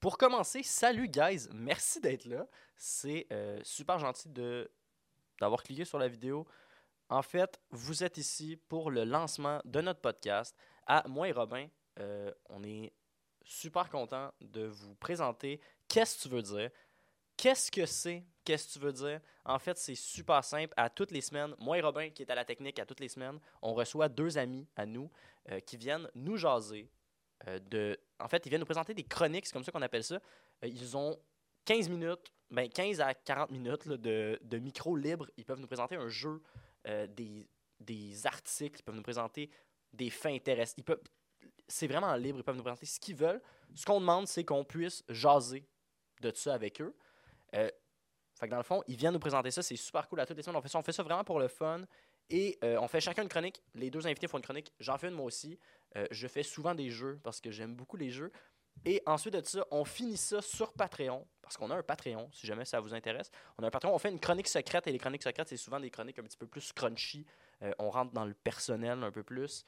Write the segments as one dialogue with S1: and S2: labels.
S1: Pour commencer, salut guys, merci d'être là. C'est euh, super gentil de d'avoir cliqué sur la vidéo. En fait, vous êtes ici pour le lancement de notre podcast. À moi et Robin, euh, on est super content de vous présenter Qu'est-ce que tu veux dire Qu'est-ce que c'est Qu'est-ce que tu veux dire En fait, c'est super simple. À toutes les semaines, moi et Robin, qui est à la technique à toutes les semaines, on reçoit deux amis à nous euh, qui viennent nous jaser. euh, de... En fait, ils viennent nous présenter des chroniques, c'est comme ça qu'on appelle ça. Euh, ils ont 15 minutes, ben 15 à 40 minutes là, de, de micro libre. Ils peuvent nous présenter un jeu, euh, des, des articles, ils peuvent nous présenter des faits intéressants. Ils peuvent... C'est vraiment libre, ils peuvent nous présenter ce qu'ils veulent. Ce qu'on demande, c'est qu'on puisse jaser de ça avec eux. Euh, fait que dans le fond, ils viennent nous présenter ça, c'est super cool à toutes les semaines. On fait ça, on fait ça vraiment pour le fun. Et euh, on fait chacun une chronique. Les deux invités font une chronique. J'en fais une moi aussi. Euh, je fais souvent des jeux parce que j'aime beaucoup les jeux. Et ensuite de ça, on finit ça sur Patreon, parce qu'on a un Patreon, si jamais ça vous intéresse. On a un Patreon, on fait une chronique secrète, et les chroniques secrètes, c'est souvent des chroniques un petit peu plus crunchy. Euh, on rentre dans le personnel un peu plus.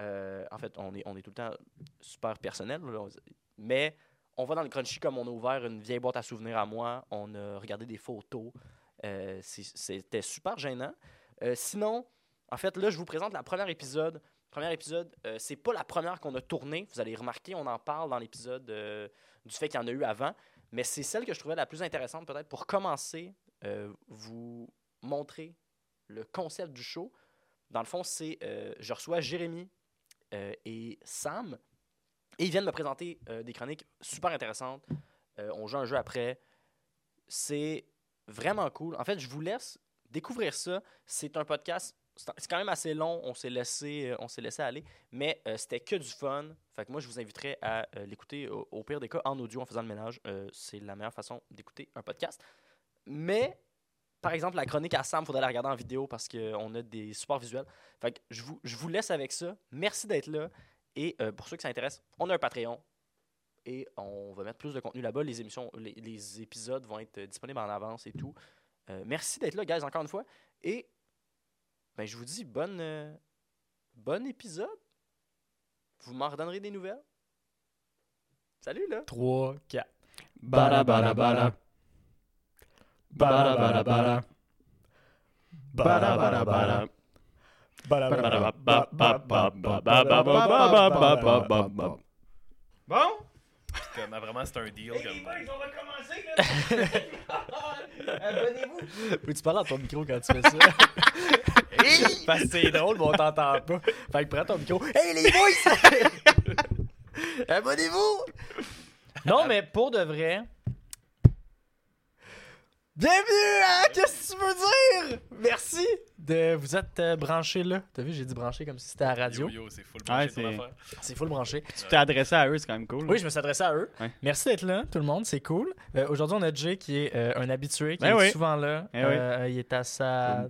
S1: Euh, en fait, on est, on est tout le temps super personnel, là, on- mais on va dans le crunchy comme on a ouvert une vieille boîte à souvenirs à moi, on a regardé des photos. Euh, c'est- C'était super gênant. Euh, sinon, en fait, là, je vous présente la première épisode. Premier épisode, euh, c'est pas la première qu'on a tournée. Vous allez remarquer, on en parle dans l'épisode euh, du fait qu'il y en a eu avant. Mais c'est celle que je trouvais la plus intéressante, peut-être, pour commencer, euh, vous montrer le concept du show. Dans le fond, c'est euh, je reçois Jérémy euh, et Sam. Et ils viennent me présenter euh, des chroniques super intéressantes. Euh, on joue un jeu après. C'est vraiment cool. En fait, je vous laisse découvrir ça. C'est un podcast. C'est c'est quand même assez long. On s'est laissé, euh, on s'est laissé aller. Mais euh, c'était que du fun. Fait que moi, je vous inviterais à euh, l'écouter au, au pire des cas en audio en faisant le ménage. Euh, c'est la meilleure façon d'écouter un podcast. Mais, par exemple, la chronique à Sam, faudrait la regarder en vidéo parce qu'on a des supports visuels. Fait que je vous, je vous laisse avec ça. Merci d'être là. Et euh, pour ceux qui s'intéressent, on a un Patreon. Et on va mettre plus de contenu là-bas. Les émissions, les, les épisodes vont être euh, disponibles en avance et tout. Euh, merci d'être là, guys, encore une fois. Et ben, je vous dis bonne, euh, bon épisode. Vous m'en redonnerez des nouvelles. Salut là!
S2: 3, 4.
S3: Bada bada bada. Bada bada bada. Bada bada bada. Bada ba ba ba ba ba ba ba ba ba ba ba ba.
S4: Bon? C'est Comme, ah, vraiment, c'est un deal. Comme... ben,
S1: on va commencer là! Abonnez-vous!
S2: Peux-tu parler à ton micro quand tu fais ça? Parce que c'est drôle, mais on t'entend pas. Fait que prends ton micro. Hey les boys!
S1: Abonnez-vous!
S2: non, mais pour de vrai. Bienvenue à Qu'est-ce que tu veux dire? Merci de vous êtes euh, branchés là. T'as vu, j'ai dit branché comme si c'était à la radio.
S4: Yo, yo, c'est full
S3: Ouais,
S4: bullshit ton
S3: c'est-
S4: affaire.
S2: C'est full branché.
S3: Tu t'es adressé à eux, c'est quand même cool.
S2: Oui, je me suis adressé à eux.
S3: Mm. Ouais.
S2: Merci d'être là, tout le monde, c'est cool. Euh, Aujourd'hui, on a Jay qui est euh, un habitué, qui
S3: Ben
S2: est
S3: oui.
S2: souvent là.
S3: Eh oui.
S2: Euh, il est à sa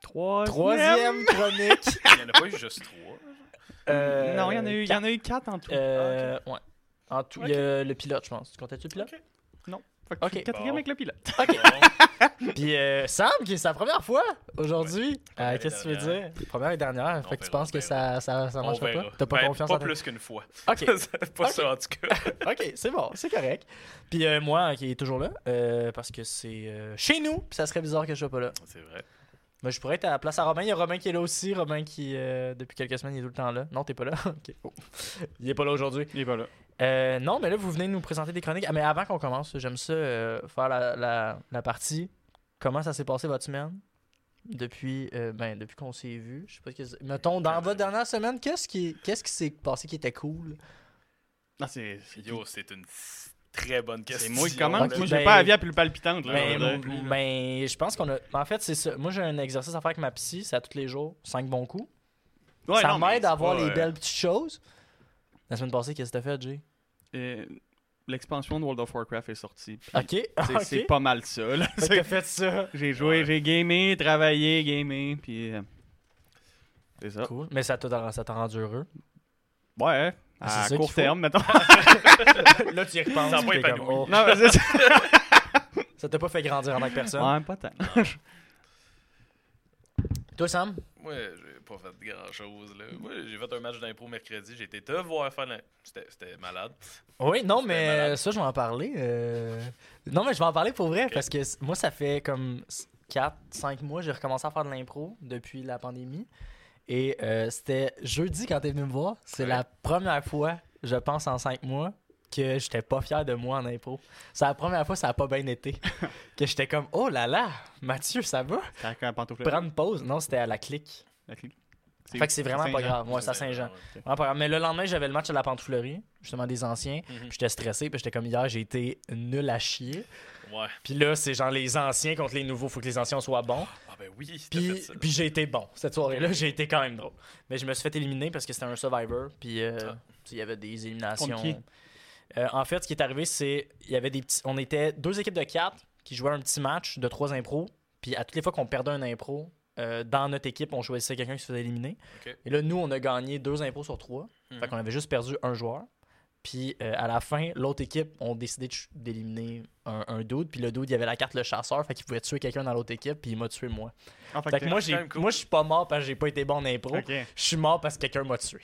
S3: Trois.
S2: troisième chronique.
S4: Il n'y en a pas eu juste trois.
S2: Euh,
S3: Non, il y en a eu, il y en a eu quatre en tout.
S2: Euh, Ouais. En tout, il y
S3: Ok.
S2: a le pilote, je pense. Tu comptais-tu le pilote?
S3: Ah, Fait que je suis
S2: ok.
S3: le quatrième
S4: Bon.
S3: avec le pilote.
S2: Puis euh, Sam, qui est sa première fois aujourd'hui.
S4: Première
S2: Euh,
S4: et
S2: Qu'est-ce que tu veux
S4: dernière.
S2: dire? Première et dernière.
S4: On
S2: fait que tu
S4: verra,
S2: penses que
S4: on
S2: ça, ça, ça
S4: On
S2: marche pas?
S4: verra.
S2: T'as pas
S4: Ben,
S2: confiance
S4: Pas
S2: en toi?
S4: plus qu'une fois.
S2: Ok,
S4: C'est pas
S2: Ok.
S4: ça, en tout cas.
S2: ok, c'est bon, c'est correct. Puis euh, moi, qui est toujours là, euh, parce que c'est euh, chez nous, puis ça serait bizarre que je sois pas là.
S4: C'est vrai.
S2: Mais je pourrais être à la place à Romain. Il y a Romain qui est là aussi. Romain qui, euh, depuis quelques semaines, il est tout le temps là. Non, t'es pas là? ok. Oh. Il est pas là aujourd'hui.
S3: Il est pas là.
S2: Euh, non, mais là, vous venez nous présenter des chroniques. Ah, mais avant qu'on commence, j'aime ça euh, faire la, la- la partie. Comment ça s'est passé votre semaine? Depuis, euh, ben, depuis qu'on s'est vu, je sais pas ce que c'est- Mettons, dans votre dernière semaine, qu'est-ce qui qu'est-ce qui s'est passé qui était cool?
S3: Non, c'est. c'est-
S4: Yo, c'est une très bonne question.
S3: C'est moi qui commence.
S2: Ok,
S3: Moi, j'ai
S2: ben-
S3: pas la vie la plus palpitante. là,
S2: Ben,
S3: on va
S2: ben,
S3: dire.
S2: ben, je pense qu'on a. En fait, c'est ça. Moi, j'ai un exercice à faire avec ma psy, c'est à tous les jours, cinq bons coups.
S3: Ouais,
S2: ça
S3: non, mais
S2: m'aide
S3: c'est
S2: à voir
S3: pas,
S2: les
S3: euh,
S2: belles petites choses. La semaine passée, qu'est-ce que t'as fait, Jay?
S3: euh, L'expansion de World of Warcraft est sortie. puis
S2: Ok,
S3: c'est- C'est
S2: Ah, ok.
S3: pas mal ça. là.
S2: Fait que T'as fait ça.
S3: J'ai joué,
S4: Ouais.
S3: j'ai gamé, travaillé, gamé, puis. euh, C'est ça.
S2: Cool. Mais ça t'a ça t'a rendu heureux.
S3: Ouais,
S2: Ah, c'est
S3: à
S2: ça
S3: court
S2: qu'il faut.
S3: terme, mettons.
S2: Là, tu y repenses.
S4: Ça va
S2: t'es
S4: épanoui.
S2: comme, oh,
S3: non, mais c'est ça.
S2: Ça t'a pas fait grandir en tant que personne.
S3: Ouais, pas tant.
S1: Toi, Sam?
S4: Moi, j'ai pas fait grand chose. Là. Moi, j'ai fait un match d'impro mercredi. J'ai été te voir faire. l'im- C'était c'était malade.
S1: Oui, non,
S4: C'était
S1: mais
S4: malade.
S1: ça, je vais en parler. euh, Non, mais je vais en parler pour vrai, parce que c- moi, ça fait comme 4-5 mois, j'ai recommencé à faire de l'impro depuis la pandémie. Et euh, c'était jeudi quand t'es venu me voir. C'est
S4: Ouais.
S1: la première fois, je pense, en 5 mois, que j'étais pas fier de moi en impro. C'est la première fois, ça a pas bien été. que j'étais comme, oh là là, Mathieu, ça va?
S5: T'as encore un pantoufle.
S1: Prendre pause. Non, c'était à la clique. Fait que c'est vraiment pas grave. Moi, ça, Saint-Jean. Vraiment pas grave. Mais le lendemain, j'avais le match à la pantouflerie, justement des anciens.
S4: Mhm.
S1: J'étais stressé, puis j'étais comme hier, j'ai été nul à chier.
S4: Ouais.
S1: Puis là, c'est genre les anciens contre les nouveaux, faut que les anciens soient bons.
S4: Ah, ben oui. t'as fait
S1: Puis,
S4: ça.
S1: puis j'ai été bon. Cette soirée-là, j'ai été quand même drôle. Mais je me suis fait éliminer parce que c'était un survivor, puis euh,
S4: Ah.
S1: il y avait des éliminations.
S5: Contre qui?
S1: Euh, en fait, ce qui est arrivé, c'est il y avait des petits. On était deux équipes de quatre qui jouaient un petit match de trois impros. Puis à toutes les fois qu'on perdait un impro, euh, dans notre équipe, on choisissait quelqu'un qui se faisait éliminer.
S4: Ok.
S1: Et là, nous, on a gagné deux impros sur trois.
S4: Mhm.
S1: Fait qu'on avait juste perdu un joueur. Puis euh, à la fin, l'autre équipe ont décidé de ch- d'éliminer un, un dude. Puis le dude, il avait la carte le chasseur. Fait qu'il pouvait tuer quelqu'un dans l'autre équipe. Puis il m'a tué moi.
S5: Ah,
S1: Fait que moi,
S4: c'est quand
S1: j'ai,
S4: même cool.
S1: moi, je suis pas mort parce que j'ai pas été bon en impro.
S5: Ok.
S1: Je suis mort parce que quelqu'un m'a tué.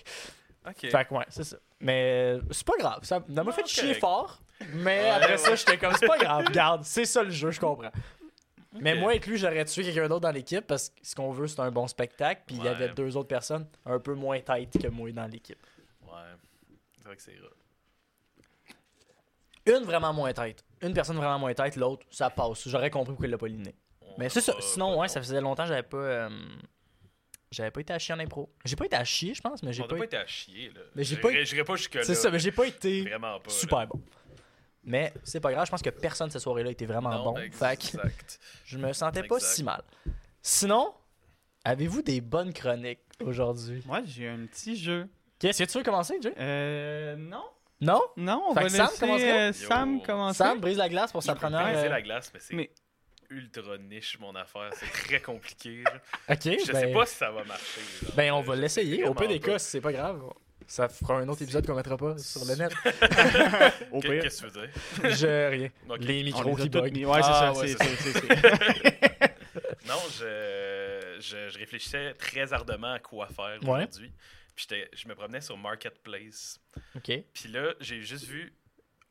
S4: Ok.
S1: Fait que ouais, c'est ça. Mais euh, c'est pas grave. Ça ça m'a
S4: Non,
S1: fait
S4: c'est
S1: chier
S4: correct.
S1: fort. Mais
S4: Ouais,
S1: après
S4: ouais.
S1: ça, j'étais comme, c'est pas grave. Regarde, c'est ça le jeu, je comprends. Mais
S4: Ok.
S1: moi, avec lui, j'aurais tué quelqu'un d'autre dans l'équipe parce que ce qu'on veut, c'est un bon spectacle. Puis il y avait
S4: Ouais.
S1: deux autres personnes un peu moins tight que moi dans l'équipe.
S4: Ouais. C'est vrai que c'est rough.
S1: Une vraiment moins tête. Une personne vraiment moins tête, l'autre, ça passe. J'aurais compris pourquoi il l'a pas éliminé.
S4: On
S1: Mais
S4: a
S1: c'est ça.
S4: pas-
S1: Sinon,
S4: pas-
S1: ouais, ça faisait longtemps que j'avais pas. euh, j'avais pas été à chier en impro. J'ai pas été à chier, je pense, mais j'ai
S4: On
S1: pas,
S4: n'a pas
S1: été.
S4: été à chier. Là.
S1: Mais j'ai
S4: Je-
S1: pas-
S4: J'irais pas jusque-là.
S1: C'est ça, mais j'ai pas été
S4: Vraiment pas. là.
S1: super bon. Mais c'est pas grave, je pense que personne cette soirée-là était vraiment
S4: Non,
S1: bon. Fait
S4: exact.
S1: que je me sentais pas
S4: Exact.
S1: si mal. Sinon, avez-vous des bonnes chroniques aujourd'hui?
S5: Moi, j'ai un petit jeu.
S1: Qu'est-ce que tu veux commencer, Jay?
S5: Euh. Non.
S1: Non?
S5: Non, on
S1: Fait
S5: va
S1: que Sam
S5: laisser
S1: commencera?
S5: euh, Sam
S4: Yo.
S5: commencer.
S1: Sam brise la glace pour sa
S4: Je peux
S1: première.
S4: briser
S1: euh,
S4: la glace, mais c'est
S5: mais-
S4: ultra niche mon affaire. C'est très compliqué. là.
S1: Ok,
S4: Je
S1: ben-
S4: sais pas si ça va marcher. genre.
S1: Ben, on va
S4: Je sais
S1: l'essayer. Au
S4: vraiment
S1: pire des
S4: pas.
S1: cas, si c'est pas grave. Ça fera un autre épisode qu'on mettra pas sur le net.
S5: Au
S4: Qu'est-
S5: pire.
S4: Qu'est-ce que tu veux dire?
S1: Je rien.
S4: Ok.
S1: Les
S5: On
S1: micros
S5: les a
S1: qui
S5: toutes
S1: bug.
S5: mis. Ouais, c'est
S4: Ah,
S5: ça.
S4: ouais,
S5: c'est-
S4: c'est
S5: c'est- c'est- c'est-
S4: Non, je, je, je réfléchissais très ardemment à quoi faire
S1: Ouais.
S4: aujourd'hui. Puis j'étais- je me promenais sur Marketplace.
S1: Ok.
S4: Puis là, j'ai juste vu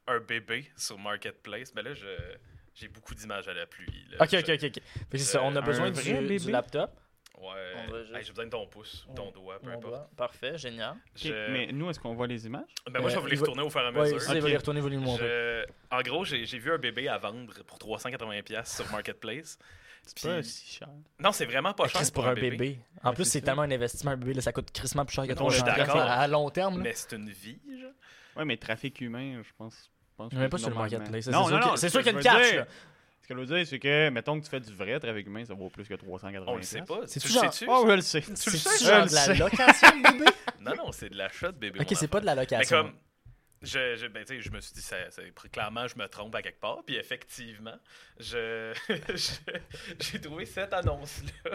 S4: un bébé sur Marketplace. Mais là, je- j'ai beaucoup d'images à la pluie. là.
S1: Ok,
S4: Je-
S1: ok, ok. ok. Fait que c'est ça, on a
S4: Euh, Un
S1: besoin
S5: vrai
S1: du,
S5: bébé?
S1: du laptop.
S4: Ouais.
S1: On va juste-
S4: Hey, j'ai besoin de ton pouce, ou ton doigt, peu
S1: Mon
S4: importe.
S1: doigt. Parfait, génial.
S5: Ok,
S4: Je-
S5: Mais nous, est-ce qu'on voit les images?
S4: Ben, moi, je vais
S1: Euh,
S4: vous les
S1: il va-
S4: retourner au fur et à
S1: Ouais,
S4: mesure.
S1: si vous
S5: Ok.
S1: voulez retourner, vous lui montrer.
S4: Je- En gros, j'ai j'ai vu un bébé à vendre pour 380$ sur Marketplace.
S5: C'est
S4: Puis-
S5: pas si cher.
S4: Non, c'est vraiment pas
S1: Ah,
S4: cher
S1: Chris, pour un bébé. En
S5: Ouais,
S1: plus,
S5: c'est
S1: c'est
S5: ça.
S1: tellement un investissement, un bébé, là, ça coûte crissement plus cher que
S5: Mettons,
S1: ton
S4: je suis
S1: enfant,
S4: d'accord.
S1: à, à long terme. là.
S4: Mais c'est une vie, genre.
S5: Ouais, mais trafic humain, je pense. je pense
S1: Je ne
S5: que
S1: pas sur le
S5: normalement-
S1: marketplace. ça,
S5: Non,
S1: c'est
S5: non,
S1: sûr
S5: non,
S1: que- C'est
S5: ce
S1: sûr
S5: que
S1: qu'il y a
S5: je
S1: une
S5: veux
S1: catch.
S5: dire-
S1: là.
S5: Ce que je veux dire, c'est que, mettons que tu fais du vrai trafic humain, ça vaut plus que 380$.
S4: On le sait pas. Tu
S1: C'est-tu
S4: le
S1: genre- Ah
S4: sais-tu?
S5: Oh, je le sais.
S4: Tu le sais,
S1: C'est-tu
S5: je
S1: genre
S5: le
S1: de la
S5: sais.
S1: location de bébé?
S4: Non, non, c'est de l'achat de bébé.
S1: Ok,
S4: mon
S1: c'est
S4: enfant.
S1: pas de la
S4: Mais
S1: location.
S4: comme. Je, je, ben, tu sais, je me suis dit, ça, ça- clairement, je me trompe à quelque part. Puis effectivement, je je- j'ai trouvé cette annonce-là.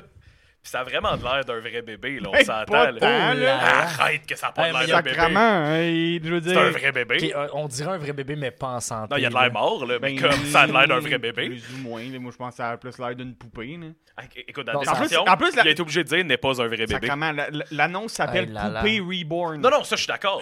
S4: Puis ça a vraiment de l'air d'un vrai bébé, là, on
S5: Ben,
S4: s'entend.
S5: pas
S4: là.
S5: tant,
S1: Oh là.
S4: Arrête que ça n'a pas
S1: Hey,
S4: de
S1: mais
S4: l'air d'un
S5: Sacrement,
S4: bébé.
S5: hein, il- je veux
S4: C'est un
S5: dire.
S4: vrai bébé.
S1: Ok, euh, on dirait un vrai bébé, mais pas en santé.
S4: Non, il y a de
S1: là. ben,
S4: l'air mort, là, mais
S5: Ben,
S4: comme ça a de l'air d'un vrai bébé.
S5: Plus ou moins. là, Moi, je pense que ça a plus l'air d'une poupée. là.
S4: Ah, Écoute, dans la
S1: Non, ça-
S4: description,
S5: en plus- en plus, la-
S4: il a été obligé de dire n'est pas un vrai bébé.
S5: Sacrement, la- la- l'annonce s'appelle
S1: Hey là là.
S5: Poupée Reborn.
S4: Non, non, ça, je suis d'accord.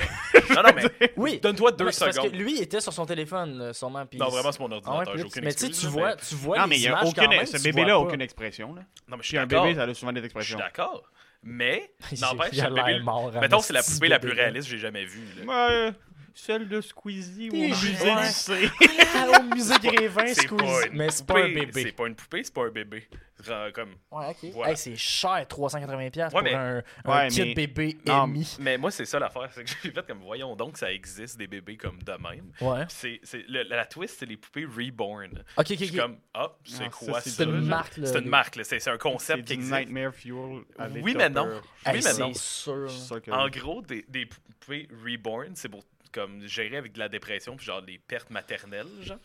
S4: non, non, mais
S1: Oui.
S4: donne-toi
S1: Non,
S4: deux
S1: mais c'est Parce
S4: secondes.
S1: que lui, il était sur son téléphone, euh, sûrement. puis
S4: Non,
S1: il-
S4: vraiment, c'est mon
S1: Ah ouais,
S4: ordinateur. j'ai
S1: puis-
S4: aucune
S1: mais tu sais,
S4: excuse,
S1: tu
S4: là,
S1: vois,
S4: mais-
S1: tu vois
S5: Non,
S1: les
S5: mais il y a
S1: images
S5: aucune.
S1: quand même,
S5: ce
S1: tu vois
S5: bébé-là a
S1: pas.
S5: aucune expression. Là.
S4: Non, mais je suis
S5: Puis un bébé,
S4: d'accord.
S5: ça a souvent des
S4: Je suis
S5: expressions.
S4: d'accord. Mais,
S1: Il-
S4: n'empêche,
S1: il a
S4: le bébé-
S1: l'air mort, hein,
S4: mettons, c'est la
S1: petit
S4: poupée la plus
S1: bébé.
S4: réaliste que j'ai jamais vue. là.
S5: Ouais, celle de Squeezie ou au
S1: Ouais.
S5: musée
S1: Ouais.
S5: lycée.
S1: Au musée Grévin,
S4: C'est pas
S1: Squeezie.
S4: une
S1: Mais c'est pas un
S4: poupée, C'est
S1: bébé.
S4: pas une poupée, c'est pas un bébé. Genre, Comme...
S1: Ouais, ok.
S4: Voilà.
S1: Hey, c'est cher, 380$ piastres
S4: Ouais,
S1: pour
S4: mais-
S1: un, un
S5: Ouais,
S1: petit
S5: mais-
S1: bébé
S5: Non,
S1: émis.
S4: Mais moi, c'est ça l'affaire. C'est que j'ai fait comme, voyons donc, ça existe des bébés comme de même.
S1: Ouais.
S4: C'est, c'est- le- la twist, c'est les poupées reborn.
S1: Ok, ok,
S4: Je suis
S1: ok.
S4: comme, ah, c'est
S5: Ah, ça,
S4: quoi ça?
S5: c'est
S1: C'est une
S5: Euh,
S4: genre?
S1: marque, là.
S4: C'est
S1: des-
S4: une marque, là. C'est, c'est un
S5: C'est
S4: concept qui
S5: du
S4: existe.
S5: Nightmare Fuel. à
S4: Oui,
S5: l'étoffer.
S4: mais non.
S1: Hey,
S4: Oui, mais non.
S1: c'est sûr.
S5: Je suis sûr que
S4: En
S5: oui.
S4: gros, des, des poupées reborn, c'est pour comme gérer avec de la dépression puis genre des pertes maternelles genre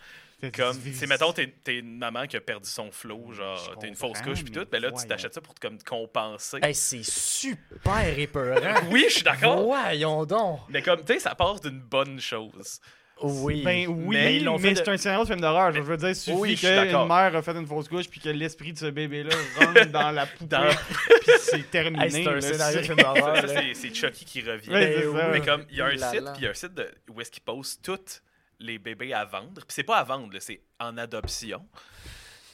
S5: C'est
S4: comme
S5: du-
S4: c'est mettons t'es, t'es une maman qui a perdu son flow
S5: Je
S4: genre t'es une fausse
S5: comprends,
S4: couche puis
S5: mais
S4: tout mais là tu
S5: voyons.
S4: t'achètes ça pour comme compenser
S1: Hey, c'est super épeurant.
S4: oui je suis d'accord
S1: Voyons donc.
S4: Mais comme, tu sais, ça part d'une bonne chose.
S1: Oui.
S3: Ben oui,
S4: Mais
S3: mais,
S4: ils l'ont fait de-
S3: c'est un scénario de film d'horreur. Je veux dire, suffit
S4: Oui, je suis
S3: qu'une
S4: d'accord.
S3: mère a fait une fausse couche puis que l'esprit de ce bébé-là rentre dans la poupée
S4: Dans-
S3: puis c'est terminé.
S1: Hey, c'est un
S3: là,
S1: scénario de
S3: c'est-
S1: film d'horreur.
S4: Ça,
S1: là.
S4: c'est- c'est Chucky qui revient.
S3: Ouais, c'est ça,
S4: mais
S3: ouais.
S4: comme, il y a un
S1: Ben Ouh là
S4: site,
S1: là.
S4: puis il y a un site de, où est-ce qu'ils posent toutes les bébés à vendre. Puis c'est pas à vendre, là, c'est en adoption.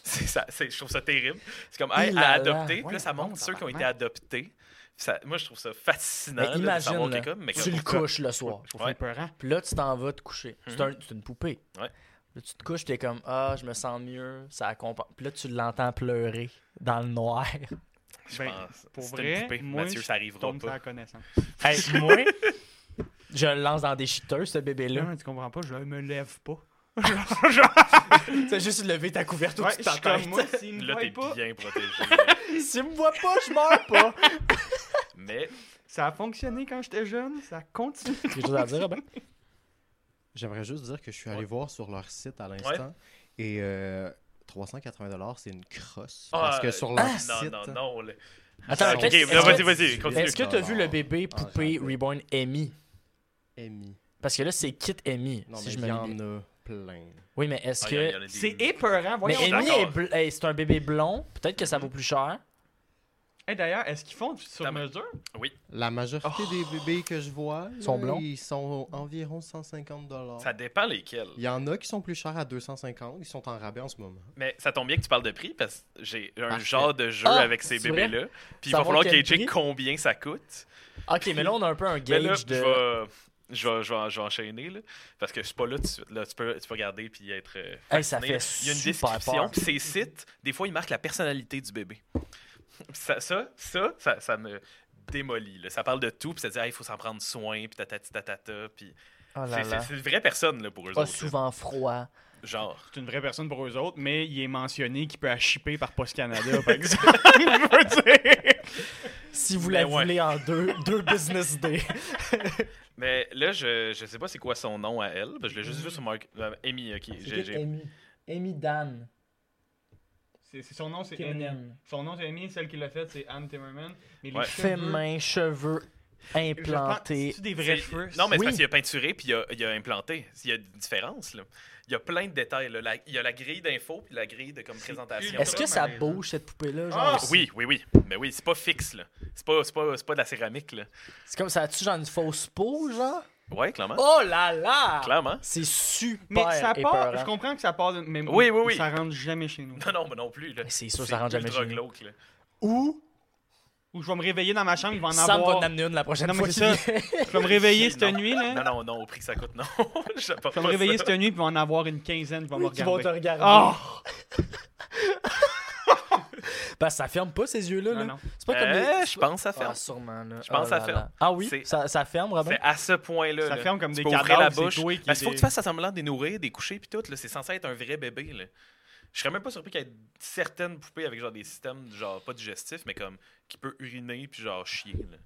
S4: C'est ça, c'est- je trouve ça terrible. C'est comme, hey,
S1: Ouh là
S4: à
S1: là.
S4: adopter, puis
S3: Voyons
S4: là, ça
S3: donc,
S4: montre ceux qui ont été
S3: tabarnak.
S4: adoptés. Ça- moi, je trouve ça
S1: Mais
S4: fascinant là, de
S1: Ben, imagine,
S4: savoir
S1: là,
S4: quelqu'un, mais
S1: tu
S4: comme-
S1: le couches le soir.
S3: Je trouve
S4: Ouais.
S3: ça épeurant.
S1: Puis là, tu t'en vas te coucher. C'est un- C'est une poupée.
S4: Mhm. Ouais.
S1: Là, tu te couches, t'es comme Ah, je me sens mieux, ça accompagne. Puis là, tu l'entends pleurer dans le noir.
S4: je
S3: Ben,
S4: pense.
S3: pour
S4: C'est
S3: vrai,
S4: une poupée.
S3: moi,
S4: Mathieu,
S3: je
S4: ça arrivera
S3: Tombe sur
S4: pas.
S3: la connaissance.
S1: hey, moi, je le lance dans des chiteurs, ce bébé-là.
S3: Là, tu comprends pas, je me lève pas.
S1: tu sais, juste lever ta couverture
S3: Ouais,
S1: au-dessus
S3: je
S1: de ta
S3: suis comme
S1: tête.
S3: moi, s'il me
S4: Là, t'es
S3: voit pas,
S4: bien protégé. là.
S1: S'il me voit pas, je meurs pas.
S4: mais
S3: ça a fonctionné quand j'étais jeune, ça continue.
S1: Quelque chose à dire, Robin?
S6: J'aimerais juste dire que je suis allé
S4: Ouais.
S6: voir sur leur site à l'instant et euh, 380 c'est une crosse
S4: Ah,
S6: parce que sur leur
S4: non,
S6: site
S4: non, non. là.
S1: Attends,
S4: Ah, ok,
S1: peut-être-
S4: non,
S1: est-ce
S4: vas-y,
S1: que-
S4: vas-y, continue.
S1: Est-ce que t'as vu le bébé
S6: Ah,
S1: poupée
S6: j'en ai.
S1: Reborn Amy?
S6: Amy.
S1: Parce que là, c'est Kit Amy,
S6: Non
S1: si
S6: mais
S1: je
S6: il
S1: me
S6: y
S1: lis bien.
S6: en a plein.
S1: Oui, mais est-ce
S4: Ah, il y a- il y
S1: que.
S4: en a des-
S3: C'est épeurant,
S1: Mais
S3: voyons.
S4: je suis
S1: Amy, est
S4: d'accord.
S1: bl- hey, c'est un bébé blond. Peut-être que ça vaut plus cher.
S3: Hey, D'ailleurs, est-ce qu'ils font du sur
S4: T'as-
S3: mesure?
S6: La majorité des bébés que je vois,
S1: Sont
S6: là,
S1: blonds?
S6: ils sont environ 150 dollars.
S4: Ça dépend lesquels.
S6: Il y en a qui sont plus chers à 250, ils sont en rabais en ce moment.
S4: Mais ça tombe bien que tu parles de prix parce que j'ai un
S6: Parfait.
S4: genre de jeu
S1: Ah,
S4: avec ces
S1: c'est vrai?
S4: bébés-là. Puis il va
S1: Savoir
S4: falloir
S1: quel
S4: gager
S1: prix.
S4: combien ça coûte.
S1: Ok, mais là, on a un peu un
S4: Mais là,
S1: gauge
S4: je
S1: de.
S4: vais- je vais- je vais je vais enchaîner là, parce que je suis pas là tout de suite. Là, tu, peux, tu peux regarder puis être. euh,
S1: Hey, ça
S4: fasciné,
S1: fait
S4: là. Il y a une
S1: super
S4: description.
S1: peur. Oh
S4: Puis ces sites, des fois, ils marquent la personnalité du bébé. Ça, ça, ça, ça, ça me démolit. là. Ça parle de tout, puis ça dit ah, il faut s'en prendre soin, puis tatati tatata. Puis
S1: Oh là
S4: c'est- c'est
S1: là.
S4: c'est une vraie personne là, pour eux
S1: Pas
S4: autres, là.
S1: souvent froid.
S4: Genre.
S3: C'est une vraie personne pour eux autres, mais il est mentionné qu'il peut achipper par Post Canada, par exemple. Je veux dire.
S1: Si vous
S4: Mais
S1: la
S4: Ben ouais.
S1: voulez en deux, deux business days.
S4: Mais là, je, je sais pas c'est quoi son nom à elle. parce que Je l'ai juste vu sur Mark. euh, Amy, ok. j'ai- j'ai-
S1: Amy. Amy Dan.
S3: C'est- c'est- Son nom, c'est Amy.
S1: Femin,
S3: Son nom, c'est Amy. Celle qui l'a faite, c'est Anne Timmerman. Mais les
S4: Ouais.
S3: cheveux-
S1: cheveux
S3: Je pense-
S1: implantés.
S3: C'est-tu des vrais
S4: C'est-
S3: cheveux?
S4: Non, mais c'est
S1: Oui.
S4: parce qu'il a peinturé puis il a, il a implanté. Il y a une différence. Là. Il y a plein de détails. là. La- il y a la grille d'infos puis la grille de comme présentation.
S1: Est-ce que ça
S3: Vraiment, là.
S1: bouge cette poupée-là? genre,
S3: Ah,
S1: aussi?
S4: Oui, oui, oui. Mais oui, c'est pas fixe. là. C'est pas, c'est pas, c'est pas de la céramique. Là.
S1: C'est comme ça, a-tu genre une fausse peau, genre?
S4: Ouais, clairement.
S1: Oh là là!
S4: Clairement.
S1: C'est super
S3: Mais ça part,
S1: épeurant.
S3: je comprends que ça part, de- mais
S4: Oui, oui, oui.
S3: ça rentre jamais chez nous.
S4: Non, non, mais non plus. Là.
S1: Mais c'est sûr, ça rentre jamais
S4: ultra
S1: chez nous.
S4: glauque, là.
S1: Ou
S3: Ou je vais me réveiller dans ma chambre, il va en
S1: Sam va en
S3: avoir.
S1: amener une la prochaine
S3: Non, mais
S1: fois
S3: c'est
S1: qu'il
S3: ça.
S1: vient.
S3: Je vais me réveiller cette
S4: Non.
S3: nuit, là.
S4: Non, non, non, au prix que ça coûte, non. je vais pas
S3: Je vais me réveiller cette nuit, puis il va en avoir une quinzaine, qui va me
S1: Qui vont te
S3: regarder.
S1: regarder.
S3: Oh!
S1: Ben, ça ferme pas ces yeux-là.
S3: Non,
S1: là.
S3: non.
S1: C'est pas comme les...
S4: Eh, Euh, Je pense que ça
S1: Ah,
S4: ferme.
S1: sûrement, là.
S4: Je pense que ça
S1: là
S4: ferme.
S1: là. Ah oui?
S4: C'est-
S1: Ça, ça ferme, Robin?
S4: C'est à ce point-là.
S3: Ça
S4: là.
S3: ferme comme
S4: Tu
S3: des
S4: peux ouvrir
S3: cadavres,
S4: la
S3: c'est
S4: bouche.
S3: toi qui
S4: Parce qu'il faut
S3: les-
S4: que tu fasses semblant de les nourrir, des coucher puis tout. là. C'est censé être un vrai bébé. Là. Je serais même pas surpris qu'il y ait certaines poupées avec genre des systèmes genre pas digestifs, mais comme qui peut uriner puis genre chier. là.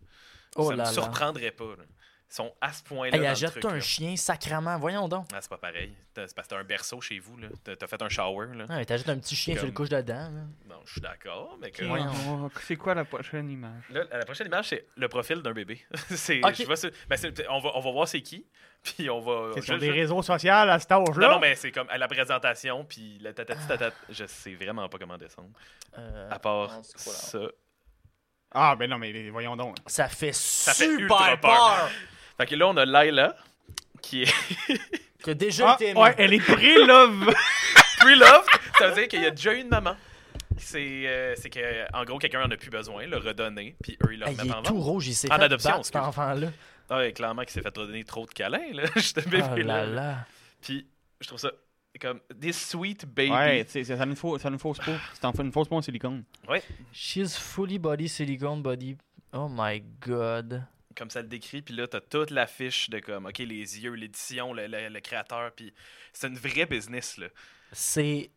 S1: oh
S4: ça
S1: là
S4: me
S1: là.
S4: surprendrait pas. là. Ils sont à ce point-là.
S1: Hey,
S4: dans le
S1: jette
S4: truc,
S1: un
S4: là.
S1: chien sacrament, voyons donc.
S4: Ah, c'est pas pareil. T'as- C'est parce que t'as un berceau chez vous. là. T'as t'as fait un shower. Là.
S1: Ah, mais t'ajoutes un petit chien,
S4: Comme-
S1: tu le couches dedans. là.
S4: Non, je suis d'accord, mais que.
S3: Ok,
S1: Voyons.
S3: on va- C'est quoi la prochaine image?
S4: Là, la prochaine image, c'est le profil d'un bébé. c'est,
S1: Ok.
S4: je vois ça- ben, c'est- on, va, on va voir c'est qui, puis on va...
S3: C'est
S4: je-
S3: sur
S4: je-
S3: des réseaux sociaux à cet âge-là.
S4: Non, non, mais c'est comme à la présentation, puis la tatati
S1: Ah.
S4: tatata. Je sais vraiment pas comment descendre.
S1: Euh,
S4: À part
S1: non, c'est quoi, là?
S4: ça.
S3: Ah, ben non, mais voyons donc.
S1: Ça fait
S4: fait
S1: super
S4: ultra
S1: peur.
S4: peur. Fait que là, on a Laila, qui est
S1: Qui a déjà
S3: Ah,
S1: été aimé.
S3: ouais, elle est très love.
S4: pre-loved. Ça veut dire qu'il y a déjà eu une maman. C'est, euh, c'est que, en gros, quelqu'un en a plus besoin, le redonner, puis eux, ils le
S1: Hey, Ah, il
S4: remettent en
S1: est tout
S4: vente.
S1: rouge, il s'est
S4: En
S1: fait
S4: adoption,
S1: battre, cet
S4: excuse.
S1: enfant-là.
S4: Ah, ouais, clairement qu'il s'est fait redonner trop de câlins, là, ce
S1: Oh là
S4: bébé-là.
S1: là.
S4: Puis, je trouve ça comme, this sweet baby.
S3: Ouais, tu sais, ça me faut, ça me fausse pas. C'est en fait une fausse peau en silicone.
S1: She's fully body silicone body. Oh my god.
S4: comme ça le décrit, puis là, t'as toute l'affiche de comme, OK, les yeux, l'édition, le, le- le créateur, puis c'est une vraie business, là.
S1: C'est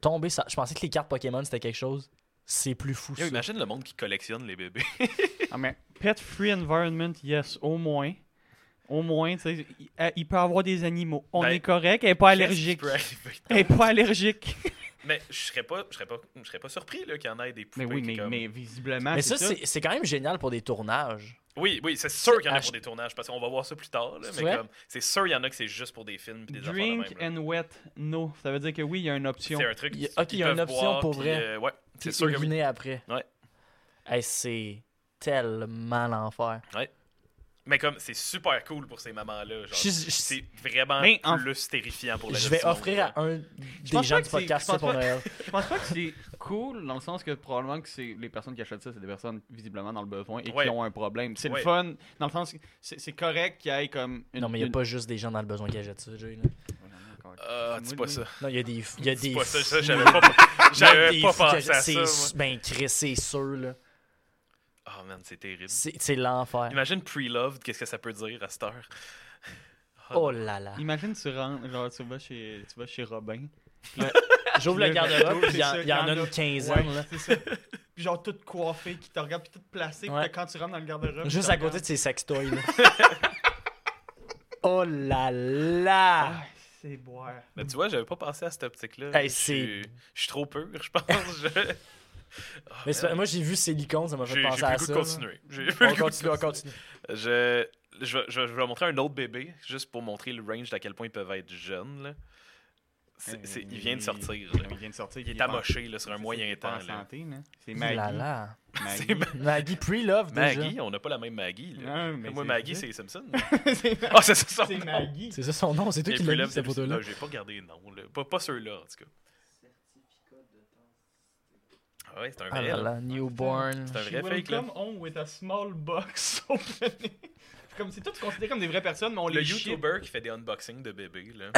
S1: tombé ça. Je pensais que les cartes Pokémon c'était quelque chose. C'est plus fou.
S4: Yo,
S1: ça.
S4: imagine le monde qui collectionne les bébés.
S3: Ah, mais pet free environment, yes, au moins. Au moins, tu sais, il, euh, il peut avoir des animaux. On
S4: Ben,
S3: est correct, elle est pas
S4: Qu'est-ce qui
S3: allergique.
S4: peut arriver?
S3: Elle est pas allergique.
S4: Mais je serais pas, je serais pas, je serais pas surpris là, qu'il y en ait des
S3: Mais
S4: poupées.
S3: oui,
S4: qui
S3: mais,
S4: comme-
S3: mais visiblement.
S1: Mais ça, c'est c'est quand même génial pour des tournages.
S4: Oui, oui, c'est sûr qu'il y en a
S1: Ah,
S4: pour
S1: je-
S4: des tournages, parce qu'on va voir ça plus tard. là,
S1: C'est
S4: mais
S1: vrai?
S4: comme, c'est sûr qu'il y en a que c'est juste pour des films et des affaires de
S3: Drink
S4: même, là.
S3: and wet, no. Ça veut dire que oui, il y a une option.
S4: C'est un truc.
S1: Il y a-
S4: qu'ils
S1: ok, il y a une
S4: peuvent
S1: option
S4: boire,
S1: pour
S4: puis,
S1: vrai.
S4: euh, ouais, c'est
S1: Puis
S4: sûr que oui.
S1: uriner après.
S4: Ouais.
S1: Hey, c'est tellement l'enfer.
S4: Mais comme c'est super cool pour ces mamans-là, genre,
S1: Je- je-
S4: c'est vraiment
S3: Mais en-
S4: plus terrifiant pour les
S1: Je vais offrir à un des
S3: pense
S1: gens
S3: pas
S1: du
S3: que c'est-
S1: podcast
S3: je
S1: ça
S3: pense
S1: pour
S3: pas-
S1: Noël.
S3: Je pense pas que c'est cool dans le sens que probablement que c'est les personnes qui achètent ça, c'est des personnes visiblement dans le besoin et
S4: Ouais.
S3: qui ont un problème. C'est
S4: Ouais.
S3: le fun dans le sens que c'est c'est correct qu'il y ait comme une.
S1: Non, mais il n'y a
S3: une-
S1: pas juste des gens dans le besoin qui achètent ça, Jay. là.
S4: Ah, dis pas ça.
S1: Non, il y a des. Il y a
S4: Dis
S1: des.
S4: pas ça, ça,
S1: fous,
S4: j'avais
S1: là.
S4: pas,
S1: Il y a
S4: j'avais
S1: des
S4: pas
S1: fous qui
S4: pensé à
S1: achètent-
S4: ça. moi.
S1: c'est- Ben, Chris, c'est sûr, là.
S4: Oh man, c'est terrible.
S1: C'est c'est l'enfer.
S4: Imagine pre-loved, qu'est-ce que ça peut dire à cette heure?
S1: Oh là là.
S3: Imagine tu rentres, genre tu vas chez, tu vas chez Robin.
S1: J'ouvre le
S3: le-
S1: garde-robe,
S3: c'est
S1: puis il y en-
S3: ça,
S1: il y en a une quinzaine, là.
S3: c'est ça. Puis genre toute coiffée qui te regarde puis toute placée.
S1: Ouais.
S3: Puis quand tu rentres dans le garde-robe,
S1: Juste à côté de ses sextoys, là. Oh là là!
S3: c'est boire.
S4: Mais tu vois, j'avais pas pensé à cette optique-là.
S1: Hey,
S4: je,
S1: c'est-
S4: suis... je suis trop pur, je pense. Je- Oh,
S1: Mais c'est-
S4: man.
S1: moi, j'ai vu Silicon, ça m'a
S4: J'ai
S1: fait
S4: j'ai plus
S1: penser à
S4: le goût
S1: ça.
S4: de
S1: là.
S4: continuer. J'ai plus le
S1: On
S4: goût de
S1: continue, on
S4: continuer.
S1: continue.
S4: Je, je, vais- je, vais- je vais montrer un autre bébé, juste pour montrer le range d'à quel point ils peuvent être jeunes. Là. C'est- c'est- il vient de sortir. là.
S3: Euh, Il vient de sortir.
S4: Il est amoché là, sur un moyen temps.
S3: En
S4: là.
S3: santé, là. C'est
S1: Oh là
S3: Maggie.
S1: là.
S3: Maggie.
S4: C'est
S1: Maggie pre-love, déjà.
S4: Maggie, on n'a pas la même Maggie. là.
S3: Non, Ah, mais
S4: Moi,
S3: c'est-
S4: Maggie,
S3: c'est-
S4: c'est Simpson.
S3: c'est
S4: Ah, c'est ça,
S3: C'est
S4: son nom.
S3: Maggie.
S1: C'est ça son nom, c'est toi
S4: Et
S1: qui
S4: puis
S1: l'as
S4: là,
S1: mis, cette
S4: c'est-
S1: photo-là.
S4: non, J'ai pas regardé, non. là. Pas, pas ceux-là, en tout cas. Ah ouais, c'est un
S1: Ah
S4: vrai.
S1: là
S4: là.
S1: là, newborn.
S4: C'est un
S3: She
S4: vrai fake, là.
S3: welcome home with a small box opening. comme c'est tout considéré comme des vraies personnes, mais on
S4: Le
S3: les ship.
S4: YouTuber qui fait des unboxings de bébés, là.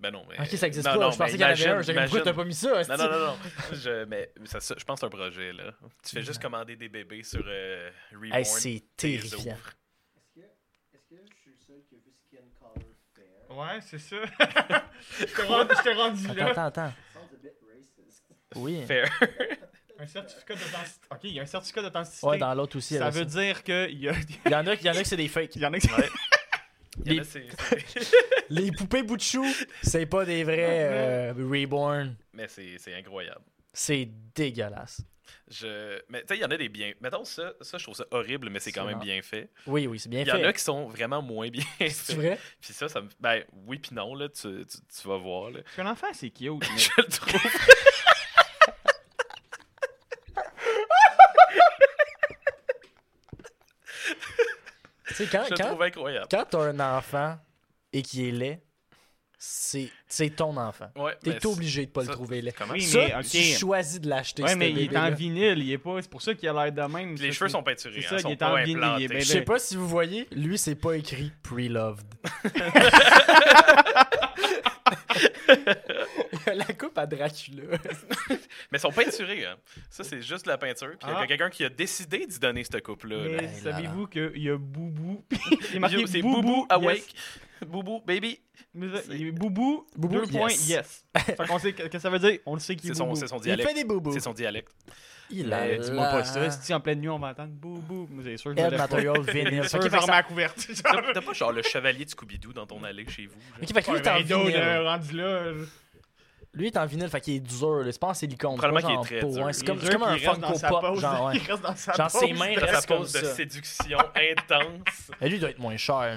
S4: Ben non, mais...
S1: Hein? Ok, ça existe
S4: non,
S1: pas.
S4: non,
S1: je pensais
S4: mais
S1: qu'il y en avait
S4: imagine-
S1: un. J'ai comme, pourquoi
S4: imagine-
S1: t'as pas mis ça?
S4: Non, non, non, non. Je, mais ça, ça- je pense que c'est un projet, là. Tu fais juste commander des bébés sur euh, Reborn.
S1: Hey, c'est
S4: t'es les
S1: terrifiant.
S4: ouvres.
S6: Est-ce que, est-ce que je suis le seul qui a vu Skin Color Fair?
S3: Ouais, c'est ça. je t'ai rendu, je t'ai rendu
S1: Attends,
S3: là.
S1: attends, attends.
S6: Sounds a bit racist.
S1: Oui.
S4: Fair.
S3: Un certificat d'authenticité. Ok, il y a un certificat d'authenticité.
S1: Ouais, dans l'autre aussi. elle
S3: ça
S1: a
S3: veut dire que il y, a...
S1: Il y en a, il y en a que c'est des fakes.
S3: il y en a qui.
S4: Il y en a,
S1: Les-
S4: c'est- c'est-
S1: Les poupées bout de chou, c'est pas des vrais euh, reborn.
S4: mais c'est c'est incroyable.
S1: C'est dégueulasse.
S4: Je... Mais tu sais, il y en a des biens. Mettons, ça, ça, je trouve ça horrible, mais c'est quand
S1: C'est
S4: même
S1: bon.
S4: bien fait.
S1: Oui, oui, c'est bien
S4: Il y en
S1: fait.
S4: a qui sont vraiment moins bien
S1: C'est
S4: faits.
S1: vrai?
S4: Puis ça, ça me... Ben oui, puis non, là, tu, tu, tu vas voir, là.
S3: Parce que l'enfant, c'est cute. Mais...
S4: Je le trouve...
S1: Tu sais, quand,
S4: Je le
S1: Ah, quand,
S4: trouve incroyable.
S1: quand t'as un enfant et qu'il est laid, c'est c'est ton enfant.
S4: Ouais,
S1: T'es
S4: mais c'est-
S1: obligé de pas
S4: ça-
S1: le trouver laid.
S4: Comment?
S3: Oui,
S1: Ça,
S3: mais, ok.
S1: tu choisis de l'acheter,
S3: Ouais,
S1: ce
S3: mais il est
S1: bébé-là.
S3: en vinyle, il est pas. C'est pour ça qu'il a l'air de même.
S4: Puis les
S3: ça,
S4: cheveux
S3: c'est-
S4: sont peinturés,
S3: c'est
S4: hein,
S3: ça,
S4: ils
S3: il
S4: sont
S3: est
S4: pas
S3: en vinyle, il est
S4: implantés.
S3: bien
S1: Je sais pas si vous voyez, lui, c'est pas écrit pre-loved. Il a la coupe à Dracula.
S4: Mais ils sont peinturés, hein. Ça, c'est juste de la peinture. Puis il y
S3: Ah.
S4: a quelqu'un qui a décidé d'y donner cette coupe-là. là.
S3: Mais
S1: Hey, là, là.
S3: savez-vous qu'il y a Boubou Il est
S4: Yo,
S3: marqué
S4: c'est
S3: Boubou,
S4: Boubou
S3: yes.
S4: Awake. Boubou Baby.
S3: Mais ça,
S4: C'est-
S3: il est Boubou,
S1: Boubou,
S3: deux points,
S1: yes.
S3: yes. fait qu'on sait que, que ça veut dire, on le sait qu'il
S4: C'est
S3: est
S4: son,
S3: Boubou.
S4: c'est son
S1: Il fait
S4: dialecte.
S1: des boubous.
S4: C'est son dialecte.
S1: Il
S3: Mais
S1: a
S3: Dis-moi
S1: la-
S3: pas ça, si en pleine nuit on va entendre Boubou, mais c'est sûr que je me
S1: Ed
S3: lève pas.
S1: Material Vinyl.
S3: C'est sûr
S1: Ok, fait
S3: que je me
S1: que
S3: remets
S1: ça-
S3: à couverte. genre.
S4: T'as t'as pas genre le chevalier de Scooby-Doo dans ton allée chez vous? genre?
S1: Ok, fait que lui,
S3: Ouais,
S1: il est en
S3: mais d'autres,
S1: vinyle.
S3: euh, rendu là. je-
S1: Lui, il est en vinyle, fait qu'il est dur. là. C'est pas en silicone.
S4: Probablement
S1: pas
S4: qu'il est
S1: genre
S4: très
S1: peau,
S4: dur.
S1: hein. C'est
S4: Il
S1: comme,
S3: est
S1: c'est
S3: dur,
S1: comme un
S3: puis il reste dans
S1: funk
S3: sa
S1: pop.
S3: pause,
S1: Genre, ouais.
S3: Il reste dans sa
S1: Genre, ses
S3: pause.
S1: mains
S4: Dans sa
S1: restent comme
S4: pose de
S1: ça.
S4: séduction intense.
S1: Mais lui, il doit être moins cher. hein.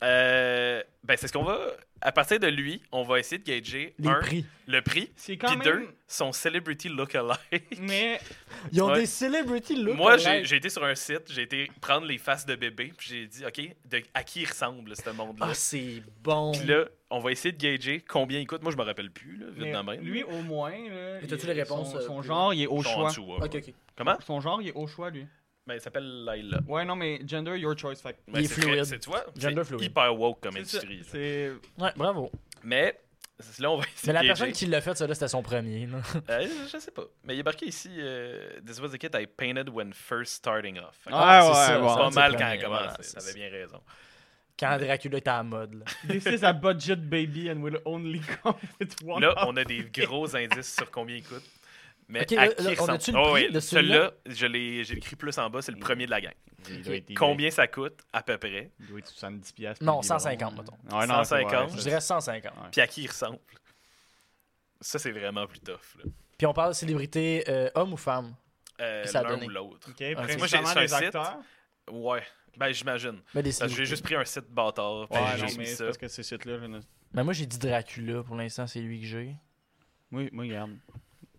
S1: là.
S4: Euh, ben, c'est ce qu'on va. À partir de lui, on va essayer de gager
S1: Les
S4: un,
S1: prix.
S4: le prix,
S3: C'est quand
S4: puis
S3: même.
S4: deux, son celebrity look-alike.
S3: Mais
S1: Ils ont
S4: Ouais.
S1: des celebrity look
S4: Moi, j'ai j'ai été sur un site, j'ai été prendre les faces de bébé, puis j'ai dit, OK, de, à qui il ressemble ce monde-là?
S1: Ah, c'est bon.
S4: Puis là, on va essayer de gager combien il coûte. Moi, je me rappelle plus, là, vite
S3: mais
S4: de même.
S3: lui, au moins. là,
S1: Mais t'as-tu
S3: il-
S1: les réponses,
S3: son-
S1: euh,
S3: Son
S1: plus-
S3: genre, il est au
S4: Ils sont en
S3: choix.
S4: dessous, ouais,
S1: Ok,
S4: ouais.
S1: ok.
S4: Comment?
S3: Son genre, il est au choix, lui.
S4: Ben, il s'appelle Laila.
S3: Ouais, non, mais gender, your choice. Fait que-
S4: Ben,
S1: Il est
S4: c'est très-
S1: fluide.
S4: c'est- tu vois,
S1: Gender
S4: c'est
S1: fluid.
S4: hyper woke comme
S3: C'est ça,
S4: industrie. là.
S3: C'est.
S1: Ouais, bravo.
S4: Mais c'est- là, on va essayer
S1: Mais la
S4: de
S1: personne
S4: gager.
S1: qui l'a fait, ça, là, c'était son premier. là.
S4: Euh, je sais pas. Mais il est marqué ici euh, This was the kid I painted when first starting off. Fait que
S3: Ah,
S1: c'est
S3: ouais,
S1: ça,
S3: bon.
S4: c'est
S1: ça,
S4: pas
S1: c'est
S4: mal
S1: le
S4: quand
S1: premier,
S4: elle commence.
S1: voilà, c'est
S4: T'avais
S1: ça.
S4: bien raison.
S1: Quand Dracula était à la mode. là.
S3: This is a budget baby and will only come with one.
S4: Là, on a des gros indices sur combien il coûte. Mais
S1: Ok,
S4: à
S1: là, là,
S4: qui il
S1: on
S4: ressemble?
S1: a-tu le
S4: Oh,
S1: prix
S4: ouais,
S1: de
S4: celui-là, je l'ai j'ai écrit plus en bas, c'est le premier de la gang. Combien ça coûte, à peu près
S3: Il doit être 70 piastres.
S1: Non,
S3: puis il est
S1: 150,
S3: bon.
S1: mettons.
S3: Ouais, non,
S4: 150.
S3: c'est
S1: Je
S3: vrai,
S1: dirais 150.
S4: Puis à qui il ressemble Ça, c'est vraiment plus tough. Là.
S1: Puis on parle de célébrité euh, homme ou femme.
S4: Euh,
S1: Ça a
S4: L'un
S1: donné.
S4: ou l'autre.
S3: Ok,
S1: Parce que
S4: moi, j'ai-
S3: principalement
S4: c'est un
S3: des
S4: site.
S3: acteurs.
S4: Ouais. Ben, j'imagine.
S1: Mais des
S4: Parce que j'ai
S1: célébrités.
S4: juste pris un site bâtard. Puis
S3: Ouais,
S4: j'ai
S3: non,
S4: juste
S3: mais
S4: mis
S3: c'est
S4: ça.
S3: parce que ces sites-là. je ne-
S1: Mais moi, j'ai dit Dracula. Pour l'instant, c'est lui que j'ai.
S3: Moi, moi, regarde.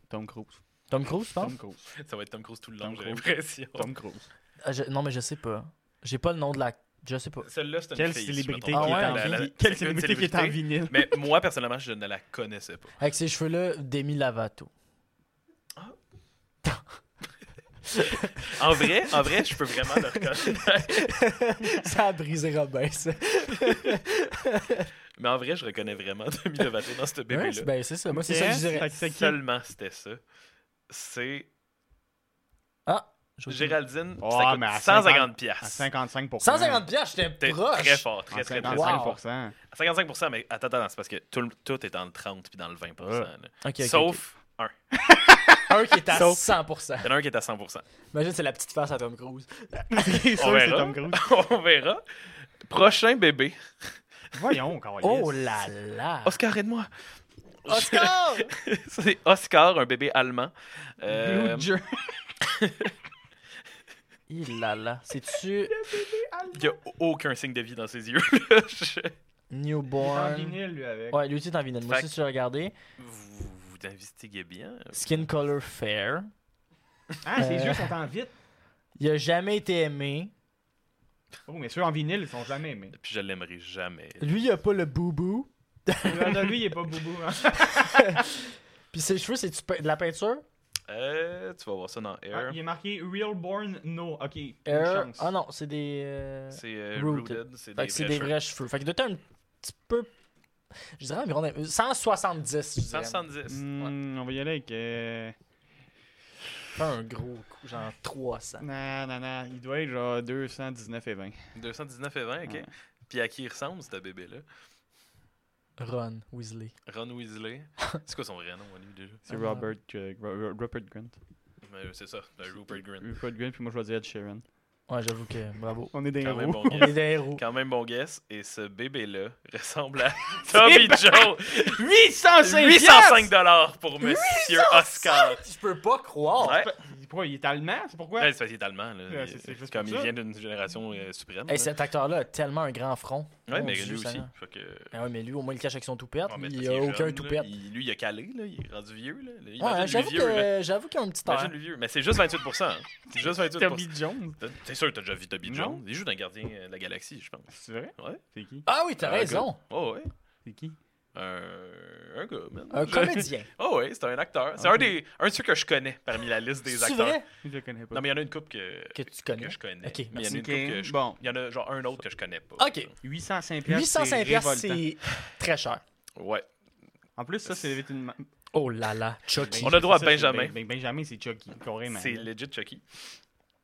S3: Tom Cruise.
S1: Tom Cruise, je pense?
S3: Tom Cruise.
S4: Ça va être Tom Cruise tout le long,
S3: Tom
S4: j'ai
S3: Cruise.
S4: l'impression.
S3: Tom Cruise.
S1: Ah, je- Non, mais je sais pas. J'ai pas le nom de la... Je sais pas.
S4: Celle-là, c'est une
S3: Quelle
S4: fille,
S3: célébrité
S4: si
S3: qui est
S4: je me trompe pas.
S1: Ah
S3: en
S1: ouais,
S4: La- la-
S3: vinyle?
S4: c'est
S3: Quelle
S4: une
S3: célébrité qui est en vinyle?
S4: Mais moi, personnellement, je ne la connaissais pas.
S1: Avec ses cheveux-là, Demi Lavato.
S4: En vrai, en vrai, je peux vraiment le reconnaître.
S1: ça a brisé Robin, ça.
S4: Mais en vrai, je reconnais vraiment Demi Lovato dans ce
S1: Ouais,
S4: bébé-là.
S1: c'est- ben, c'est ça. Moi, c'est
S3: Ok,
S1: ça que je dirais.
S3: fait que C'est qui?
S4: Seulement, c'était ça. C'est
S1: Ah! je-
S4: Géraldine,
S3: Ouais,
S4: ça coûte
S3: mais à
S4: 150
S3: À
S4: piastres.
S3: 55
S1: 150 piastres, j'étais
S4: T'es
S1: proche!
S4: très fort,
S3: À
S4: très très très
S3: 55
S4: fort.
S1: Wow.
S4: À 55 mais attends, attends, c'est parce que tout, le- tout est dans le 30 puis dans le 20 là.
S1: Ok, ok, ok.
S4: Sauf un.
S1: un qui est à
S4: sauf-
S1: 100%.
S4: Il y en a un qui est à 100
S1: Imagine, c'est la petite face à Tom Cruise.
S3: C'est sûr
S4: On
S3: que c'est
S4: verra.
S3: Tom Cruise.
S4: On verra. Prochain bébé.
S3: Voyons, Carlis.
S1: Oh là là!
S4: Oscar, aide-moi.
S1: Oscar!
S4: C'est Oscar, un bébé allemand.
S3: Blue
S4: Euh,
S3: Jer-
S1: Il là là. C'est-tu
S4: Il n'y a aucun signe de vie dans ses yeux. là. Je-
S3: En
S1: Newborn?
S3: vinyle, lui, avec.
S1: Ouais, lui aussi est en vinyle. Moi
S4: Fait
S1: aussi, si tu l'as regardé.
S4: Vous, vous investiguez bien.
S1: Skin color fair.
S3: Ah, ses
S1: Euh.
S3: yeux sont en vite.
S1: Il a jamais été aimé.
S3: Oh, mais ceux en vinyle, ils sont jamais aimés.
S4: Puis je l'aimerai jamais.
S1: Lui, il a pas le boubou.
S3: Regarde, lui, il est pas boubou. hein.
S1: Puis ses cheveux, c'est-tu pe- de la peinture?
S4: Euh, tu vas voir ça dans
S3: Ah,
S4: Air.
S3: il est marqué Real Born No. Ok, une
S1: Air-
S3: chance.
S1: Ah non, c'est des. euh,
S4: C'est euh,
S1: Rooted.
S4: Rooted.
S1: Fait
S4: C'est des,
S1: que c'est des
S4: vrais
S1: vrais cheveux. Fait qu'il doit être un petit peu. Je dirais environ un- 170. Je
S4: cheveux.
S1: dirais.
S4: 170. ouais.
S3: Hmm, On va y aller avec. euh,
S1: Pas un gros coup, genre 300.
S3: Non, non, non. Il doit être genre 219 et 20.
S4: 219 et 20, ok.
S3: Ouais.
S4: Puis à qui il ressemble, ce bébé-là
S1: Ron Weasley.
S4: Ron Weasley. c'est quoi son vrai nom, à lui, déjà
S3: C'est
S1: Ah.
S3: Robert, euh, Ro- Ro- Rupert Grant.
S4: Euh, C'est ça, euh, Rupert Grint.
S3: Rupert Grant, puis moi, je vais dire Ed Sheeran.
S1: Ouais, j'avoue que bravo.
S3: On est des
S4: Quand même
S3: héros.
S4: bon
S1: On est
S4: guess.
S1: des héros.
S4: Quand même bon guess. Et ce bébé-là ressemble à Tommy Joe.
S3: 805
S4: 805 dollars pour Monsieur Oscar.
S1: Je peux pas croire.
S4: Ouais.
S3: Pourquoi il est allemand C'est pourquoi
S4: Ouais, c'est parce qu'il est allemand, là.
S3: ben, Ouais,
S4: Il-
S3: c'est- c'est juste
S4: comme
S3: pour
S4: il
S3: ça.
S4: vient d'une génération euh, suprême.
S1: Hey,
S4: là.
S1: cet acteur-là a tellement un grand front.
S4: ouais,
S1: Mon
S4: mais
S1: Dieu,
S4: lui aussi.
S1: Seigneur.
S4: Fait que-
S1: Ah ouais, mais lui, au moins, il le cache avec son toupette.
S4: Ouais,
S1: mais
S4: mais parce
S1: il
S4: qu'il
S1: a
S4: est
S1: aucun
S4: jeune, là.
S1: toupette.
S4: Il- Lui, il a calé, là. Il est rendu vieux, là. Imagine
S1: Ouais,
S4: lui
S1: j'avoue
S4: vieux, là.
S1: que- j'avoue qu'il a un petit
S4: Imagine
S1: air.
S4: le vieux. Mais c'est juste 28 hein. C'est juste 28
S3: Toby Jones
S4: T'as- T'es sûr que t'as déjà vu Toby
S3: Non.
S4: Jones? Il joue dans Gardien euh, de la Galaxie, je pense.
S3: C'est vrai
S4: Ouais.
S3: C'est qui
S1: Ah oui, t'as
S4: Un
S1: raison.
S4: gars. Oh, ouais.
S3: C'est qui
S4: Euh, Un, un gars, man.
S1: Un
S4: Je-
S1: comédien.
S4: Oh, ouais, c'est un acteur. C'est
S3: Ok.
S4: un, des... un de ceux que je connais parmi la liste des
S1: C'est
S4: acteurs.
S1: vrai
S3: Je le connais pas.
S4: Non, mais il y en a une coupe que,
S1: que tu connais.
S4: que je connais.
S1: Ok,
S4: mais il y en
S1: merci.
S4: a une coupe que je
S3: Bon,
S4: Il y en a genre un autre que je connais pas.
S1: Ok.
S3: 805
S1: 805 piastres,
S3: révoltant.
S1: c'est très cher.
S4: Ouais.
S3: En plus, ça, c'est une. ma-
S1: Oh là là, Chucky.
S4: On a droit à
S3: Ça, c'est
S4: Benjamin.
S3: Ben- ben- Benjamin, c'est Chucky. Carrément.
S4: C'est legit Chucky.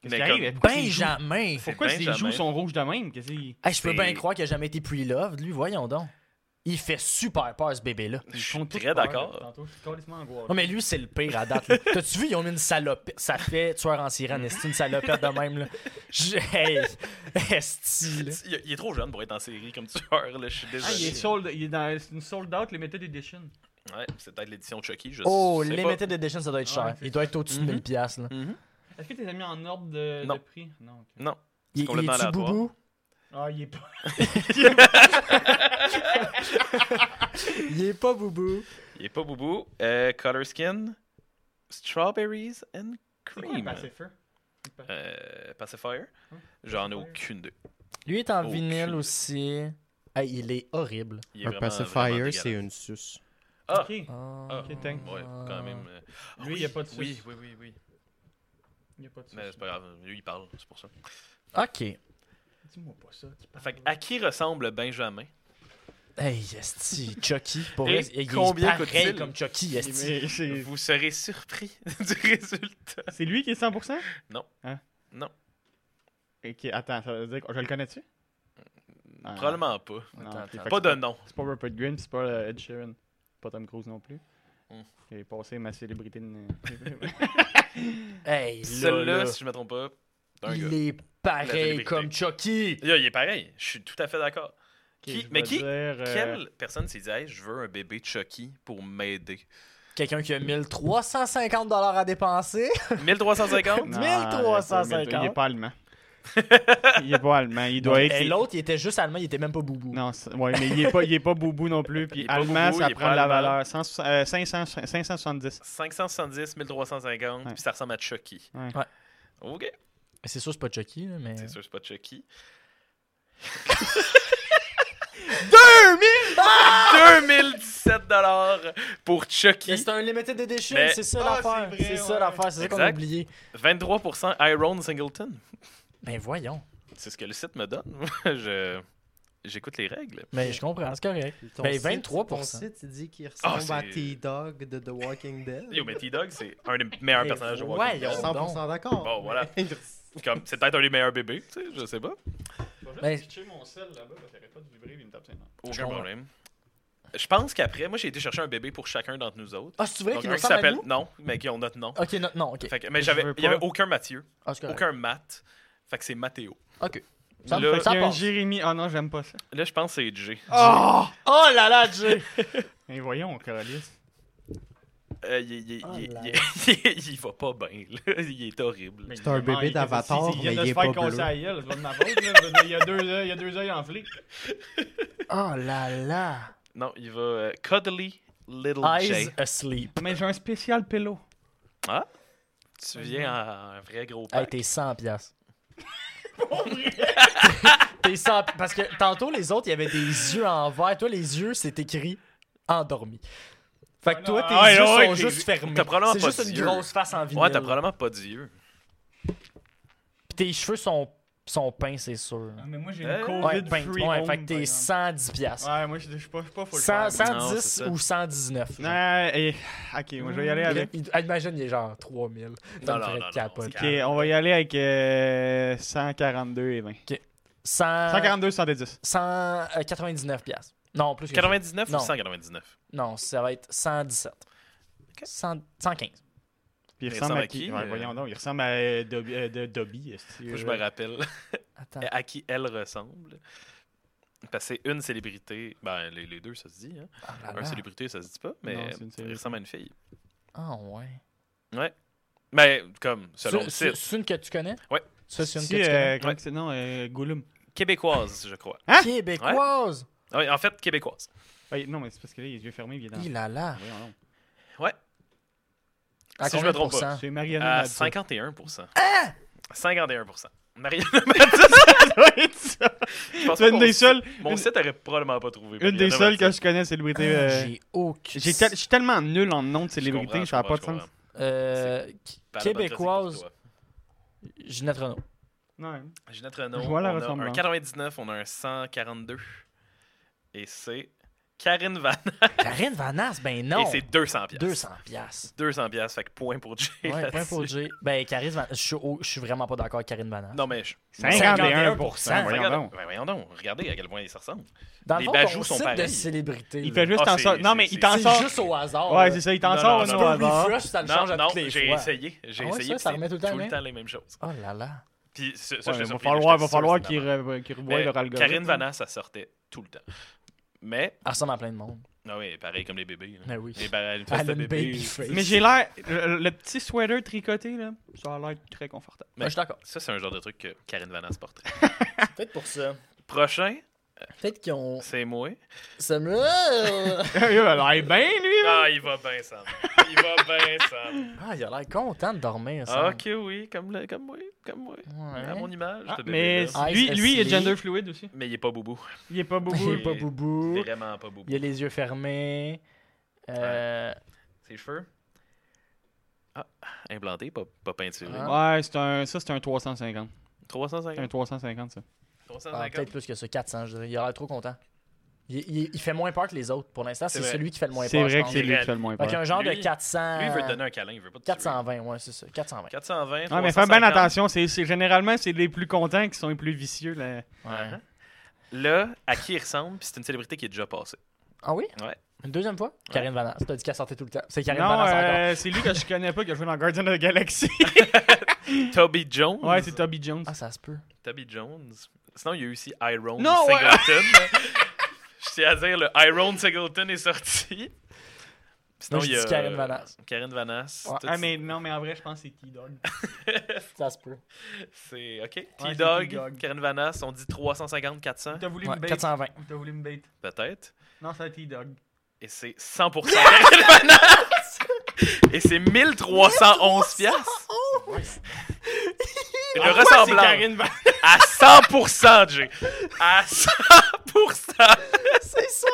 S3: Qu'est-ce
S4: mais
S3: qui
S4: comme-
S3: arrive? Pourquoi ses joues-
S1: Benjamin.
S4: C'est
S3: Pourquoi ses
S4: Benjamin.
S3: joues sont rouges de même Qu'est-ce qu'il-
S1: Hey, je peux
S4: C'est-
S1: bien croire qu'il a jamais été pre-loved, lui, voyons donc. Il fait super peur, ce bébé-là.
S4: Je
S3: Ils
S4: suis
S3: font tous
S4: très
S3: peur,
S4: d'accord.
S3: Tantôt, je suis complètement angoissé.
S1: Non, mais lui, c'est le pire à date. là. T'as-tu vu, ils ont mis une salopette. Ça fait tueur en sirène, esti, une salopette de même, là. Je- Hey, esti, là.
S4: Il il est trop jeune pour être en série comme tueur, là. Je suis
S3: Ah, il est
S4: désolé.
S3: sold, il est dans c'est une sold out limited edition.
S4: Ouais, c'est peut-être l'édition Chucky, je
S1: Oh,
S4: sais
S1: Limited Edition, ça doit être
S3: Ouais,
S1: cher.
S3: c'est
S1: Il doit être au-dessus de
S4: Mhm.
S1: 1000 piastres, là.
S4: pas. Mhm.
S3: Est-ce que t'es mis en ordre de, de
S4: Non.
S3: prix Non. ok.
S4: Non.
S1: Il il
S4: complètement
S1: est-tu
S4: aléatoire.
S1: boubou?
S3: Ah, il est pas.
S1: Il est pas boubou.
S4: Il est pas boubou. Euh, color skin, strawberries and
S3: C'est quoi un hein.
S4: cream.
S3: pacifier?
S4: Euh, pacifier.
S3: Hein?
S4: J'en ai
S3: Pacifier.
S4: aucune idée.
S1: Lui est en
S4: Aucune
S1: vinyle
S4: idée.
S1: aussi. Hey, il est horrible.
S4: Il est
S6: Un
S4: vraiment-
S6: pacifier,
S4: vraiment
S6: c'est
S4: dégueulasse.
S6: une suce.
S4: Ah!
S3: Ok.
S1: Ah.
S3: Ok, thank.
S4: Ouais, quand même. euh. Ah
S3: Lui, il
S4: oui,
S3: y a pas de
S4: Oui,
S3: suce.
S4: oui, oui, oui.
S3: Il y a pas de
S4: Mais c'est pas grave, lui il parle, c'est pour ça.
S1: Ok.
S3: Dis-moi pas ça. qui parle.
S4: Fait que à qui ressemble Benjamin
S1: Hey, esti, Chucky. Pour
S4: Et
S1: vrai, il est
S4: combien
S1: pareil
S4: coûte-t-il?
S1: comme Chucky, esti.
S3: Mais c'est-
S4: Vous serez surpris du résultat.
S3: C'est lui qui est 100%
S4: Non.
S3: Hein?
S4: Non.
S3: Ok, attends, ça veut dire que je le connais-tu Ah.
S4: Probablement pas.
S3: Non,
S1: Attends,
S3: ok, fait
S1: attends.
S3: que
S4: Pas
S3: c'est
S4: de nom.
S3: C'est pas Rupert Grint, c'est pas euh, Ed Sheeran. Pas Tom Cruise non plus.
S4: Hmm.
S3: Il est passé ma célébrité. de-
S1: Hey, là,
S4: Celui-là,
S1: là,
S4: si je me trompe pas, c'est un gars.
S1: il est
S4: La
S1: pareil
S4: célébrité.
S1: comme Chucky.
S4: Là, il est pareil. Je suis tout à fait d'accord. Qui-
S3: je
S4: mais
S3: vais
S4: qui-
S3: dire, euh,
S4: Quelle personne s'est dit Hey, je veux un bébé Chucky pour m'aider
S1: Quelqu'un qui a 1350 dollars à dépenser.
S4: 1350
S3: non,
S1: 1350.
S3: Il est pas allemand. il est pas allemand. Il doit être.
S1: Et l'autre, il était juste allemand, il était même pas boubou.
S3: Non, c'est- ouais, mais il est pas, il est pas boubou non plus.
S4: Il
S3: Puis
S4: est pas
S3: allemand,
S4: boubou, il
S3: ça
S4: est
S3: prend
S4: pas
S3: de la
S4: allemand.
S3: valeur. 100, euh, 500, 570.
S4: 570, 1350,
S3: Ouais.
S4: puis ça ressemble à Chucky.
S3: Ouais.
S1: Ouais.
S4: Ok,
S1: Mais C'est sûr, c'est pas Chucky, là, mais.
S4: c'est sûr, c'est pas Chucky.
S1: Ah!
S4: 2017 dollars pour
S1: Mais
S4: Chucky.
S1: c'est un limited edition,
S4: Mais-
S1: c'est ça
S3: Ah,
S1: l'affaire.
S3: c'est vrai,
S1: C'est ça
S3: ouais.
S1: l'affaire, c'est ça qu'on a
S4: Exact.
S1: oublié.
S4: 23% Iron Singleton.
S1: Ben voyons.
S4: C'est ce que le site me donne. Je j'écoute les règles.
S1: Mais je comprends, c'est correct.
S6: Ton
S1: Ben,
S6: site-
S1: 23%.
S6: Ton site, il dit qu'il ressemble à
S4: c'est-
S6: T-Dog de The Walking Dead.
S4: Yo, mais T-Dog, c'est un des meilleurs
S1: Mais
S4: personnages de Walking Dead.
S1: voyons.
S6: 100% d'accord.
S4: Bon, voilà. Comme, c'est peut-être un des meilleurs bébés, tu sais, je sais pas.
S1: Ben-
S3: mon cell là-bas, parce qu'il arrête pas de vibrer, il me tape
S1: Je
S4: Aucun
S1: comprends.
S4: problème. Je pense qu'après, moi j'ai été chercher un bébé pour chacun d'entre nous autres.
S1: Ah, c'est vrai qu'il
S4: un
S1: nous
S4: qui
S1: ressemble à
S4: s'appelle.
S1: nous?
S4: Non, mais qui ont notre nom.
S1: Ok, non, non, ok.
S4: Fait que- mais
S3: Je
S4: j'avais,
S3: veux
S4: il n'y avait
S3: pas.
S4: aucun Mathieu,
S1: Ah, c'est correct.
S4: aucun Matt. Fait que c'est Mathéo.
S1: Ça,
S4: Là,
S1: ça
S3: Il y a un
S1: passe.
S3: Jérémy. Ah non, j'aime pas ça.
S4: Là, je pense que c'est Jay. Ah!
S3: Oh!
S1: Oh là là, Jay!
S3: Mais voyons, Coralis.
S4: Euh, il, il- il-
S1: Oh
S4: il-
S1: là.
S4: il- il va pas bien, là. Il est horrible.
S6: C'est un bébé d'Avatar, mais il est pas bleu.
S3: Il y a deux œils- il y a deux œils enflés.
S1: Oh là là!
S4: Non, il va. euh, cuddly Little
S1: Eyes
S4: Jay.
S1: asleep.
S3: Mais j'ai un spécial pélo.
S4: Tu viens en un vrai gros
S1: Mhm. Hey,
S4: pack.
S1: t'es 100 piastres. t'es 100 pi- Parce que tantôt, les autres, il y avait des yeux en vert. Toi, les yeux, c'est écrit endormi. Fait que toi, tes
S4: Ah,
S1: yeux
S4: ouais,
S1: sont
S4: ouais,
S1: juste
S4: t'es-
S1: fermés.
S4: t'as probablement
S1: C'est
S4: pas
S1: juste une
S4: d'yeux.
S1: grosse face en vinyle.
S4: ouais, t'as probablement pas d'yeux.
S1: Puis tes cheveux sont, sont peints, c'est sûr.
S3: Ah, mais moi, j'ai
S4: une Euh,
S1: Ouais, peints. Ouais, fait que t'es 110 piastres.
S3: Ouais, moi, je je suis pas, je suis pas full
S1: 100,
S3: fan.
S4: Ah, Non,
S1: 110
S4: c'est ça.
S1: ou 119. genre.
S3: Ouais, et- Ok, moi, je vais y aller avec.
S1: Il- il- imagine, il est genre 3000. Ça me
S4: non,
S1: ferait
S4: non, non,
S1: capoter.
S4: c'est
S3: Ok, on va y aller avec euh, 142 et 20.
S4: Ah.
S1: 100
S3: 142, 110.
S1: 199 euh, piastres. Non, plus que ça.
S4: 99
S1: Non.
S4: ou 199
S1: Non, ça va être 117. 100 115.
S3: Puis il
S4: Mais
S3: ressemble
S4: ça
S3: à
S4: va
S3: qui
S4: qui,
S3: Ouais,
S4: euh?
S3: Voyons donc, il ressemble à euh, Dobby. euh, de- Dobby, est-ce que-
S4: Faut que je me rappelle
S1: Attends.
S4: à qui elle ressemble. Parce que c'est une célébrité. Ben, les, les deux, ça se dit. Hein.
S1: Ah là
S4: Un
S1: là.
S4: célébrité, ça se dit pas, mais
S3: Non, c'est une
S4: il
S3: célébrité.
S4: ressemble à une fille.
S1: Ah ouais.
S4: Ouais. Mais comme, selon le
S1: C'est
S4: site.
S1: c'est une que tu connais
S4: Ouais.
S1: Ça, c'est une
S3: Si,
S1: que tu
S3: euh,
S1: connais.
S3: comment que c'est- non, euh, Gollum.
S4: Québécoise, je crois.
S3: hein?
S1: Québécoise.
S4: Ouais, en fait, québécoise.
S3: Ouais, non, mais c'est parce que là, il a les yeux fermés, il est dans.
S1: Il a là.
S3: Voyons donc.
S1: À
S4: Si je
S1: combien
S4: me
S1: de
S4: trompe pas,
S1: pourcents?
S3: C'est Mariana
S4: À
S3: Madsen.
S4: 51
S1: Hein?
S4: 51 Mariana je pense
S3: C'est
S4: pas
S3: une
S4: qu'on
S3: des
S4: le
S3: seules-
S4: sait. Mon
S3: une-
S4: site aurait probablement pas trouvé.
S3: Une des
S4: Mariana
S3: seules que
S4: Madsen.
S3: je connais, c'est Louis T.
S1: Ah,
S3: euh,
S1: J'ai aucune.
S3: j'ai tel- Je suis tellement nul en nom de célébrité,
S4: comprends,
S3: ça n'a pas de
S4: comprends,
S3: sens.
S4: je
S1: Euh, qui-
S4: comprends.
S1: Québécoise.
S4: Parle-moi de ça,
S1: Ginette Renault.
S3: Ouais.
S4: c'est pour toi. Ginette Renault.
S3: Je vois la
S4: on a un
S3: ressemblance.
S4: 99, on a un 142. Et c'est Karine Van.
S1: Karine Vanasse, ben non.
S4: Et c'est 200 piastres.
S1: 200 piastres.
S4: 200 piastres, fait que point pour Jay.
S1: Ouais, point
S4: là-dessus.
S1: pour Jay. Ben, Karine Van... je, suis au- je suis vraiment pas d'accord avec Karine Vanasse.
S4: Non, mais je-
S3: 51%.
S1: 51%,
S3: Voyons
S4: Regardons,
S3: donc.
S4: Ouais, Ben, voyons donc, regardez à quel point ils se ressemblent.
S1: Dans
S4: les
S1: le fond,
S4: bajoux
S1: ton
S4: sont
S1: site de
S4: pareils.
S1: célébrité.
S3: Il
S1: là,
S3: fait juste
S4: Ah,
S3: en
S4: c'est-
S3: sorte. Non,
S4: c'est-
S3: mais il
S4: c'est-
S3: t'en
S1: C'est
S3: sort.
S1: juste au hasard.
S3: Ouais,
S1: là.
S3: c'est ça, il t'en
S4: Non,
S3: sort
S4: non,
S3: au
S4: non.
S3: hasard.
S1: refresh, ça Ah, le
S4: Non,
S1: change à
S4: non,
S1: toutes les
S4: j'ai
S1: fois.
S4: essayé. J'ai
S1: Ah ouais,
S4: essayé.
S1: ça,
S4: puis
S1: ça
S4: c'est
S1: remet tout le temps les
S4: mêmes choses.
S1: Oh là là.
S4: Puis ça, ça,
S3: Ouais,
S4: je
S3: mais
S4: suis
S3: va
S4: surpris, là,
S3: falloir,
S4: j'étais
S3: va
S4: sûr,
S3: falloir
S4: c'est
S3: qu'ils
S4: normal.
S3: re- qu'ils revoient leur
S4: Mais
S3: algorithme.
S4: Karine Vanna, ça sortait tout le temps. Mais,
S1: Elle ressemble à plein de monde.
S4: non, oui, pareil comme les bébés. là.
S1: Ben oui.
S4: Et ben, une
S1: Elle a
S4: de
S1: une
S4: bébé.
S1: baby face.
S3: Mais j'ai l'air. Le, le petit sweater tricoté, là, ça a l'air très confortable.
S1: Ouais, je suis d'accord.
S4: Ça, c'est un genre de truc que Karine Vanna se porterait.
S1: Peut-être pour ça.
S4: Prochain,
S1: Peut-être qu'ils ont.
S4: c'est moi.
S1: Samuel!
S3: il a l'air bien, lui. là.
S4: Ah, il va bien, Sam. Il va bien, Sam.
S1: ah, il a l'air content de dormir, ça.
S4: Ah, Ok, oui, comme, le- comme moi. Comme moi.
S1: Ouais.
S4: À mon image,
S3: Ah,
S4: ce
S3: mais
S4: bébé-là.
S1: bébé-là.
S3: lui, lui, il est
S1: Eyes
S3: gender fluid aussi.
S4: Mais il est pas boubou.
S3: Il est pas beau.
S1: Il est
S4: Oui.
S1: pas boubou.
S4: Vraiment pas boubou.
S1: Il a les yeux fermés. Euh,
S4: Ses cheveux. Ah, implanté, pas, pas peinturé.
S1: Ah.
S3: Ouais, c'est un, ça, c'est un 350. C'est un
S4: 350.
S3: 350, ça.
S1: ah,
S4: 350.
S1: Peut-être plus que ça, 400, je dirais. Il a l'air trop content. Il, il- il fait moins peur que les autres pour l'instant.
S4: C'est
S1: C'est
S4: vrai.
S1: celui qui fait le moins
S3: C'est
S1: peur. je
S3: vrai que
S1: pense.
S3: c'est lui qui fait le moins
S1: Fait
S3: peur.
S1: qu'un genre
S4: Lui-
S1: de 400.
S4: Lui, il veut te donner un câlin, il veut pas te tuer.
S1: 420, ouais, c'est ça. 420.
S4: 420.
S3: Ouais, mais fais
S4: 350.
S3: bien attention, c'est c'est- généralement, c'est les plus contents qui sont les plus vicieux. Là.
S1: Ouais.
S4: Là, à qui il ressemble, puis c'est une célébrité qui est déjà passée.
S1: Ah oui?
S4: Ouais.
S1: Une deuxième fois? Karine Vanasse. T'as dit qu'elle sortait tout le temps. C'est Karine
S3: Non,
S1: Vanasse encore.
S3: euh, c'est lui que je connais pas qui a joué dans Guardian of the Galaxy.
S4: Toby Jones.
S3: ouais,
S4: Ah,
S3: c'est Toby Jones.
S1: Ah, ça se peut.
S4: Toby Jones. Sinon, il y a eu aussi Iron
S3: Non, ouais.
S4: Singleton. tiens à dire, le Iron Singleton est sorti. Sinon,
S1: Moi, je
S4: il y a.
S1: dis Karen
S4: euh,
S1: Vanasse.
S4: Karen Vanasse.
S1: Ouais.
S4: tout-
S3: Ah, mais non, mais en vrai, je pense que c'est T-Dog.
S1: Hein? Ça se peut.
S4: C'est. Ok.
S3: c'est
S4: T-Dog,
S3: T-Dog.
S4: Karen Vanasse, on dit 350-400.
S3: T'as voulu
S1: Ouais,
S3: me bait.
S1: 420.
S3: T'as voulu me bait.
S4: Peut-être.
S3: Non, c'est un T-Dog.
S4: Et c'est 100% Karen Vanasse. Et c'est 1311 piastres.
S3: Ah,
S4: Et Le
S3: ouais, c'est
S4: ressemblant.
S3: Karine Van-
S4: À 100%, Jay! À 100%!
S1: C'est 100%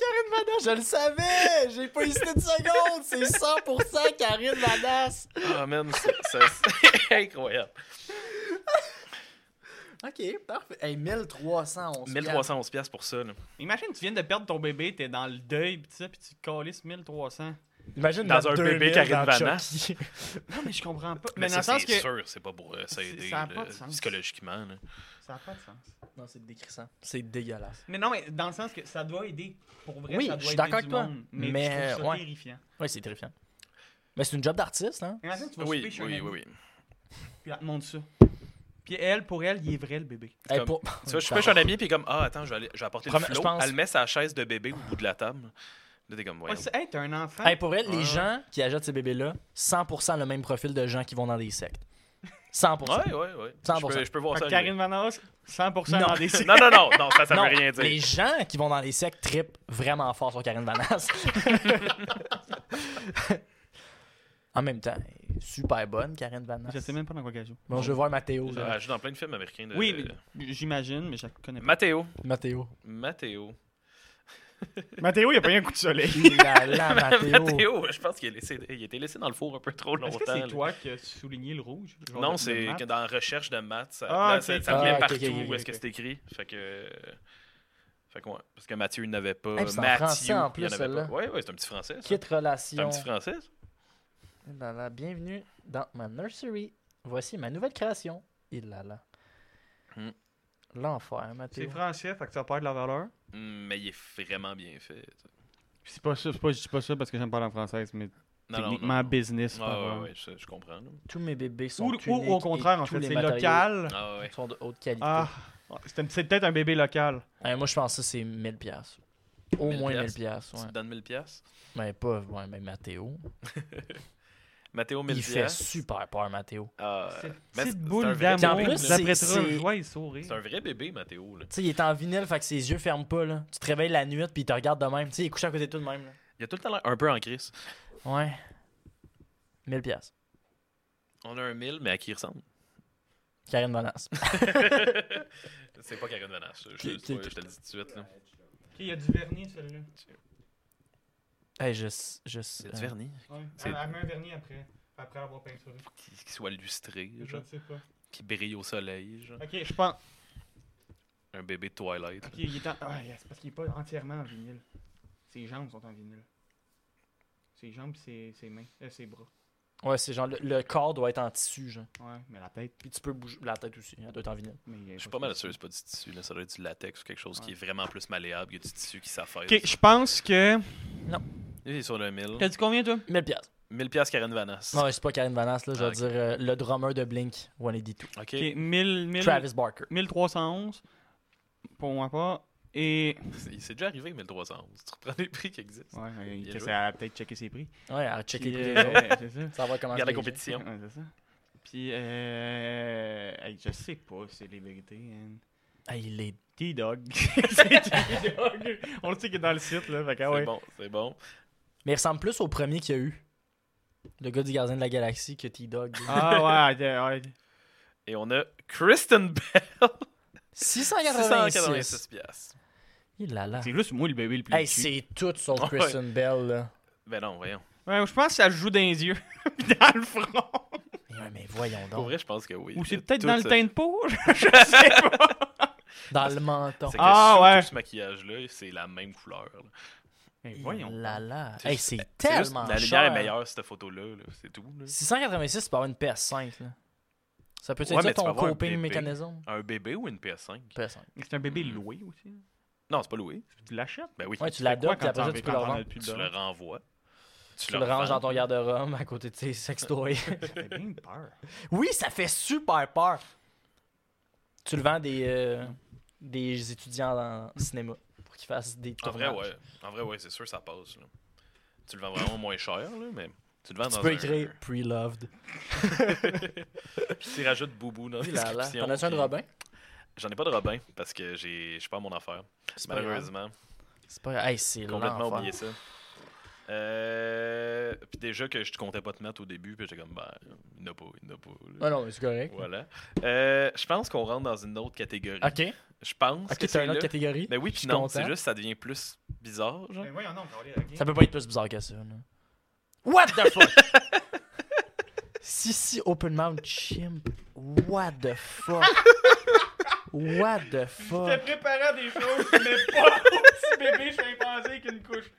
S1: Karine Vanasse, je le savais! J'ai pas hésité une seconde! C'est 100% Karine Vanasse!
S4: Ah, man, c'est- ça- c'est incroyable.
S1: Ok, parfait. Hey, 1311.
S4: 1311 piastres pour ça, là.
S3: Imagine, tu viens de perdre ton bébé, t'es dans le deuil, pis ça, pis tu calisses 1300.
S1: Imagine
S4: Dans un bébé Karine Vanasse.
S1: Vanasse.
S3: Non, mais je comprends pas.
S4: Mais
S3: Mais dans
S4: ça,
S3: le sens
S4: c'est
S3: que.
S4: sûr, c'est pas pour euh, s'aider
S3: ça a pas
S4: là,
S3: de sens.
S4: psychologiquement. là.
S3: Ça n'a pas de sens.
S1: Non, c'est décrissant. C'est dégueulasse.
S3: Mais non, mais dans le sens que ça doit aider. Pour vrai,
S1: Oui,
S3: ça
S1: je
S3: doit
S1: suis
S3: aider
S1: d'accord
S3: du
S1: avec toi.
S3: monde. Mais,
S1: Mais,
S3: je trouve ça
S1: ouais.
S3: terrifiant.
S1: Ouais, c'est terrifiant. Mais c'est une job d'artiste, hein?
S3: Imagine, tu vas
S4: Oui,
S3: souper
S4: oui,
S3: chez un
S4: oui,
S3: ami,
S4: oui.
S3: Puis elle te montre ça. Puis elle, pour elle, il est vrai le bébé.
S1: Hey,
S4: Comme-
S1: pour-
S4: Tu vois, je suis chez un ami, puis comme, ah, attends, je vais, aller- je vais apporter le
S1: Promets-
S4: flot.
S1: je pense-
S4: Elle met sa chaise de bébé au bout de la table. Là, t'es comme,
S3: Ouais,
S4: voyons.
S3: Oh, c'est- hey, t'es un enfant.
S1: Hey, pour elle, les
S4: Ah.
S1: gens qui achètent ces bébés-là, 100% le même profil de gens qui vont dans des sectes. 100%.
S4: Ouais, ouais, ouais. Je
S1: 100%.
S4: peux, je peux voir
S3: Fait que
S4: ça.
S3: Karine
S4: arriver.
S3: Vanasse, 100%
S1: Non.
S3: dans des
S4: Non, non, non, non, ça, ça
S1: Non,
S4: veut rien dire.
S1: Les gens qui vont dans les sectes tripent vraiment fort sur Karine Vanasse. en même temps, elle est super bonne, Karine Vanasse.
S3: Je sais même pas dans quoi qu'elle joue.
S1: Bon, je veux voir Mathéo.
S4: Elle
S1: là.
S4: joue dans plein de films américains. De...
S3: Oui, mais j'imagine, mais je la connais pas.
S4: Mathéo.
S1: Mathéo.
S4: Mathéo.
S3: Mathéo, il a pas eu un coup de soleil.
S1: La,
S3: Ah,
S1: la Mathéo.
S4: Mathéo, je pense qu'il est laissé- il a été laissé dans le four un peu trop
S3: Est-ce
S4: longtemps.
S3: que c'est
S4: là.
S3: toi qui as souligné le rouge? Genre
S4: Non,
S3: le
S4: c'est
S3: mat?
S4: que dans Recherche de maths, ça,
S3: Ah,
S4: là,
S3: ok.
S4: ça,
S1: Ah,
S4: ça venait
S1: ok,
S4: partout
S1: ok, ok,
S4: où est-ce que
S3: ok.
S4: c'est écrit. Fait que. euh, Fait que, ouais. Parce que Mathieu il n'avait pas.
S1: Eh, puis c'est en
S4: Mathieu,
S1: français, en
S4: il y
S1: plus,
S4: avait
S1: celle-là.
S4: pas. Ouais, ouais, c'est un petit français. ça.
S1: Quitte
S4: C'est un
S1: relation.
S4: petit français. ça.
S1: Eh ben là, bienvenue dans ma nursery. Voici ma nouvelle création. Il là là.
S4: Hmm.
S1: L'enfer,
S3: C'est
S1: Mathéo.
S3: français, fait que ça perd de la valeur.
S4: Mm, Mais il est vraiment bien fait. ça.
S3: C'est pas ça, c'est pas, je dis pas ça parce que j'aime pas la française, mais
S4: Non, non,
S3: techniquement
S4: non, non.
S3: business.
S4: Ouais,
S3: par
S4: ouais,
S3: rapport.
S4: ouais, je, je comprends. là.
S1: Tous mes bébés sont
S3: Ou, ou
S1: uniques
S3: au
S1: et
S3: contraire, en
S1: tous
S3: fait,
S1: les
S3: c'est
S1: matériaux
S3: local.
S4: Ah ouais.
S1: sont de haute qualité.
S3: Ah, c'est un- c'est peut-être un bébé local.
S4: Euh,
S1: Ouais, moi, je pense que ça, c'est 1000 pièces. Au
S4: 1000
S1: moins 1000
S4: piastres.
S1: pièces,
S4: Tu
S1: ouais.
S4: me donnes 1000 pièces.
S1: Mais pas, ouais, mais Mathéo.
S4: Mathéo, 1000
S1: Il fait
S4: piastres.
S1: super peur, Mathéo.
S4: Ah,
S3: Cette
S4: mais c'est-
S3: petite
S4: c'est un
S3: boule
S4: vrai
S3: d'amour.
S1: En
S3: En
S4: bébé,
S1: plus,
S3: plus,
S4: là.
S1: c'est- c'est-
S3: joie et sourire.
S4: c'est un vrai bébé, Mathéo. là.
S1: Tu sais, il est en vinyle, fait que ses yeux ferment pas, là. Tu te réveilles la nuit, puis il te regarde de même. Tu sais, il est couché à côté de toi de même, là.
S4: Il a tout le temps l'air un peu en crise.
S1: Ouais. 1000 pièces.
S4: On a un 1000, mais à qui il ressemble
S1: Karine Menace.
S4: C'est pas Karine Vanache. Je,
S1: Qui- qui-
S4: je te le dis tout de suite. là.
S3: Ok, Il y a du vernis, celui-là.
S1: hey, je... s- je s-
S4: C'est
S1: euh,
S4: du vernis.
S3: Ouais.
S4: C'est-
S3: Elle elle met un vernis après. Après avoir peinturé.
S4: Qui, qui soit lustré,
S3: Je
S4: genre.
S3: ne sais pas.
S4: Qui brille au soleil, genre.
S3: Ok, je pense.
S4: Un bébé de Twilight.
S3: Ok, il est en. Ah, c'est parce qu'il est pas entièrement en vinyle. Ses jambes sont en vinyle. Ses jambes, ses, ses mains, euh, ses bras.
S1: Ouais, c'est genre le, le corps doit être en tissu, genre.
S3: Ouais, mais la tête.
S1: Puis tu peux bouger la tête aussi, elle doit être en vinyle.
S3: Mais
S4: Je suis pas mal sûr, c'est pas du tissu, là. ça doit être du latex ou quelque chose qui est vraiment plus malléable que du tissu qui s'affaire.
S3: Ok, je pense que.
S4: Il est sur le 1000.
S3: T'as dit combien, toi
S1: 1000 pièces.
S4: 1000 piastres Karen Vanasse.
S1: Non, c'est pas Karine Vanasse, là, je
S4: Ah,
S1: veux
S4: ok.
S1: dire euh, le drummer de Blink, 182.
S3: Ok,
S4: Ok.
S3: 1000, 1000,
S1: Travis Barker.
S3: 1311. Pour moi, pas. Et.
S4: C'est c'est déjà arrivé 1311. Tu reprends les prix qui existent.
S3: Ouais, euh,
S4: Bien
S3: que
S4: joué.
S3: ça a peut-être checké ses prix.
S1: Ouais, alors check les
S3: Puis,
S1: prix des
S3: euh,
S1: autres,
S3: c'est ça.
S1: savoir comment
S4: Regarde la
S1: c'est les gens.
S4: compétition.
S3: Ouais, c'est ça. Puis, euh. hey, je sais pas, c'est les vérités. hein.
S1: Hey, il est
S3: T-Dog. c'est T-Dog. On le sait qu'il est dans le site, là. Fait que, ah
S4: c'est
S3: ouais.
S4: bon, c'est bon.
S1: Mais il ressemble plus au premier qu'il y a eu. Le gars du Gardien de la Galaxie que T-Dog.
S3: Ah ouais, ouais, ouais.
S4: Et on a Kristen Bell.
S3: Ah,
S1: 686.
S4: 686 piastres.
S1: Il là là.
S3: C'est juste moi le bébé le plus.
S1: Hey,
S3: cute.
S1: c'est tout sur
S4: Ouais.
S1: Kristen Bell, là.
S4: Ben non, voyons.
S3: Ouais, je pense que ça joue dans les yeux. puis dans le front.
S1: Mais, ouais, mais voyons
S4: Pour
S1: donc.
S4: vrai, je pense que oui.
S3: Ou c'est
S4: Tout
S3: peut-être dans le
S4: ce-
S3: teint de peau. je sais pas.
S1: Dans le menton.
S4: C'est que
S3: Ah,
S4: sous
S3: ouais.
S4: tout ce maquillage-là, c'est la même couleur. là.
S3: Mais
S1: Il
S3: Eh, voyons.
S1: là là.
S4: C'est
S1: Hey,
S4: juste-
S1: c'est
S4: C'est juste-
S1: tellement
S4: La lumière
S1: cher.
S4: est meilleure, cette photo-là. là. C'est tout. là.
S1: 686, c'est pas avoir une PS5, là. Ça peut être
S4: Ouais, mais
S1: ça
S4: tu vas
S1: ton
S4: avoir un
S1: coping
S4: bébé.
S1: mécanisme?
S4: Un bébé ou une PS5
S1: PS5.
S3: C'est un bébé loué aussi.
S4: Non, c'est pas loué.
S3: Tu l'achètes.
S4: Ben oui.
S1: Ouais, tu
S3: Quoi,
S1: l'adoptes, puis
S3: quand
S1: après ça,
S3: t'en-
S1: tu peux
S3: quand
S1: le
S3: t'en as
S1: revendre.
S3: plus
S4: Tu
S3: dedans?
S4: le renvoies.
S1: Tu le ranges
S4: revends.
S1: dans ton garde-robe à côté de tes sextoys.
S3: Ça fait bien peur.
S1: oui, ça fait super peur. Tu le vends des, euh, des étudiants en cinéma pour qu'ils qu'ils fassent des
S4: En vrai,
S1: tournages.
S4: ouais. En vrai, ouais, c'est sûr, ça passe. là. Tu le vends vraiment moins cher, là, mais tu le vends dans
S1: Tu peux
S4: un-
S1: écrire pre-loved.
S4: Puis tu rajoutes boubou dans la
S1: Puis là, là,
S4: description.
S1: T'en as-tu un de
S4: puis-
S1: Robin?
S4: J'en ai pas de Robin parce que j'ai je pas mon affaire.
S1: C'est pas grave.
S4: Malheureusement,
S1: C'est pas... Hey, c'est
S4: j'ai complètement
S1: l'enfer.
S4: oublié ça. Euh, puis déjà que je te comptais pas te mettre au début, puis j'étais comme ben il n'y en a pas, il n'y en a pas. là.
S1: Ah non, mais c'est correct.
S4: Voilà. Euh, je pense qu'on rentre dans une autre catégorie.
S1: Ok,
S4: Je pense
S1: ok,
S4: que
S1: t'as
S4: c'est
S1: une autre
S4: là.
S1: catégorie.
S4: Ben oui,
S1: Je
S4: puis
S1: suis
S4: non,
S1: content.
S4: c'est juste ça devient plus bizarre. Genre.
S3: Mais Eh, voyons, non, on va aller à la game.
S1: Ça peut pas être plus bizarre que ça. Là. What the fuck? si, si, open mouth chimp. What the fuck? What the
S3: J'étais
S1: fuck?
S3: préparé à des choses, mais pas au petit bébé chimpanzé avec une couche.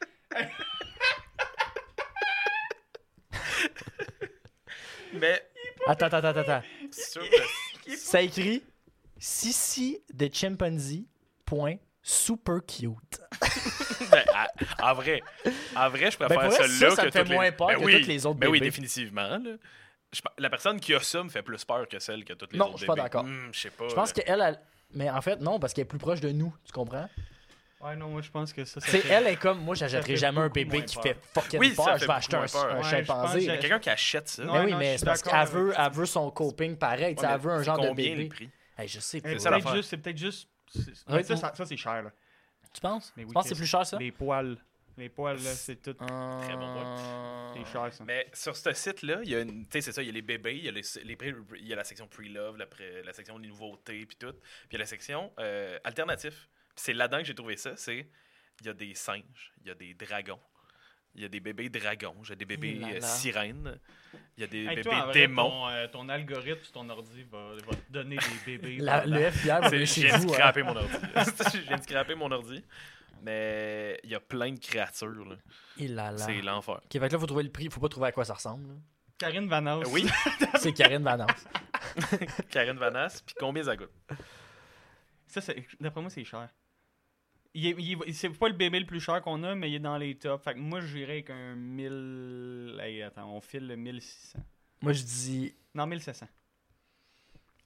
S4: Mais
S1: Attends, attends, attends, attends.
S4: c'est sûr que
S1: Ça écrit Sissi de chimpanzee. Point super cute.
S4: Ben, à- en vrai, en vrai, je
S1: Ben,
S4: préfère
S1: pour vrai,
S4: celui-là
S1: ça, ça
S4: que
S1: me fait
S4: toutes les...
S1: moins peur
S4: Ben
S1: que
S4: oui,
S1: toutes les autres
S4: ben oui,
S1: bébés.
S4: définitivement. là. Je pe- La personne qui a ça me fait plus peur que celle que toutes les
S1: Non,
S4: autres.
S1: je suis pas
S4: bébés.
S1: d'accord.
S4: Hmm, je sais pas.
S1: Je pense
S4: là.
S1: qu'elle, elle... mais en fait, non, parce qu'elle est plus proche de nous, tu comprends?
S3: Ouais, non, moi je pense que ça. ça
S1: C'est
S3: fait-
S1: elle est comme moi, j'achèterai
S3: fait
S1: jamais un
S3: beaucoup
S1: bébé
S3: moins
S1: qui
S3: peur.
S1: fait fucking
S4: Oui, ça
S1: peur.
S4: fait
S1: Je vais acheter un,
S4: beaucoup moins
S1: un
S4: peur.
S3: Ouais, je pense que
S1: chimpanzé.
S4: Il y a quelqu'un qui achète ça.
S3: Non,
S1: Mais oui,
S3: je
S1: mais
S3: suis
S1: c'est parce
S3: d'accord
S1: qu'elle
S3: avec
S1: veut,
S3: ça.
S1: elle veut son coping pareil. tu sais,
S4: Ouais,
S1: elle veut un
S4: c'est
S1: genre de
S4: combien le
S1: bébé.
S4: prix?
S1: Hey, je sais.
S3: Eh,
S1: pas.
S4: ça, la
S3: Peut-être
S4: l'affaire.
S3: juste, c'est peut-être juste. c'est-
S1: Ouais,
S3: mais ça,
S1: moi-
S3: ça, ça, c'est cher, là.
S1: Tu penses?
S3: Mais oui,
S1: tu penses que c'est
S3: Chris.
S1: plus cher ça?
S3: Les poils. Les poils, là, c'est tout.
S4: Très bon
S3: C'est cher, ça.
S4: Mais sur ce site-là, il y a une. Tu sais, c'est ça, il y a les bébés, il y a, les, les pré- il y a la section pre-love, la, pré- la section des nouveautés, puis tout. Puis il y a la section euh, alternatif. Puis c'est là-dedans que j'ai trouvé ça. C'est. Il y a des singes, il y a des dragons, il y a des bébés dragons, j'ai des bébés
S1: là
S4: euh,
S1: là.
S4: sirènes, il y a des
S3: Hey,
S4: bébés
S3: toi, en vrai,
S4: démons.
S3: Ton, euh, ton algorithme sur ton ordi va, va te donner des bébés.
S1: La-
S3: pendant-
S1: le FBI va
S4: C'est-
S1: venir
S4: Je
S1: chez
S4: viens de
S1: vous. hein.
S4: scraper mon ordi. Je viens de scraper mon ordi. Mais il y a plein de créatures, là.
S1: Il a là.
S4: C'est l'enfer.
S1: Ok, fait que là, faut trouver le prix. Faut pas trouver à quoi ça ressemble. là.
S3: Karine Vanasse.
S4: Euh, Oui,
S1: C'est Karine Vanance.
S4: Karen Vanasse, puis combien ça coûte?
S3: Ça, c'est- d'après moi, c'est cher. Il est- il est- c'est pas le bébé le plus cher qu'on a, mais il est dans les tops. Fait que moi, j'irais avec un 1000. Hey, attends, on file le 1600.
S1: Moi, je dis
S3: Non, 1700.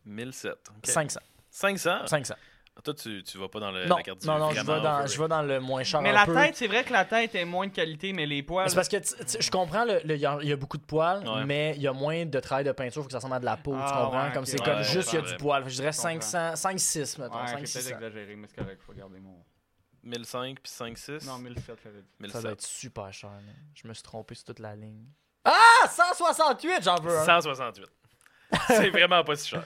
S4: 1007. ok.
S1: 500.
S4: 500?
S1: 500.
S4: Toi, tu, tu vas pas dans le,
S1: Non,
S4: la carte du
S1: non, non, je vais,
S4: vraiment
S1: dans,
S4: overrated.
S1: je vais dans le moins cher.
S3: Mais
S1: un
S3: la
S1: peu.
S3: tête, c'est vrai que la tête est moins de qualité, mais les poils.
S1: C'est parce que tu- tu- je comprends, le- le- il y, a- il y a beaucoup de poils,
S4: Ouais.
S1: mais il y a moins de travail de peinture, faut que ça ressemble à de la peau, tu
S3: Ah,
S1: comprends?
S3: ouais,
S1: comme
S3: ok,
S1: c'est
S4: ouais,
S1: comme
S4: ouais,
S1: juste, il y a
S4: ouais.
S1: du poil. Je dirais
S3: Je comprends.
S1: 500, 5-6, mettons.
S3: Ouais, j'ai
S1: 5
S3: peut-être
S1: 600.
S3: exagéré, mais c'est correct, faut garder mon.
S4: 1005 puis 56?
S3: Non, 1700, j'avais dit.
S1: Ça
S4: 1007.
S1: doit être super cher. là. Je me suis trompé sur toute la ligne. Ah! 168, j'en veux un!
S4: 168. C'est vraiment pas si cher.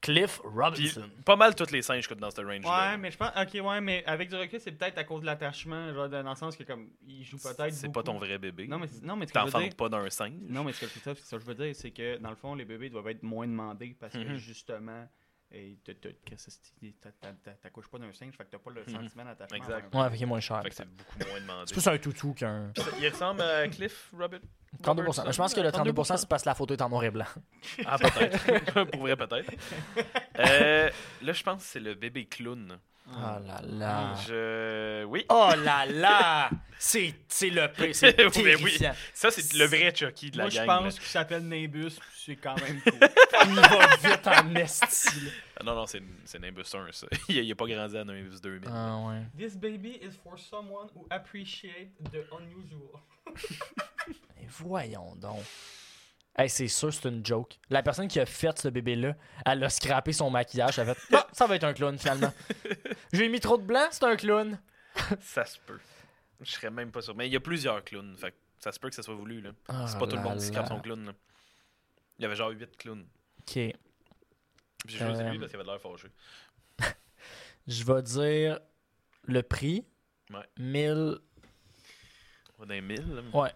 S1: Cliff
S4: Puis
S1: Robinson.
S4: pas mal toutes les singes coûtent dans ce range-là.
S3: Ouais, mais je pense. Ok, ouais, mais avec du recul, c'est peut-être à cause de l'attachement, genre dans le sens que comme il joue peut-être.
S4: C'est pas ton
S3: beaucoup.
S4: vrai bébé.
S3: Non, mais c'est- non, mais ce que je veux
S4: T'enfantes
S3: dire.
S4: pas d'un singe.
S3: Non, mais ce que c'est ça, c'est ça que je veux dire, c'est que dans le fond, les bébés doivent être moins demandés parce que
S4: Mhm.
S3: justement, et te- te- que ça se- t'a- t'a- t'a- t'accouches pas d'un singe, fait que t'as pas le
S4: Mhm.
S3: sentiment d'attachement.
S4: Exact.
S3: envers un-
S1: Ouais, fait qu'il est moins cher.
S4: Fait que c'est beaucoup moins demandé.
S1: C'est plus un toutou qu'un.
S4: Ça, Il ressemble à Cliff Robert.
S1: 32%. Je pense que le 32%, c'est parce que la photo est en noir et blanc.
S4: Ah, peut-être. Pour vrai, peut-être. Euh, là, je pense que c'est le bébé clown.
S1: Oh là là.
S4: Je... Oui.
S1: Oh là là! C'est c'est le pire. C'est
S4: Mais oui.
S1: terrifiant.
S4: Ça, c'est le vrai Chucky de la
S3: Moi, je
S4: gang.
S3: pense
S4: là.
S3: qu'il s'appelle Nimbus, puis c'est quand même cool.
S1: Il va vite en esti.
S4: Ah, non, non, c'est c'est Nimbus 1, ça. Il a- il a pas grandi à Nimbus 2000.
S1: Ah ouais.
S3: This baby is for someone who appreciates the unusual.
S1: Mais voyons donc. Hey, c'est sûr, c'est une joke. La personne qui a fait ce bébé-là, elle a scrappé son maquillage. Elle a fait Ah, ça va être un clown finalement. J'ai mis trop de blanc, c'est un clown.
S4: Ça se peut. Je serais même pas sûr. Mais il y a plusieurs clowns. Fait que ça se peut que ça soit voulu. là. C'est
S1: Oh
S4: pas tout
S1: là
S4: le monde qui scrape
S1: là.
S4: son clown. là. Il y avait genre 8 clowns.
S1: Ok.
S4: Puis j'ai choisi
S1: Euh,
S4: lui parce qu'il avait de l'air fâché.
S1: Je vais dire le prix.
S4: Ouais.
S1: 1000.
S4: On va dans les 1000. là.
S1: Ouais.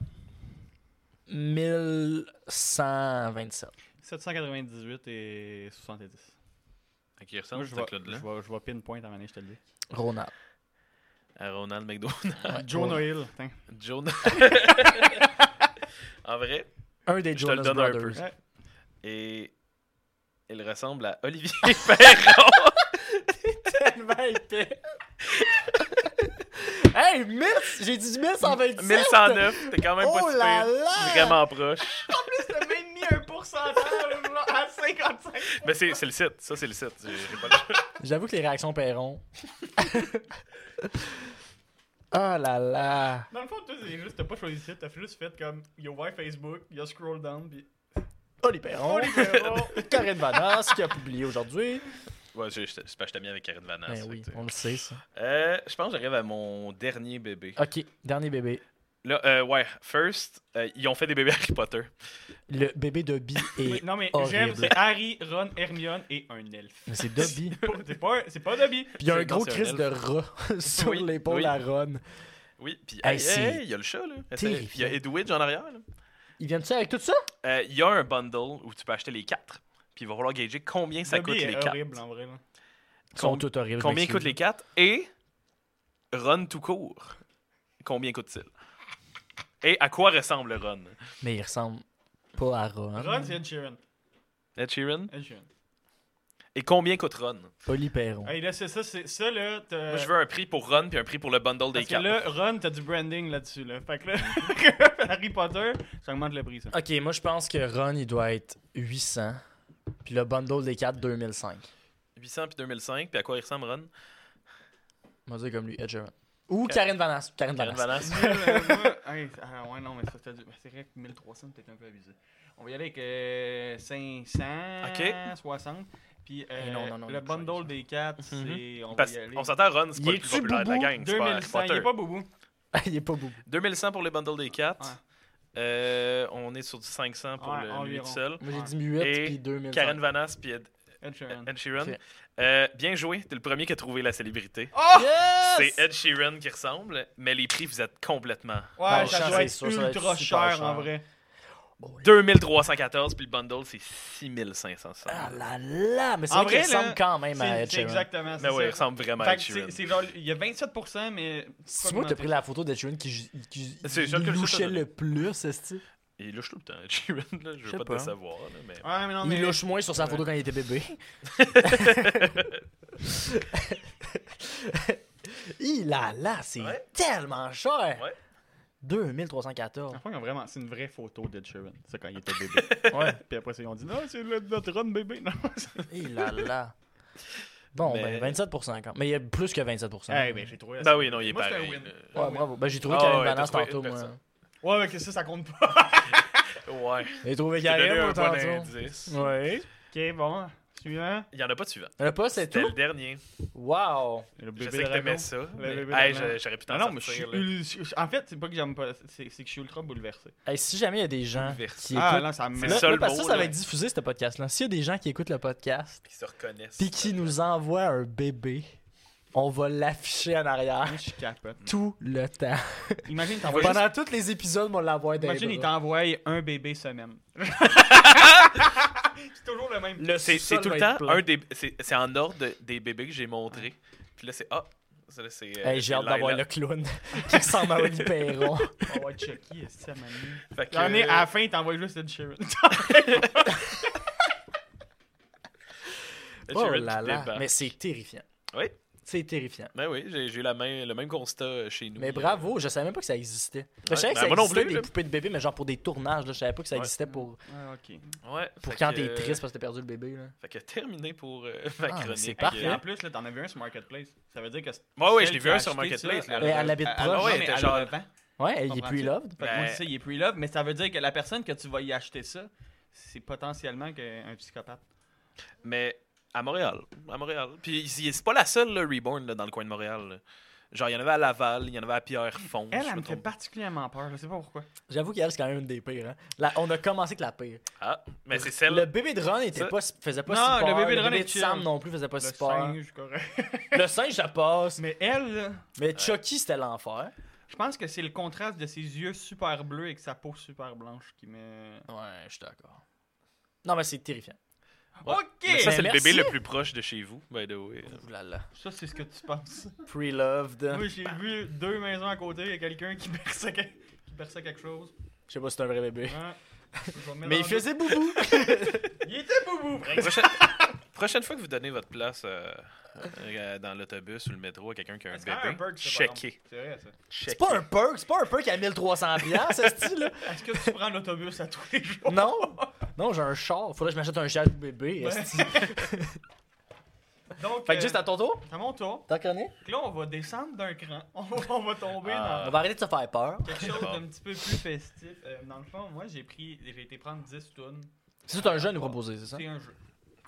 S1: 1127.
S3: 798 et 70.
S4: À qui il ressemble,
S3: Moi, je
S4: ce
S3: vais,
S4: clown-là
S3: je vais, je vais pinpoint à manier, je te le dis.
S1: Ronald.
S4: À Ronald McDonald.
S3: Joe Noël. tiens.
S4: Jonah. en vrai,
S1: Un des
S4: je te
S1: Jonas
S4: le donne un peu.
S1: Brothers.
S3: Ouais.
S4: Et il ressemble à Olivier Perron.
S1: Tellement épais. hey, 1000, j'ai dit 1127.
S4: 1109, t'es quand même pas
S1: Oh
S4: si
S1: là
S4: pire.
S1: là!
S4: Vraiment proche.
S3: T'as même mis un pourcentage genre, à 55.
S4: Mais c'est c'est le site. Ça, c'est le site. J'ai- j'ai pas-
S1: J'avoue que les réactions paieront. Oh là là.
S3: Dans le fond, toi, c'est juste, t'as pas choisi ça, t'as juste fait comme, il a ouvert Facebook, il a scroll down, pis.
S1: Oli Perron. Karine Vanasse qui a publié aujourd'hui.
S4: Ouais, je- je- c'est parce que j'étais mis avec Karine Vanasse.
S1: Ben
S4: fait
S1: oui,
S4: que,
S1: on le sait ça.
S4: Euh, je pense que j'arrive à mon dernier bébé.
S1: Ok, dernier bébé.
S4: Là, euh, ouais, first, euh, ils ont fait des bébés Harry Potter.
S1: Le bébé Dobby
S3: Oui,
S1: est.
S3: non, mais
S1: horrible.
S3: j'aime, c'est Harry, Ron, Hermione et un elfe.
S1: Mais c'est Dobby. Puis
S3: C'est pas, c'est pas Dobby.
S1: il y a un
S4: C'est- non,
S1: gros
S4: c'est un
S1: crise de rat sur
S4: Oui,
S1: l'épaule
S4: oui.
S1: à Ron.
S4: Oui, puis
S1: Hey,
S4: hey,
S1: c'est
S4: hey, il y a le chat, là. Essaye. Puis Il y
S1: terrifiant.
S4: a Edwidge en arrière, là.
S1: Ils viennent-tu avec tout ça?
S4: Euh, Il y a un bundle où tu peux acheter les quatre. Puis il va falloir gager combien ça
S3: Dobby
S4: coûte
S3: est
S4: les quatre.
S3: horrible, en vrai. là.
S1: Ils sont
S4: Com-
S1: tous horribles.
S4: combien
S1: je
S4: coûtent les quatre et Run tout court. Combien coûte-t-il? Et à quoi ressemble le Run?
S1: m'excuse. Mais ils ressemblent pas à
S4: Ah,
S1: Ron.
S3: Ron, c'est Ed Sheeran.
S4: Ed Sheeran?
S3: Ed Sheeran.
S4: Et combien coûte Run?
S1: Oli Perron.
S3: Hey, là, c'est ça, c'est ça, là. t'as-
S4: Moi, je veux un prix pour Run puis un prix pour le bundle des
S3: Euh, Parce que
S4: quatre.
S3: là, Ron, t'as du branding là-dessus, là. Fait que là, Harry Potter, ça augmente le prix, ça.
S1: Ok, moi je pense que Ron il doit être 800. Puis le bundle des 4, 2005.
S4: 800 puis 2005, puis à quoi il ressemble Run?
S1: On va dire comme lui, Ed Sheeran.
S4: Euh,
S1: Ou Karen Vanasse. Karen
S4: Karen
S1: Vanasse.
S4: Vanasse?
S3: Mille, euh, moi- hey, ah ouais, non, mais ça, c'était du- ben, c'est vrai que 1300, c'est peut-être un peu abusé. On va y aller avec euh, 500,
S4: Ok.
S3: 60. Puis euh,
S1: Eh non, non, non,
S3: le
S1: non, je vais
S3: bundle des 4, c'est. On
S4: Mhm. Parce
S3: va y aller.
S4: on s'entend, Run, c'est
S1: Il
S4: pas le plus
S1: est-tu
S4: populaire de la
S1: boubou?
S4: gang. C'est pas Harry
S3: 2100, il
S4: Potter.
S3: est pas boubou.
S1: il est pas beau.
S4: 2100 pour le bundle des 4.
S3: Ouais.
S4: Euh, on est sur du 500 pour
S3: Ouais,
S4: le lui
S3: environ.
S4: tout seul.
S1: Moi j'ai
S3: Ouais.
S1: dit 8
S4: Et
S1: puis 2005.
S4: Karen Vanasse puis Ed,
S3: Ed Sheeran.
S4: Ed Sheeran.
S1: Ok.
S4: Euh, bien joué, t'es le premier qui a trouvé la célébrité.
S1: Oh!
S3: Oh,
S4: Ah! C'est Ed Sheeran qui ressemble, mais les prix, vous êtes complètement.
S3: Ouais,
S1: le
S3: ça
S1: chant,
S3: doit
S1: c'est
S3: être
S1: sûr, ça doit être
S3: ultra
S1: super
S3: cher
S1: cher.
S3: en vrai.
S1: Oh,
S4: 2314, puis le bundle, c'est 6560.
S1: Ah là là, Eh, mais c'est vrai,
S3: En
S1: qu'il
S3: vrai, là,
S1: ressemble quand même à
S3: C'est
S1: Ed
S3: c'est
S1: Sheeran.
S3: exactement
S4: mais
S3: ça.
S4: ouais, il Ben ressemble vraiment à
S3: Fait
S4: Ed
S3: que
S4: Sheeran.
S3: c'est c'est genre, il y a 27%, mais.
S1: Si moi t'as pris la photo d'Ed Sheeran qui, ju- qui,
S4: C'est
S1: qui
S4: sûr que le
S1: louchait
S4: seul-
S1: le plus, c'est
S4: Il louche tout le temps, Ed Sheeran, là, je
S1: Je sais
S4: veux pas,
S1: pas.
S4: te décevoir. là, mais...
S3: Ouais, mais non, mais.
S1: Il louche moins sur sa photo quand il était bébé. Il a là, c'est
S4: Ouais.
S1: tellement cher.
S4: Ouais.
S1: 2314.
S3: Enfin, ils ont vraiment, c'est une vraie photo d'Ed Sheeran, c'est quand il était bébé.
S1: Ouais.
S3: Puis après, ça, ils ont dit, non, c'est le- notre run bébé. Non,
S1: Il a Eh là. Bon,
S4: Mais-
S1: ben 27% quand Mais il y a plus que 27%.
S3: Eh ben, j'ai trouvé la
S4: Ben oui, non, il est
S3: Moi, c'est un
S4: pareil.
S3: win.
S4: là.
S1: Ouais, bravo. Ben j'ai trouvé
S4: Ah
S1: Karen
S4: ouais, t'as
S1: Vanasse
S4: trouvé
S1: tantôt,
S4: une
S1: moi.
S4: personne.
S3: Ouais, mais que ça, ça compte pas.
S4: Ouais.
S1: J'ai trouvé
S4: J'ai donné
S1: Karen,
S4: un
S1: moi,
S4: bon
S1: tantôt.
S4: indice.
S1: Ouais.
S3: Ok, bon. Suivant.
S4: Il y en a pas de suivant.
S1: Le pas, c'est
S4: C'était le
S1: tout.
S4: dernier.
S1: Wow.
S3: Le
S4: Je sais que t'aimais ça. mais-
S3: bébé
S4: Hey,
S3: dragon.
S4: je- J'aurais pu t'en
S3: Non, non, mais je suis.
S4: sortir. là.
S3: ul- je- En fait, c'est pas que j'aime pas. C'est c'est que je suis ultra bouleversé.
S1: Hey, si jamais il y a des gens
S4: Bouleversé.
S1: qui écoutent.
S3: Ah, là, ça me.
S4: C'est
S1: Là-
S4: ça,
S1: là,
S4: le
S1: parce que
S4: mot,
S1: ça, ça
S4: là.
S1: va être diffusé, ce podcast-là. S'il y a des gens qui écoutent le podcast
S4: Qui se reconnaissent.
S1: puis qui nous envoie un bébé, on va l'afficher en arrière
S3: Je
S4: Mm.
S3: capote.
S1: tout le temps.
S3: Imagine, t'envoies.
S1: Pendant tous les épisodes, on va l'avoir dans les
S3: Imagine, il
S1: bras.
S3: t'envoie un bébé semaine. c'est toujours le même.
S1: Le
S4: C'est c'est
S1: sous-sol
S4: tout le
S1: va être
S4: temps
S1: plein.
S4: un des. C'est c'est en ordre de- des bébés que j'ai montré. Puis là, c'est. Ah! ça, là, c'est, euh,
S1: Hey,
S4: c'est
S1: j'ai hâte d'avoir
S4: Laila.
S1: le clown qui ressemble à Oli Perron.
S3: On va être Chucky, est-ce que ça m'a mis?
S4: Fait que,
S3: J'en ai
S4: euh,
S3: à la fin, t'envoies juste Ed Sheeran.
S4: Ed
S1: Oh
S4: Sheeran
S1: là
S4: qui
S1: là.
S4: débarque.
S1: Mais c'est terrifiant.
S4: Oui.
S1: C'est terrifiant.
S4: Ben oui, j'ai j'ai eu la main, le même constat euh, chez nous.
S1: Mais bravo, je savais même pas que ça existait. je savais que
S4: ben
S1: ça
S4: moi non
S1: existait
S4: plus,
S1: des
S4: là.
S1: poupées de bébé, mais genre pour des tournages. Là, je savais pas que ça
S4: Ouais.
S1: existait pour,
S3: Ah, ok.
S4: Ouais.
S1: pour
S4: fait
S1: quand
S4: que,
S1: t'es
S4: euh,
S1: triste parce que t'as perdu le bébé. Là.
S4: Fait que terminé pour euh, ma
S1: Ah, mais
S4: chronique.
S1: c'est
S3: Parfait.
S1: parfait.
S4: Euh,
S3: en plus, là, t'en avais un sur Marketplace. Ça veut dire que.
S4: Ouais,
S3: celle
S4: ouais, je
S3: qui
S4: l'ai vu
S3: a
S4: un sur
S3: acheté
S4: Marketplace,
S3: ça,
S4: là.
S1: Elle, elle habite
S3: Ah,
S1: proche.
S3: non,
S4: ouais,
S3: mais
S4: elle était
S3: elle
S4: genre-
S3: a le vent.
S1: Ouais, elle y est
S3: Comprends-tu?
S1: plus loved.
S3: Fait que moi,
S4: Ben-
S3: je dis ça, il est pre-love, mais ça veut dire que la personne que tu vas y acheter ça, c'est potentiellement que- un psychopathe.
S4: Mais à Montréal. À Montréal. Puis ici, c'est pas la seule, là, Reborn, là, dans le coin de Montréal. là. Genre, il y en avait à Laval, il y en avait à Pierrefonds.
S3: Elle,
S4: je
S3: elle me
S4: me
S3: fait
S4: trompe pas.
S3: particulièrement peur, je sais pas pourquoi.
S1: J'avoue qu'elle, c'est quand même une des pires. hein. La- on a commencé avec la pire.
S4: Ah, mais c'est celle.
S1: Le bébé de Ron était
S4: Ça-
S1: pas, si- faisait pas
S3: Non,
S1: si
S3: le
S1: peur.
S3: bébé de Ron est
S1: de
S3: chill.
S1: Sam non plus faisait pas si peur.
S3: singe, correct.
S1: Le singe, ça passe.
S3: Mais elle, là,
S1: Mais Chucky, c'était l'enfer.
S3: je pense que c'est le contraste de ses yeux super bleus et que sa peau super blanche qui me...
S1: Ouais, je suis d'accord. Non, mais c'est terrifiant.
S4: Ouais.
S3: OK!
S4: Mais ça, c'est le
S1: Mais
S4: bébé
S1: merci.
S4: le plus proche de chez vous, by the way.
S3: Ça, c'est ce que tu penses.
S1: Pre-loved.
S3: Moi, j'ai vu deux maisons à côté, il y a quelqu'un qui berçait, que- qui berçait quelque chose.
S1: Je sais pas si c'est un vrai bébé.
S3: Hein? Je vais le mettre
S1: Mais il
S3: dans-
S1: faisait boubou.
S3: Il était boubou!
S4: Prochaine... Prochaine fois que vous donnez votre place euh, euh, dans l'autobus ou le métro à quelqu'un qui a un
S3: C'est quand même un
S4: bébé,
S3: perk, ça, par
S4: checkez.
S3: C'est vrai, ça.
S1: C'est pas un perk, c'est pas un perk à 1300 piastres, ce style-là.
S3: Est-ce que tu prends l'autobus à tous les jours?
S1: Non. Non, j'ai un char. Faudrait que je m'achète un char de bébé. esti.
S3: Donc,
S7: Fait
S3: euh,
S7: que juste à ton tour,
S3: à mon tour.
S1: t'en connais?
S3: Donc Là, on va descendre d'un cran. On va, on va tomber
S4: Ah.
S1: On va arrêter de te faire peur.
S3: dans quelque chose
S4: Bon.
S3: d'un petit peu plus festif. Euh, dans le fond, moi, j'ai pris, j'ai été prendre 10 tunes.
S1: C'est tout un jeu à nous proposer, c'est ça?
S3: C'est un jeu.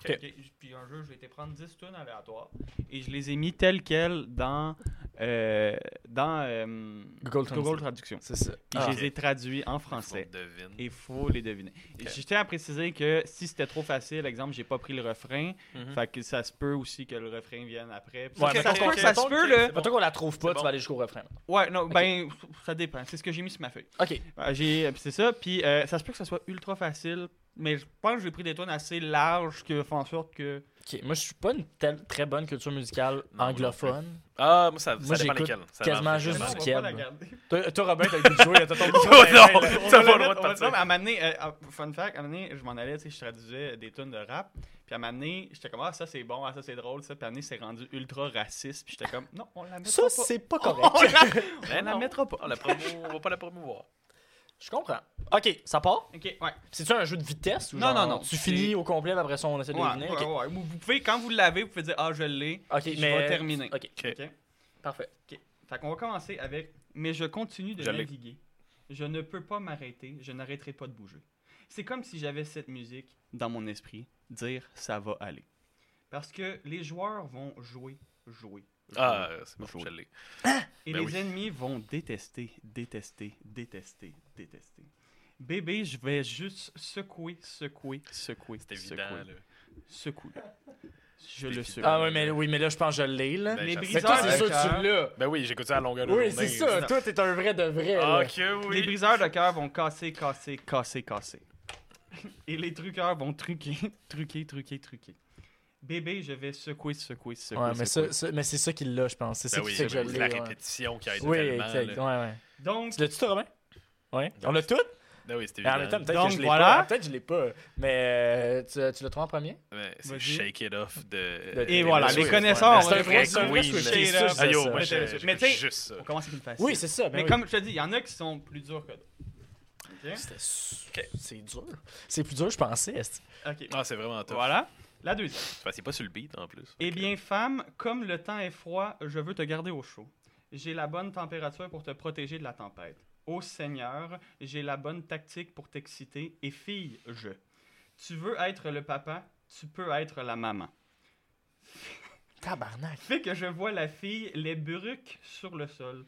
S3: Ok, j- Puis un jeu, j'ai été prendre 10 tunes aléatoires et je les ai mis telles quelles dans, euh, dans euh,
S1: Google
S3: Google Traduction.
S1: C'est ça.
S3: Puis
S4: Ah.
S3: je les ai traduits en français.
S4: Devine.
S3: Il faut les deviner. Et
S4: Ok.
S3: Je tiens à préciser que si c'était trop facile, exemple, j'ai pas pris le refrain,
S4: Mhm.
S3: fait que ça se peut aussi que le refrain vienne après. Puis
S1: Ouais,
S3: ça-
S1: mais
S3: ça, se
S1: mettons
S3: peut,
S1: que-
S3: ça se
S4: mettons
S3: peut,
S4: que-
S3: là.
S4: c'est bon.
S1: Mettons qu'on la trouve pas,
S4: C'est
S1: tu
S4: bon.
S1: vas aller jusqu'au refrain.
S3: Ouais, non, ben, ça dépend. C'est ce que j'ai mis sur ma feuille.
S1: Ok.
S3: Euh, j'ai- puis c'est ça. Puis euh, ça se peut que ça soit ultra facile, mais je pense que j'ai pris des tonnes assez larges qui font en sorte que.
S1: Ok, moi je suis pas une telle- très bonne culture musicale
S4: Non,
S1: anglophone.
S4: Ah, moi, ça,
S1: Moi,
S4: ça dépend
S1: j'écoute
S4: lesquels. Ça
S1: quasiment
S4: marche.
S1: juste
S3: Non,
S1: du
S3: on va
S1: Keb.
S3: pas la garder.
S1: Toi, toi, Robin, t'as une jouer, t'as ton
S4: Oh
S3: Ouais, ouais,
S4: non,
S3: ouais, on va
S4: t'as pas le
S3: mettre-
S4: droit de
S3: on va-
S4: partir.
S3: Non, mais à un moment donné, euh, ah, fun fact, à un moment donné, je m'en allais, tu sais, je traduisais des tunes de rap. Puis à un moment donné, j'étais comme, ah, ça c'est bon, ah, ça c'est drôle, ça. Puis à un moment donné, c'est rendu ultra raciste. Puis j'étais comme, non, on la mettra
S1: Ça,
S3: pas.
S1: c'est pas Oh,
S3: On
S1: correct.
S3: la...
S4: Ben
S3: on la
S4: non,
S3: mettra pas.
S4: On, la promo- on va pas la promouvoir.
S1: Je comprends. Ok, ça part.
S3: Ok, ouais.
S1: C'est-tu un jeu de vitesse ou
S3: Non,
S1: genre,
S3: non, non.
S1: Tu finis au complet, puis après ça, on essaie de
S3: Ouais,
S1: deviner.
S3: ouais,
S1: Ok.
S3: ouais. Vous vous pouvez, quand vous l'avez, vous pouvez dire, ah, je l'ai.
S1: Ok,
S3: Je
S1: mais.
S3: vais terminer.
S1: Ok,
S3: Ok.
S1: parfait.
S3: Fait qu'on va commencer avec Mais je continue de
S4: Je l'ai.
S3: naviguer. Je ne peux pas m'arrêter. Je n'arrêterai pas de bouger. C'est comme si j'avais cette musique dans mon esprit, dire ça va aller. Parce que les joueurs vont jouer, jouer. jouer.
S4: Ah, c'est bon,
S3: Jouer.
S4: je l'ai.
S3: Et
S4: ben
S3: les
S4: oui.
S3: ennemis vont détester, détester, détester, détester. Bébé, je vais juste secouer, secouer, secouer.
S4: C'est évident.
S3: secouer.
S4: là.
S3: Secoue. Je le secoue.
S1: Ah, ouais, mais, oui, mais là, je pense que je l'ai, là.
S4: Ben,
S3: Les
S4: je sais
S1: Fait que
S3: briseurs
S1: toi, c'est
S4: pas.
S3: de
S1: sûr que
S3: cœur-
S1: tu l'as.
S4: Ben oui, j'écoute ça à longueur de
S1: Oui, c'est
S4: journée.
S1: ça.
S3: ça.
S1: Toi, t'es un vrai de vrai. là.
S4: Ah, que oui.
S3: Les briseurs de cœur vont casser, casser, casser, casser. Et les truqueurs vont truquer, truquer, truquer, truquer. Bébé, je vais secouer, secouer, secouer.
S1: Ouais, mais,
S3: secouer.
S1: ça- ça- mais c'est ça qui l'a, je pense. C'est
S4: Ben
S1: ça qui
S4: oui,
S1: fait que je
S4: ben oui,
S1: l'ai.
S4: la
S1: ouais.
S4: répétition qui aide
S1: Oui,
S4: tellement.
S1: exact.
S4: là.
S1: Ouais, ouais.
S3: Donc,
S1: Tu l'as-tu, toi, Robin? Ouais. On l'a tout?
S4: Ben oui, c'est
S1: Mais en même temps,
S4: évident.
S1: peut-être que
S3: Donc,
S1: je l'ai
S3: voilà.
S1: pas. Peut-être que je l'ai pas. Mais euh, tu, tu l'as trouvé en premier?
S4: Ouais, c'est
S3: Vas-y.
S4: Shake It Off de.
S1: Et
S4: de-
S3: voilà,
S4: de-
S3: les
S4: de-
S3: connaisseurs,
S4: C'est
S3: on
S4: un
S3: va dire,
S4: vrai queen.
S3: c'est
S4: là.
S3: vrai, c'est
S1: sûr,
S3: ça.
S4: Ah yo,
S1: ça.
S4: moi, je-
S3: Mais
S4: j'écoute
S3: t'sais-
S4: juste ça.
S3: on commence avec une facile.
S1: Oui, c'est ça. ben
S3: Mais
S1: oui.
S3: comme je te dis, il y en a qui sont plus durs que d'autres. Ok?
S1: C'était su- C'est dur. C'est plus dur, que je pensais. esti.
S3: Ok.
S4: Ah, c'est vraiment tough.
S3: Voilà. La deuxième.
S4: Parce qu'il est pas sur le beat en plus.
S3: Eh bien, femme, comme le temps est froid, je veux te garder au chaud. J'ai la bonne température pour te protéger de la tempête. Ô Seigneur, j'ai la bonne tactique pour t'exciter. Et fille, je. Tu veux être le papa, tu peux être la maman.
S1: Tabarnak.
S3: Fait que je vois la fille, les buruques sur le sol.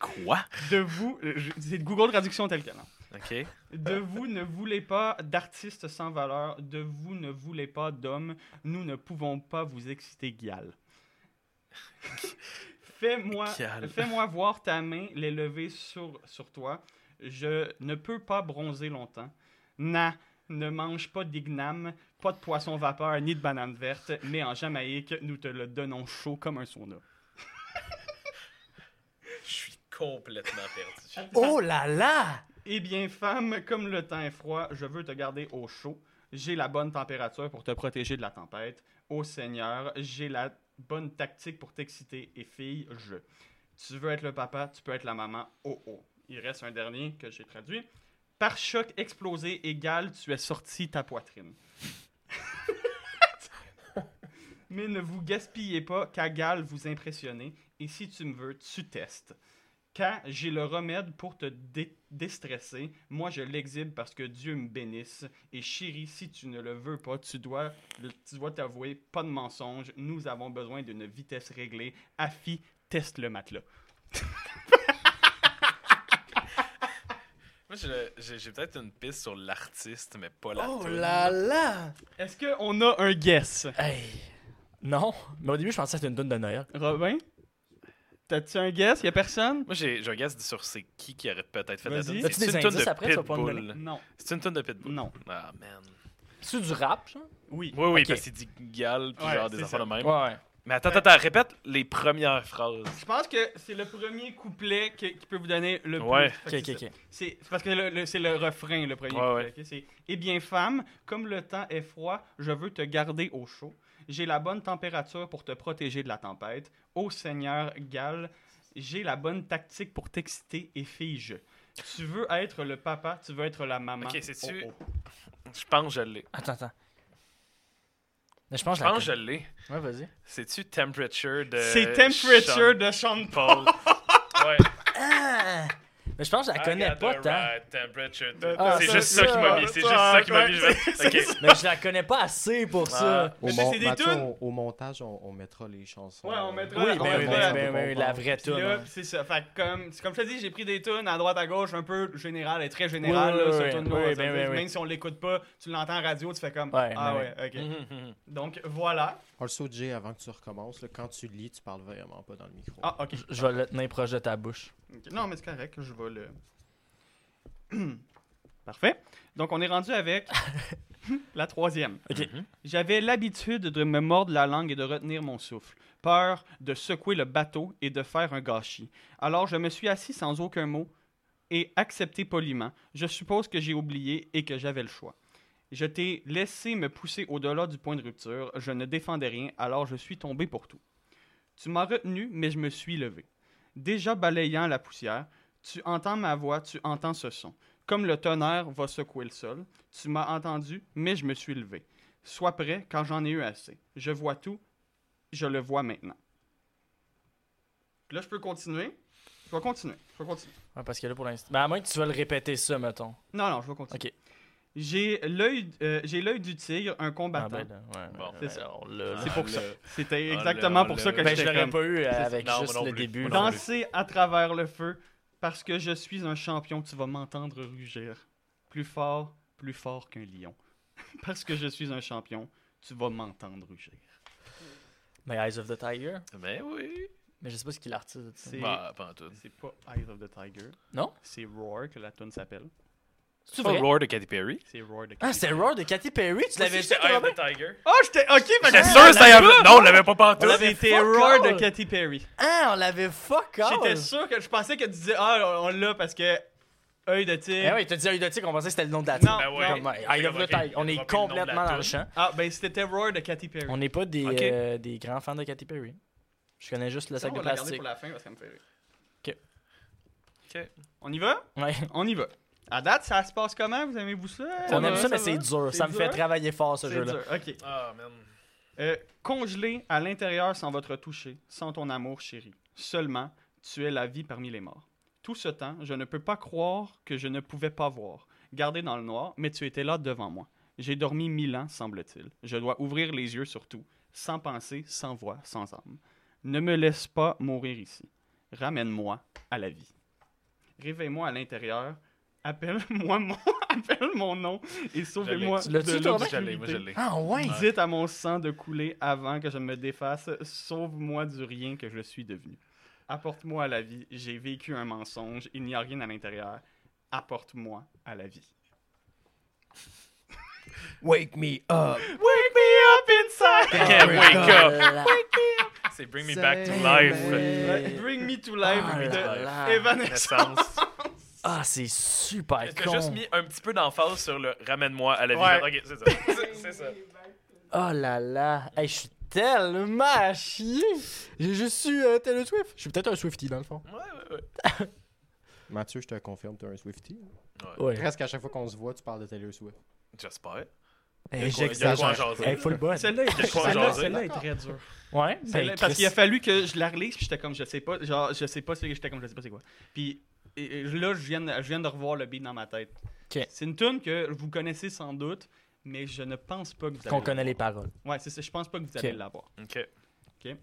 S4: Quoi
S3: De vous, euh, je- c'est de Google Traduction tel quel. hein.
S4: Ok.
S3: De vous ne voulez pas d'artistes sans valeur, de vous ne voulez pas d'hommes, nous ne pouvons pas vous exciter, Gial. Fais-moi
S4: Gial.
S3: fais voir ta main les lever sur, sur toi. Je ne peux pas bronzer longtemps. Na, ne mange pas d'igname, pas de poisson vapeur ni de banane verte, mais en Jamaïque, nous te le donnons chaud comme un sauna.
S4: Je suis complètement perdu.
S1: Oh là là!
S3: Eh bien, femme, comme le temps est froid, je veux te garder au chaud. J'ai la bonne température pour te protéger de la tempête. Ô Seigneur, j'ai la bonne tactique pour t'exciter. Et fille, je. Tu veux être le papa, tu peux être la maman. Oh oh. Il reste un dernier que j'ai traduit. Par choc explosé égal, tu es sorti ta poitrine. Mais ne vous gaspillez pas, qu'Agal vous impressionnez. Et si tu me veux, tu testes. Quand j'ai le remède pour te dé- déstresser, moi je l'exhibe parce que Dieu me bénisse. Et chérie, si tu ne le veux pas, tu dois le- tu dois t'avouer, pas de mensonge. Nous avons besoin d'une vitesse réglée. Afi, teste le matelas.
S4: Moi, je- j'ai j'ai peut-être une piste sur l'artiste, mais pas la.
S1: Oh
S4: toune.
S1: là là!
S3: Est-ce qu'on a un guess,
S1: Hey! Non, mais au début, je pensais que c'était une donne de Noël.
S3: Robin T'as-tu un guess Y a personne
S4: Moi, j'ai j'ai un guess sur c'est qui qui aurait peut-être fait la
S3: Vas-y.
S4: tune.
S1: As-tu
S4: C'est
S1: des
S4: une tune
S1: indices
S4: de
S1: après, tu vas pouvoir me
S4: Pitbull.
S3: Non.
S4: C'est une tune de Pitbull.
S3: Non.
S4: Ah, man.
S1: C'est du rap, genre?
S3: Oui.
S4: Oui, oui,
S1: Ok.
S4: parce qu'il dit gal, puis
S3: Ouais,
S4: genre des
S3: c'est
S4: affaires
S3: ça.
S4: de même.
S1: Ouais.
S4: Mais attends, attends, attends, répète les premières phrases.
S3: Je pense que c'est le premier couplet que- qui peut vous donner le plus.
S4: Ouais.
S3: Fait
S1: Ok,
S3: que
S1: ok,
S3: c'est
S1: ok.
S3: C'est c'est parce que le- le- c'est le refrain, le premier.
S4: Ouais, ouais.
S3: couplet, ok? C'est Eh bien, femme, comme le temps est froid, je veux te garder au chaud. J'ai la bonne température pour te protéger de la tempête. Ô Seigneur, Gal, j'ai la bonne tactique pour t'exciter et fille-je. Tu veux être le papa, tu veux être la maman.
S4: Ok, c'est-tu-
S3: Oh, oh.
S4: Je pense que je l'ai.
S1: Attends, attends. Mais Je pense
S4: Je
S1: que la
S4: pense que je l'ai.
S1: Ouais, vas-y.
S4: C'est-tu Temperature de.
S3: C'est Temperature de Sean
S4: euh, Sean Paul. ouais.
S1: Mais je pense que je la connais
S4: I got
S1: pas
S4: the
S1: tant.
S4: right temperature to-
S1: Ah,
S4: c'est
S1: ça,
S4: juste ça,
S1: ça,
S4: qui m'a mis. C'est juste ça qui m'a mis. Je vais- Ok.
S1: Mais je la connais pas assez pour ça.
S6: Au,
S3: Mais c'est des
S6: Mathieu,
S3: tunes.
S6: on- au montage, on, on mettra les chansons.
S3: Ouais, on mettra-
S1: Oui,
S3: Ouais,
S1: ben,
S3: on
S1: oui,
S3: mettra
S1: ben,
S3: la-
S1: ben, ben, la vraie
S3: Puis
S1: tune.
S3: là,
S1: hein.
S3: c'est ça. Fait que comme, c'est comme je te dis, j'ai pris des tunes à droite à gauche, un peu générales et très générales.
S1: Oui,
S3: là,
S1: oui,
S3: sur
S1: oui,
S3: tune-là,
S1: oui,
S3: on va se
S1: ben,
S3: le dire.
S1: oui, oui.
S3: Même si on l'écoute pas, tu l'entends en radio, tu fais comme
S1: Ouais,
S3: Ah ouais,
S1: ben,
S3: ok. Donc voilà.
S6: Also, Jay, avant que tu recommences, là, quand tu lis, tu parles vraiment pas dans le micro.
S3: Ah ok.
S1: Je vais le tenir proche de ta bouche.
S3: Ok. Non, mais c'est correct, je vais le. Parfait. Donc, on est rendu avec la troisième. J'avais l'habitude de me mordre la langue et de retenir mon souffle. Peur de secouer le bateau et de faire un gâchis. Alors, je me suis assis sans aucun mot et accepté poliment. Je suppose que j'ai oublié et que j'avais le choix. Je t'ai laissé me pousser au-delà du point de rupture. Je ne défendais rien, alors je suis tombé pour tout. Tu m'as retenu, mais je me suis levé. Déjà balayant la poussière, tu entends ma voix, tu entends ce son. Comme le tonnerre va secouer le sol, tu m'as entendu, mais je me suis levé. Sois prêt quand j'en ai eu assez. Je vois tout, je le vois maintenant. Là, je peux continuer. Je vais continuer. Je vais continuer.
S1: Ouais, parce que là, pour l'instant. Ben, à moins que tu vas le répéter ça, mettons.
S3: Non, non, je vais continuer.
S1: Ok.
S3: J'ai l'œil euh, j'ai l'œil du tigre, un combattant.
S1: Ah, ben, là, ouais,
S4: Bon,
S1: ben,
S3: c'est
S1: ben,
S3: ça.
S1: on l'a,
S3: C'est
S1: là.
S3: pour ça. C'était
S4: Ah,
S3: exactement
S4: le-
S3: pour
S4: le-
S3: ça que
S1: Ben, je
S3: j'étais
S1: l'aurais
S3: comme...
S1: pas eu euh,
S3: ça.
S1: avec
S4: Non,
S1: juste
S4: moi non
S1: le
S4: plus.
S1: début.
S4: Moi
S1: là.
S4: non plus.
S3: Danser à travers le feu, parce que je suis un champion, tu vas m'entendre rugir. Plus fort, plus fort qu'un lion. parce que je suis un champion, tu vas m'entendre rugir.
S1: Mais Eyes of the Tiger.
S4: Mais Ben oui.
S1: Mais je sais pas ce qu'il l'artiste de ça.
S3: C'est
S4: Bah, pas en tout.
S3: c'est pas Eyes of the Tiger.
S1: Non?
S3: C'est Roar que la tune s'appelle.
S1: C'est
S4: pas
S1: vrai?
S4: Roar de Katy Perry.
S3: C'est Roar de
S1: Ah, c'est Roar de Katy Perry, tu l'avais
S4: C'est
S1: fait
S4: Eye of
S1: Robin?
S4: the Tiger.
S3: Oh, j'étais OK, fait
S4: J'étais
S3: que
S4: sûr que c'était Eye of the- Non, on l'avait pas
S1: On
S4: pantoute.
S1: l'avait
S3: c'était
S1: fuck
S3: Roar de
S1: all.
S3: Katy Perry.
S1: Ah, on l'avait fuck all!
S3: J'étais sûr que je pensais que tu disais ah on l'a parce que œil de tigre.
S1: Eh oui, t'as dit Eye of the Tiger, on pensait que c'était le nom de la
S3: Non,
S1: tune.
S4: Ben ouais.
S1: Comme, ouais, Eye of the Tiger, on est complètement dans le champ.
S3: Ah ben c'était Roar de Katy Perry.
S1: On n'est pas des,
S4: Ok.
S1: euh, des grands fans de Katy Perry. Je connais juste le
S3: Ça,
S1: sac
S3: on
S1: de
S3: va la garder
S1: plastique.
S3: pour la fin parce qu'elle me fait
S1: Ok.
S3: rire.
S4: Ok.
S3: On y va
S1: Ouais.
S3: On y va. À date, ça se passe comment Vous aimez-vous ça
S1: On
S3: va,
S1: aime ça, mais
S3: va?
S1: c'est dur.
S3: C'est
S1: Ça me fait
S3: dur?
S1: travailler fort, ce
S3: C'est
S1: jeu-là.
S3: dur, OK.
S4: Ah, man.
S3: Euh, congelé à l'intérieur sans votre toucher, sans ton amour chéri. Seulement, tu es la vie parmi les morts. Tout ce temps, je ne peux pas croire que je ne pouvais pas voir. Gardé dans le noir, mais tu étais là devant moi. J'ai dormi mille ans, semble-t-il. Je dois ouvrir les yeux sur tout, sans pensée, sans voix, sans âme. Ne me laisse pas mourir ici. Ramène-moi à la vie. Réveille-moi à l'intérieur. Appelle-moi mon... Appelle mon nom et sauvez-moi
S1: Tu l'as-tu,
S3: de
S1: toi, Robin?
S4: Je l'ai, moi je
S3: l'obscurité.
S4: l'ai.
S1: Ah ouais!
S3: Dites à mon sang de couler avant que je me défasse. Sauve-moi du rien que je suis devenu. Apporte-moi à la vie. J'ai vécu un mensonge. Il n'y a rien à l'intérieur. Apporte-moi à la vie.
S6: Wake me up!
S3: Wake me up inside!
S1: ah,
S4: Can't wake up.
S1: Voilà. ah.
S4: C'est Bring Me Back to
S6: C'est-
S4: Life.
S3: Bring me to life
S1: Ah là là.
S3: de Evanescence.
S4: Naissance.
S1: Ah, c'est super
S4: T'as juste
S1: con.
S4: mis un petit peu d'emphase sur le ramène-moi à la vie.
S3: Ouais.
S4: Ok, c'est ça. C'est- C'est ça.
S1: Oh là là. Hey, je suis tellement à chier. J'ai juste eu euh, Taylor Swift. Je suis peut-être un Swifty dans le fond.
S4: Ouais, ouais, ouais.
S6: Mathieu, je te confirme, t'es un Swifty.
S1: Ouais.
S6: Presque à chaque fois qu'on se voit, tu parles de Taylor Swift.
S4: J'espère.
S1: Hey,
S4: Il y a quoi en
S1: j'exagère.
S4: jaser.
S1: Hey, full bonne.
S3: Celle-là est,
S4: Je crois
S3: celle-là-
S4: jaser.
S3: celle-là est très dure.
S1: Ouais,
S3: Celle-là-
S1: ben,
S3: parce
S1: Chris.
S3: qu'il a fallu que je la relise, puis j'étais comme, je sais pas, genre, je sais pas, c'est- j'étais comme, je sais pas c'est quoi. Puis et- et là, je viens, de- je viens de revoir le beat dans ma tête.
S1: Ok.
S3: C'est une tune que vous connaissez sans doute, mais je ne pense pas que vous allez
S1: Qu'on
S3: la
S1: connaît les
S3: voir.
S1: paroles.
S3: Ouais, c'est ça, je pense pas que vous
S1: Ok.
S3: allez l'avoir.
S4: Ok.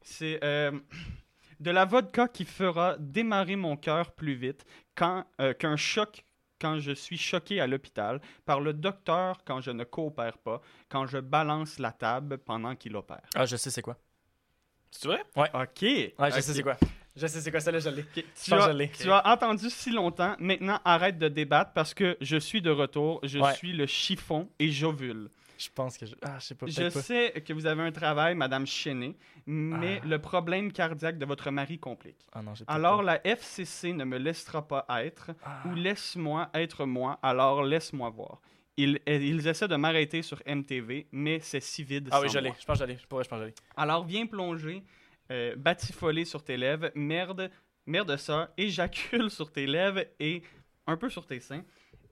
S3: C'est euh, de la vodka qui fera démarrer mon cœur plus vite quand euh, qu'un choc quand je suis choqué à l'hôpital par le docteur quand je ne coopère pas, quand je balance la table pendant qu'il opère.
S1: Ah, je sais c'est quoi.
S4: C'est vrai?
S1: Ouais,
S3: OK.
S1: je
S3: Ok.
S1: sais c'est quoi. Je sais c'est quoi, celle-là, je l'ai.
S3: Ah, Ok,
S1: Je
S3: Tu
S1: pense que
S3: as,
S1: je l'ai.
S3: tu as entendu si longtemps, maintenant arrête de débattre parce que je suis de retour, je
S1: Ouais.
S3: suis le chiffon et j'ovule.
S1: Je pense que je. Ah, je sais pas.
S3: Je
S1: peut-être pas.
S3: sais que vous avez un travail, Madame Chenet, mais
S1: Ah.
S3: le problème cardiaque de votre mari complique.
S1: Ah non, j'ai peut-être
S3: Alors
S1: pas.
S3: la FCC ne me laissera pas être,
S1: Ah.
S3: ou laisse-moi être moi, alors laisse-moi voir. Ils, euh, ils essaient de m'arrêter sur MTV, mais c'est si vide.
S1: Ah oui,
S3: sans
S1: je l'ai.
S3: moi.
S1: Je pense que je l'ai. Je pourrais, je pense que je l'ai.
S3: Alors viens plonger, euh, batifoler sur tes lèvres, merde, merde ça, éjacule sur tes lèvres et un peu sur tes seins.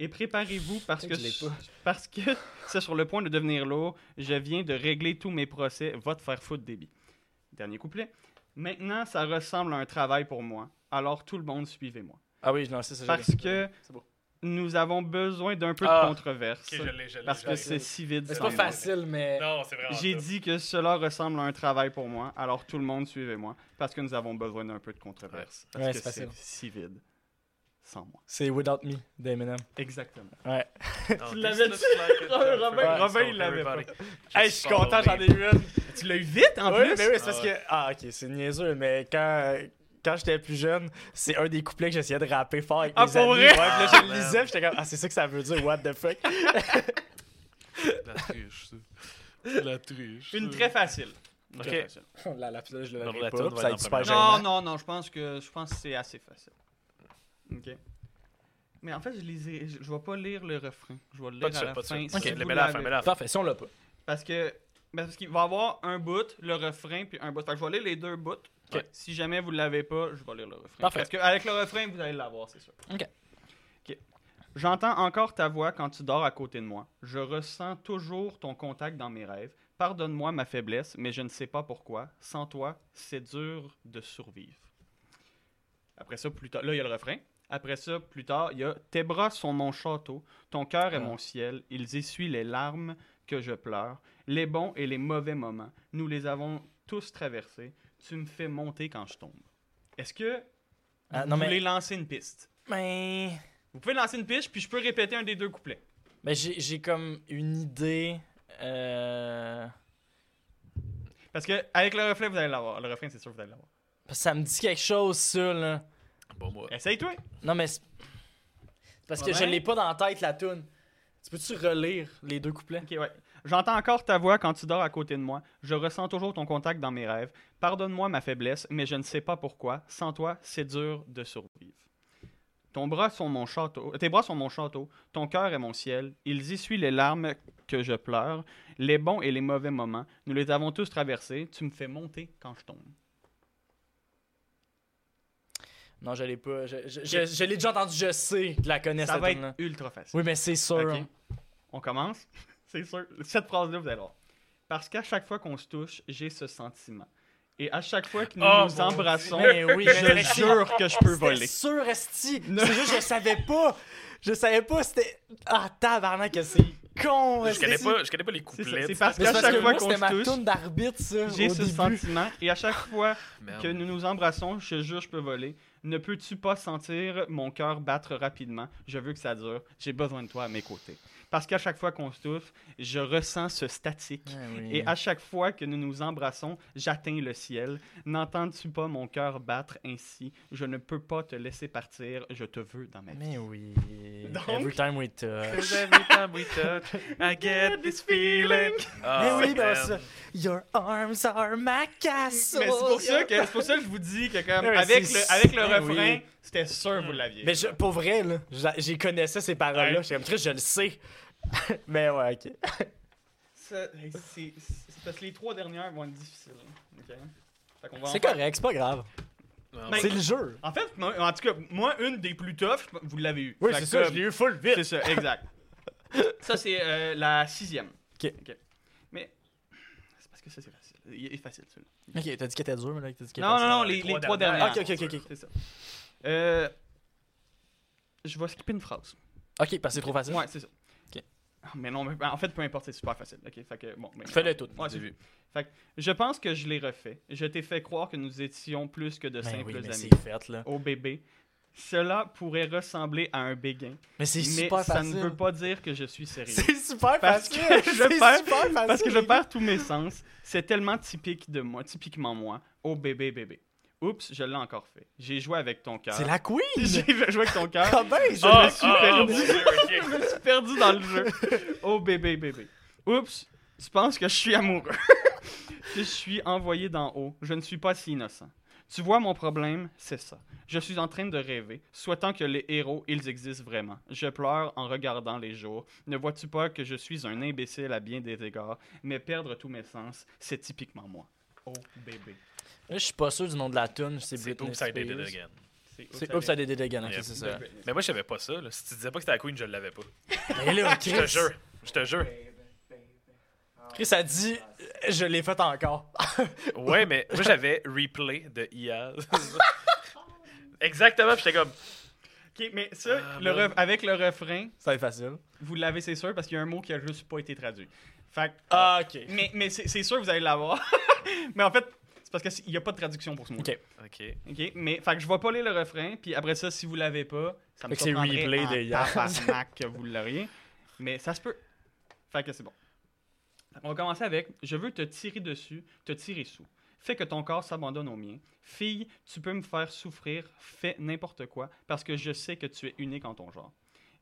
S3: Et préparez-vous parce que,
S6: Je l'ai pas.
S3: parce que c'est sur le point de devenir lourd. Je viens de régler tous mes procès. Va te faire foutre, débit. Dernier couplet. Maintenant, ça ressemble à un travail pour moi. Alors tout le monde, suivez-moi.
S1: Ah oui, non, c'est ça.
S3: Parce que
S7: C'est beau.
S3: nous avons besoin d'un peu
S4: Ah.
S3: de controverse.
S4: Ok, je l'ai, je l'ai,
S3: parce
S4: je
S3: que
S4: l'ai.
S3: c'est si vide.
S4: C'est
S3: sans
S4: pas
S3: moi.
S4: facile,
S1: mais.
S4: Non, c'est vraiment.
S3: J'ai
S4: tough.
S3: dit que cela ressemble à un travail pour moi, alors tout le monde suivez-moi, parce que nous avons besoin d'un peu de controverse. Parce
S1: Ouais,
S3: que
S1: c'est facile.
S3: si vide sans moi.
S1: C'est Without Me d'Eminem.
S3: Exactement.
S1: Ouais.
S4: Non,
S3: Tu
S4: this
S3: l'avais
S4: looks
S3: dit.
S4: like a
S3: Robin-
S4: job
S3: Robin-
S4: for
S3: Robin, il
S4: everybody.
S3: l'avait pas.
S4: Just
S1: Hey, je suis
S4: follow
S1: content,
S4: me.
S1: j'en ai eu une.
S3: Tu l'as eu vite en
S1: Oui, mais oui, c'est parce
S4: Ah
S1: que. Ah, ok, c'est niaiseux, mais quand. Quand j'étais plus jeune, c'est un des couplets que j'essayais de rapper fort avec
S3: Ah,
S1: mes
S3: pour
S1: amis.
S3: vrai?
S1: Ouais, puis là, je le
S4: Ah,
S1: lisais, puis j'étais comme, ah, c'est ça que ça veut dire, what the fuck.
S4: La triche, ça. La triche.
S3: Une
S4: ça.
S3: très facile. Une
S4: Ok.
S3: très facile.
S1: Oh là là, puis là, je le
S4: Non,
S1: verrai
S4: la
S1: pas,
S4: toune
S1: puis ça
S4: va
S1: va
S4: être
S1: être
S4: en
S1: super
S4: première.
S3: Non,
S1: gênant.
S3: non, non, je pense que je pense que c'est assez facile. OK. Mais en fait, je les ai- je je vais pas lire le refrain. Je vais le lire
S4: Pas de
S3: à
S4: suite,
S3: la
S4: pas de
S3: fin.
S4: suite.
S3: si
S4: Ok,
S3: vous
S4: mais la fin,
S3: l'avez.
S4: mais la fin.
S1: Parfait, si on l'a pas.
S3: Parce que ben, parce qu'il va y avoir un bout, le refrain, puis un bout. Fait que je vais lire les deux bouts.
S4: Ouais.
S3: Si jamais vous ne l'avez pas, je vais lire le refrain.
S1: Parfait.
S3: Parce qu'avec le refrain, vous allez l'avoir, c'est sûr.
S1: Ok.
S3: OK. J'entends encore ta voix quand tu dors à côté de moi. Je ressens toujours ton contact dans mes rêves. Pardonne-moi ma faiblesse, mais je ne sais pas pourquoi. Sans toi, c'est dur de survivre. Après ça, plus tard, là, il y a le refrain. Après ça, plus tard, il y a Tes bras sont mon château, ton cœur
S1: Ah.
S3: est mon ciel, ils essuient les larmes que je pleure, les bons et les mauvais moments, nous les avons tous traversés, tu me fais monter quand je tombe. Est-ce que
S1: Ah,
S3: vous
S1: non, mais-
S3: voulez lancer une piste
S1: Mais.
S3: Vous pouvez lancer une piste, puis je peux répéter un des deux couplets.
S1: Mais j'ai j'ai comme une idée. Euh...
S3: Parce que avec le refrain, vous allez l'avoir. Le refrain, c'est sûr, vous allez l'avoir.
S1: parce que Ça me dit quelque chose, ça, là.
S4: Bon, moi.
S3: Essaye-toi.
S1: Non, mais. c'est- c'est Parce que je
S3: Ouais.
S1: l'ai pas dans la tête, la toune. Tu peux-tu relire les deux couplets?
S3: Ok, ouais. J'entends encore ta voix quand tu dors à côté de moi. Je ressens toujours ton contact dans mes rêves. Pardonne-moi ma faiblesse, mais je ne sais pas pourquoi. Sans toi, c'est dur de survivre. Ton bras sont mon château. Tes bras sont mon château. Ton cœur est mon ciel. Ils essuient les larmes que je pleure. Les bons et les mauvais moments, nous les avons tous traversés. Tu me fais monter quand je tombe.
S1: Non, je l'ai pas. Je, je- je- je l'ai déjà entendu, je sais de la connaître,
S3: Ça
S1: cette
S3: va
S1: toune
S3: être ultra facile.
S1: Oui, mais c'est sûr.
S3: Ok.
S1: hein.
S3: On commence? C'est sûr. Cette phrase-là, vous allez voir. Parce qu'à chaque fois qu'on se touche, j'ai ce sentiment. Et à chaque fois que nous
S4: Oh,
S3: nous
S4: mon
S3: embrassons,
S1: Mais oui,
S3: je
S1: je
S3: jure que je peux
S1: C'était
S3: voler.
S1: sûr, Esti.
S3: Non.
S1: C'est juste, je savais pas. Je savais pas, c'était. Ah, tabarnak, que c'est con,
S4: Je connais
S1: esti.
S4: pas, je connais pas les
S3: C'est ça,
S4: couplets.
S3: C'est parce
S1: Mais c'est
S3: qu'à
S1: parce
S3: chaque
S1: que
S3: fois
S1: moi,
S3: qu'on
S1: c'était ma
S3: se touche,
S1: toune d'arbitre, ça.
S3: j'ai
S1: au
S3: ce
S1: début.
S3: sentiment. Et à chaque fois
S4: Merde.
S3: que nous nous embrassons, je jure je peux voler. Ne peux-tu pas sentir mon cœur battre rapidement? Je veux que ça dure. J'ai besoin de toi à mes côtés. Parce qu'à chaque fois qu'on se touche, je ressens ce statique.
S1: Ah oui.
S3: Et à chaque fois que nous nous embrassons, j'atteins le ciel. N'entends-tu pas mon cœur battre ainsi Je ne peux pas te laisser partir. Je te veux dans ma vie.
S1: Mais oui.
S3: Donc-
S1: Every time we touch.
S4: Every time we touch, I get this feeling.
S1: Mais
S4: Ah,
S1: oui, ben
S4: man.
S1: ça. Your arms are my castle.
S3: Mais c'est pour, ça que, c'est pour ça que je vous dis que comme,
S1: Ouais,
S3: avec,
S1: c'est-
S3: le, avec le
S1: Ben
S3: refrain,
S1: oui.
S3: c'était sûr que vous l'aviez.
S1: Mais je- pour vrai, là, j'a- j'ai connaissais ces paroles-là.
S3: Ouais.
S1: J'étais comme, Chris, je le sais. Mais ouais, ok.
S3: Ça, hey, C'est c'est parce que les trois dernières vont être difficiles. hein. Ok? Fait qu'on va Ben, en
S1: C'est
S3: faire-
S1: correct, c'est pas grave.
S4: Non,
S3: Mais-
S1: C'est le jeu.
S3: En fait, moi- en tout cas, moi, une des plus tough, vous l'avez eu.
S1: Oui, c'est ça, je l'ai eu full vite.
S3: C'est ça, exact. ça, c'est euh, la sixième.
S1: Ok.
S3: Mais c'est parce que ça, c'est facile. Il est facile, celui-là.
S1: Ok, t'as dit qu'elle était dure, mais là, t'as dit qu'elle
S3: Non, non,
S1: était
S3: non,
S4: les
S3: les, les
S4: trois
S3: trois
S4: dernières.
S3: dernières.
S1: Ok, ok, ok, ok.
S3: C'est ça. Euh, je vais skipper une phrase.
S1: facile. Ok, parce que c'est trop facile.
S3: Ouais, c'est ça.
S1: Ok.
S3: Ah, Mais non, mais en fait, peu importe, c'est super facile. Ok, fait que bon. mais-
S1: Fais-le tout.
S3: Ouais, c'est vu. Fait que, je pense que je l'ai refait. Je t'ai fait croire que nous étions plus que de
S1: Ben
S3: simples
S1: oui, mais
S3: amis.
S1: c'est fait, là.
S3: Au bébé. Cela pourrait ressembler à un béguin,
S1: Mais c'est
S3: mais
S1: super
S3: ça ne
S1: facile.
S3: veut pas dire que je suis sérieux.
S1: C'est super
S3: Parce
S1: facile.
S3: que je
S1: C'est
S3: perds-
S1: super facile.
S3: Parce que je perds tous mes sens. C'est tellement typique de moi, typiquement moi. Oh bébé, bébé. Oups, je l'ai encore fait. J'ai joué avec ton cœur.
S1: C'est la queen.
S3: J'ai joué avec ton cœur.
S1: Ah ben,
S3: Je
S1: je-
S4: Ah,
S3: me suis
S4: ah,
S3: perdu.
S4: mon Dieu, ok.
S3: je me suis perdu dans le jeu. Oh bébé, bébé. Oups, tu penses que je suis amoureux. je suis envoyé d'en haut. Je ne suis pas si innocent. Tu vois, mon problème, c'est ça. Je suis en train de rêver, souhaitant que les héros, ils existent vraiment. Je pleure en regardant les jours. Ne vois-tu pas que je suis un imbécile à bien des égards, mais perdre tous mes sens, c'est typiquement moi. Oh, bébé.
S1: Je suis pas sûr du nom de la tune. C'est
S4: C'est
S1: Britney
S4: Oops, I Did It
S1: Spears.
S4: Again.
S1: C'est Oups, ça des dégâts,
S4: Yep.
S1: c'est ça.
S4: Mais moi, je savais pas ça. là. Si tu disais pas que c'était la Queen, je l'avais pas.
S1: Mais là,
S4: Je te
S1: Chris,
S4: jure. Je te jure.
S1: Chris a dit, je l'ai fait encore.
S4: Ouais, mais moi, j'avais replay de E IA. Exactement, puis j'étais comme.
S3: Ok, mais ça,
S4: Ah,
S3: le
S4: man.
S3: ref- avec le refrain,
S1: Ça va être facile.
S3: vous l'avez, c'est sûr, parce qu'il y a un mot qui a juste pas été traduit. Fait que-
S1: Ah, ok.
S3: Mais, mais c'est c'est sûr, vous allez l'avoir. mais en fait, c'est parce qu'il n'y a pas de traduction pour ce mot.
S1: Ok.
S4: Ok.
S3: OK, mais fait que je vais pas lire le refrain, puis après ça, si vous l'avez pas, ça me
S1: Fait que c'est
S3: surprendrait
S1: replay
S3: en
S1: de hier.
S3: tabarnak que vous l'auriez. Mais ça se peut. Fait que c'est bon. On va commencer avec « Je veux te tirer dessus, te tirer sous. Fais que ton corps s'abandonne au mien. Fille, tu peux me faire souffrir, fais n'importe quoi, parce que je sais que tu es unique en ton genre.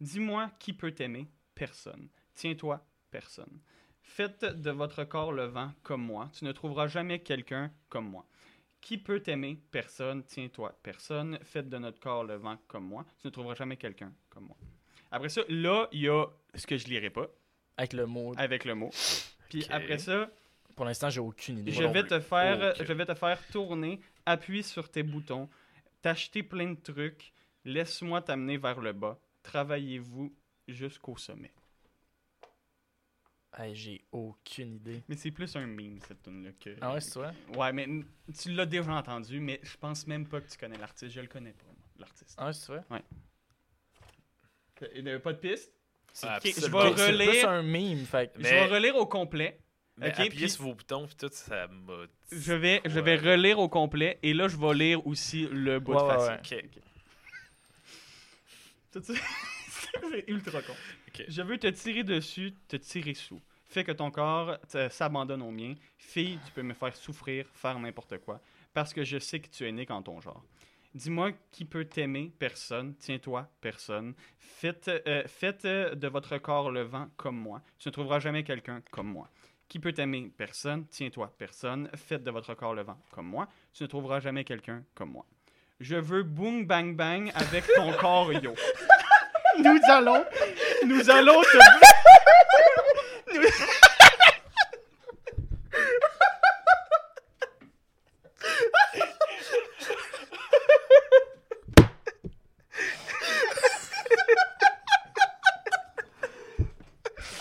S3: Dis-moi qui peut t'aimer. Personne. Tiens-toi, personne. Faites de votre corps le vent comme moi. Tu ne trouveras jamais quelqu'un comme moi. Qui peut t'aimer Personne. Tiens-toi, personne. Faites de notre corps le vent comme moi. Tu ne trouveras jamais quelqu'un comme moi. Après ça, là, il y a ce que je lirai pas
S1: Avec le mot.
S3: avec le mot. Puis
S4: Ok.
S3: après ça,
S1: Pour l'instant, j'ai aucune idée.
S3: je
S4: non
S3: vais
S4: plus.
S3: te faire,
S4: Ok.
S3: je vais te faire tourner, appuie sur tes boutons, t'acheter plein de trucs, laisse-moi t'amener vers le bas, travaillez-vous jusqu'au sommet.
S1: Hey, j'ai aucune idée.
S3: Mais c'est plus un meme cette tune là que.
S1: Ah ouais, c'est toi?
S3: Ouais, mais n- tu l'as déjà entendu, mais je pense même pas que tu connais l'artiste, je le connais pas moi, l'artiste.
S1: Ah ouais, c'est toi?
S3: Il n'y a pas de piste.
S4: Ah,
S3: ok, je
S4: absolument.
S3: vais
S1: Ok, C'est
S3: relire.
S1: plus un meme, fait que-
S4: Mais-
S3: Je vais relire au complet.
S4: Mais
S3: Ok,
S4: appuyez
S3: puis-
S4: sur vos boutons, puis tout, ça m'a.
S3: Je vais, je vais
S4: Ouais.
S3: relire au complet et là je vais lire aussi le bout
S1: Ouais,
S3: de
S1: ouais,
S3: facile.
S1: ouais.
S4: Ok.
S3: Tout ça- c'est ultra con.
S4: Ok.
S3: Je veux te tirer dessus, te tirer sous. Fais que ton corps te- s'abandonne au mien. Fille, tu peux me faire souffrir, faire n'importe quoi. Parce que je sais que tu es né quand ton genre. Dis-moi qui peut t'aimer, personne. Tiens-toi, personne. Faites, euh, faites euh, de votre corps le vent comme moi. Tu ne trouveras jamais quelqu'un comme moi. Qui peut t'aimer, personne. Tiens-toi, personne. Faites de votre corps le vent comme moi. Tu ne trouveras jamais quelqu'un comme moi. Je veux boom bang bang avec ton corps yo. Nous allons, nous allons te. Nous-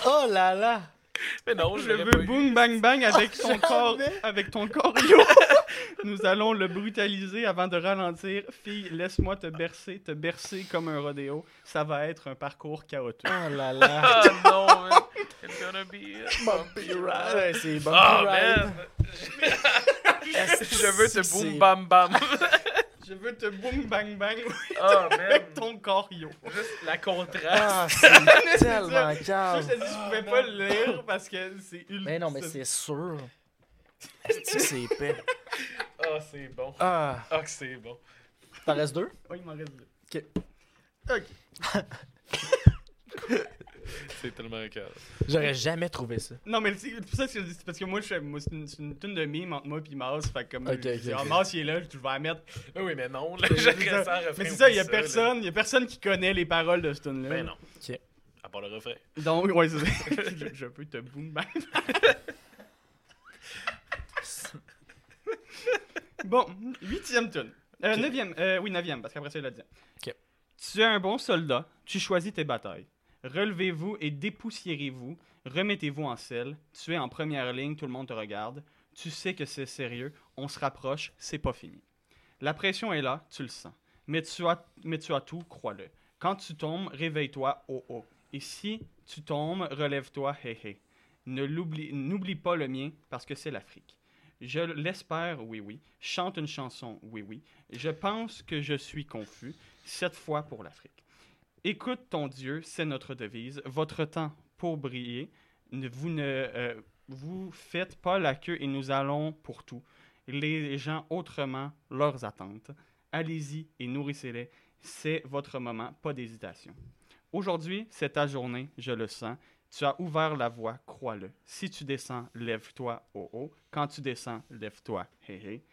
S1: Oh là là!
S4: Mais non,
S3: Je
S4: l'aurais pas
S3: veux
S4: eu.
S3: boom bang bang avec ton corps, avec ton corps yo. Nous allons le brutaliser avant de ralentir. Fille, laisse-moi te bercer, te bercer comme un rodéo. Ça va être un parcours chaotique.
S1: Oh là là!
S4: Ah non, man. It's gonna be a bumpy
S1: Ah
S4: ride.
S1: ouais, c'est bon.
S4: Ah, man. Je veux te boom bam bam.
S3: Je veux te boom bang bang
S4: Ah, man.
S3: avec ton corps yo.
S4: Juste la contraste.
S1: Ah, c'est
S3: Ça,
S1: tellement
S3: Ça,
S1: calme!
S3: je te dis, je pouvais pas le lire parce que c'est ultra.
S1: Mais Ben non, mais c'est sûr. Est-ce que c'est épais?
S4: Ah, c'est bon.
S1: Ah!
S4: Ah, que c'est bon.
S1: T'en restes deux?
S3: Oh, il m'en reste deux.
S4: C'est tellement cœur.
S1: J'aurais jamais trouvé ça.
S3: Non, mais c'est c'est pour ça que je dis, c'est parce que moi, je, suis- moi c'est une, c'est une toune de mime entre moi et Mars. Fait que comme
S1: Ok,
S3: je
S1: ok,
S3: dis,
S1: ok.
S3: Ah, Mars, il est là, je je vais la mettre.
S4: Mais oui, mais non, là, j'aurais ça
S3: Mais c'est ça, il y a personne, il y a personne qui connaît les paroles de cette tune là
S4: Ben non.
S1: Ok.
S4: À part le refrain.
S3: Donc, ouais, c'est ça. je, je peux te boom bang. bon, huitième tune. Euh, Neuvième, euh, oui, neuvième, parce qu'après ça, il a dit.
S1: Ok.
S3: Tu es un bon soldat, tu choisis tes batailles. Relevez-vous et dépoussiérez-vous, remettez-vous en selle, tu es en première ligne, tout le monde te regarde, tu sais que c'est sérieux, on se rapproche, c'est pas fini. La pression est là, tu le sens. Mais tu as, mais tu as tout, crois-le. Quand tu tombes, réveille-toi, oh oh. Et si tu tombes, relève-toi, hé hé. Ne l'oublie- N'oublie pas le mien parce que c'est l'Afrique. Je l'espère, oui oui. Chante une chanson, oui oui. Je pense que je suis confus, cette fois pour l'Afrique. Écoute ton Dieu, c'est notre devise. Votre temps pour briller. Ne- vous ne euh, vous faites pas la queue et nous allons pour tout. Les gens autrement, leurs attentes. Allez-y et nourrissez-les. C'est votre moment, pas d'hésitation. Aujourd'hui, c'est ta journée, je le sens. Tu as ouvert la voie, crois-le. Si tu descends, lève-toi au haut. Quand tu descends, lève-toi. Hé hé.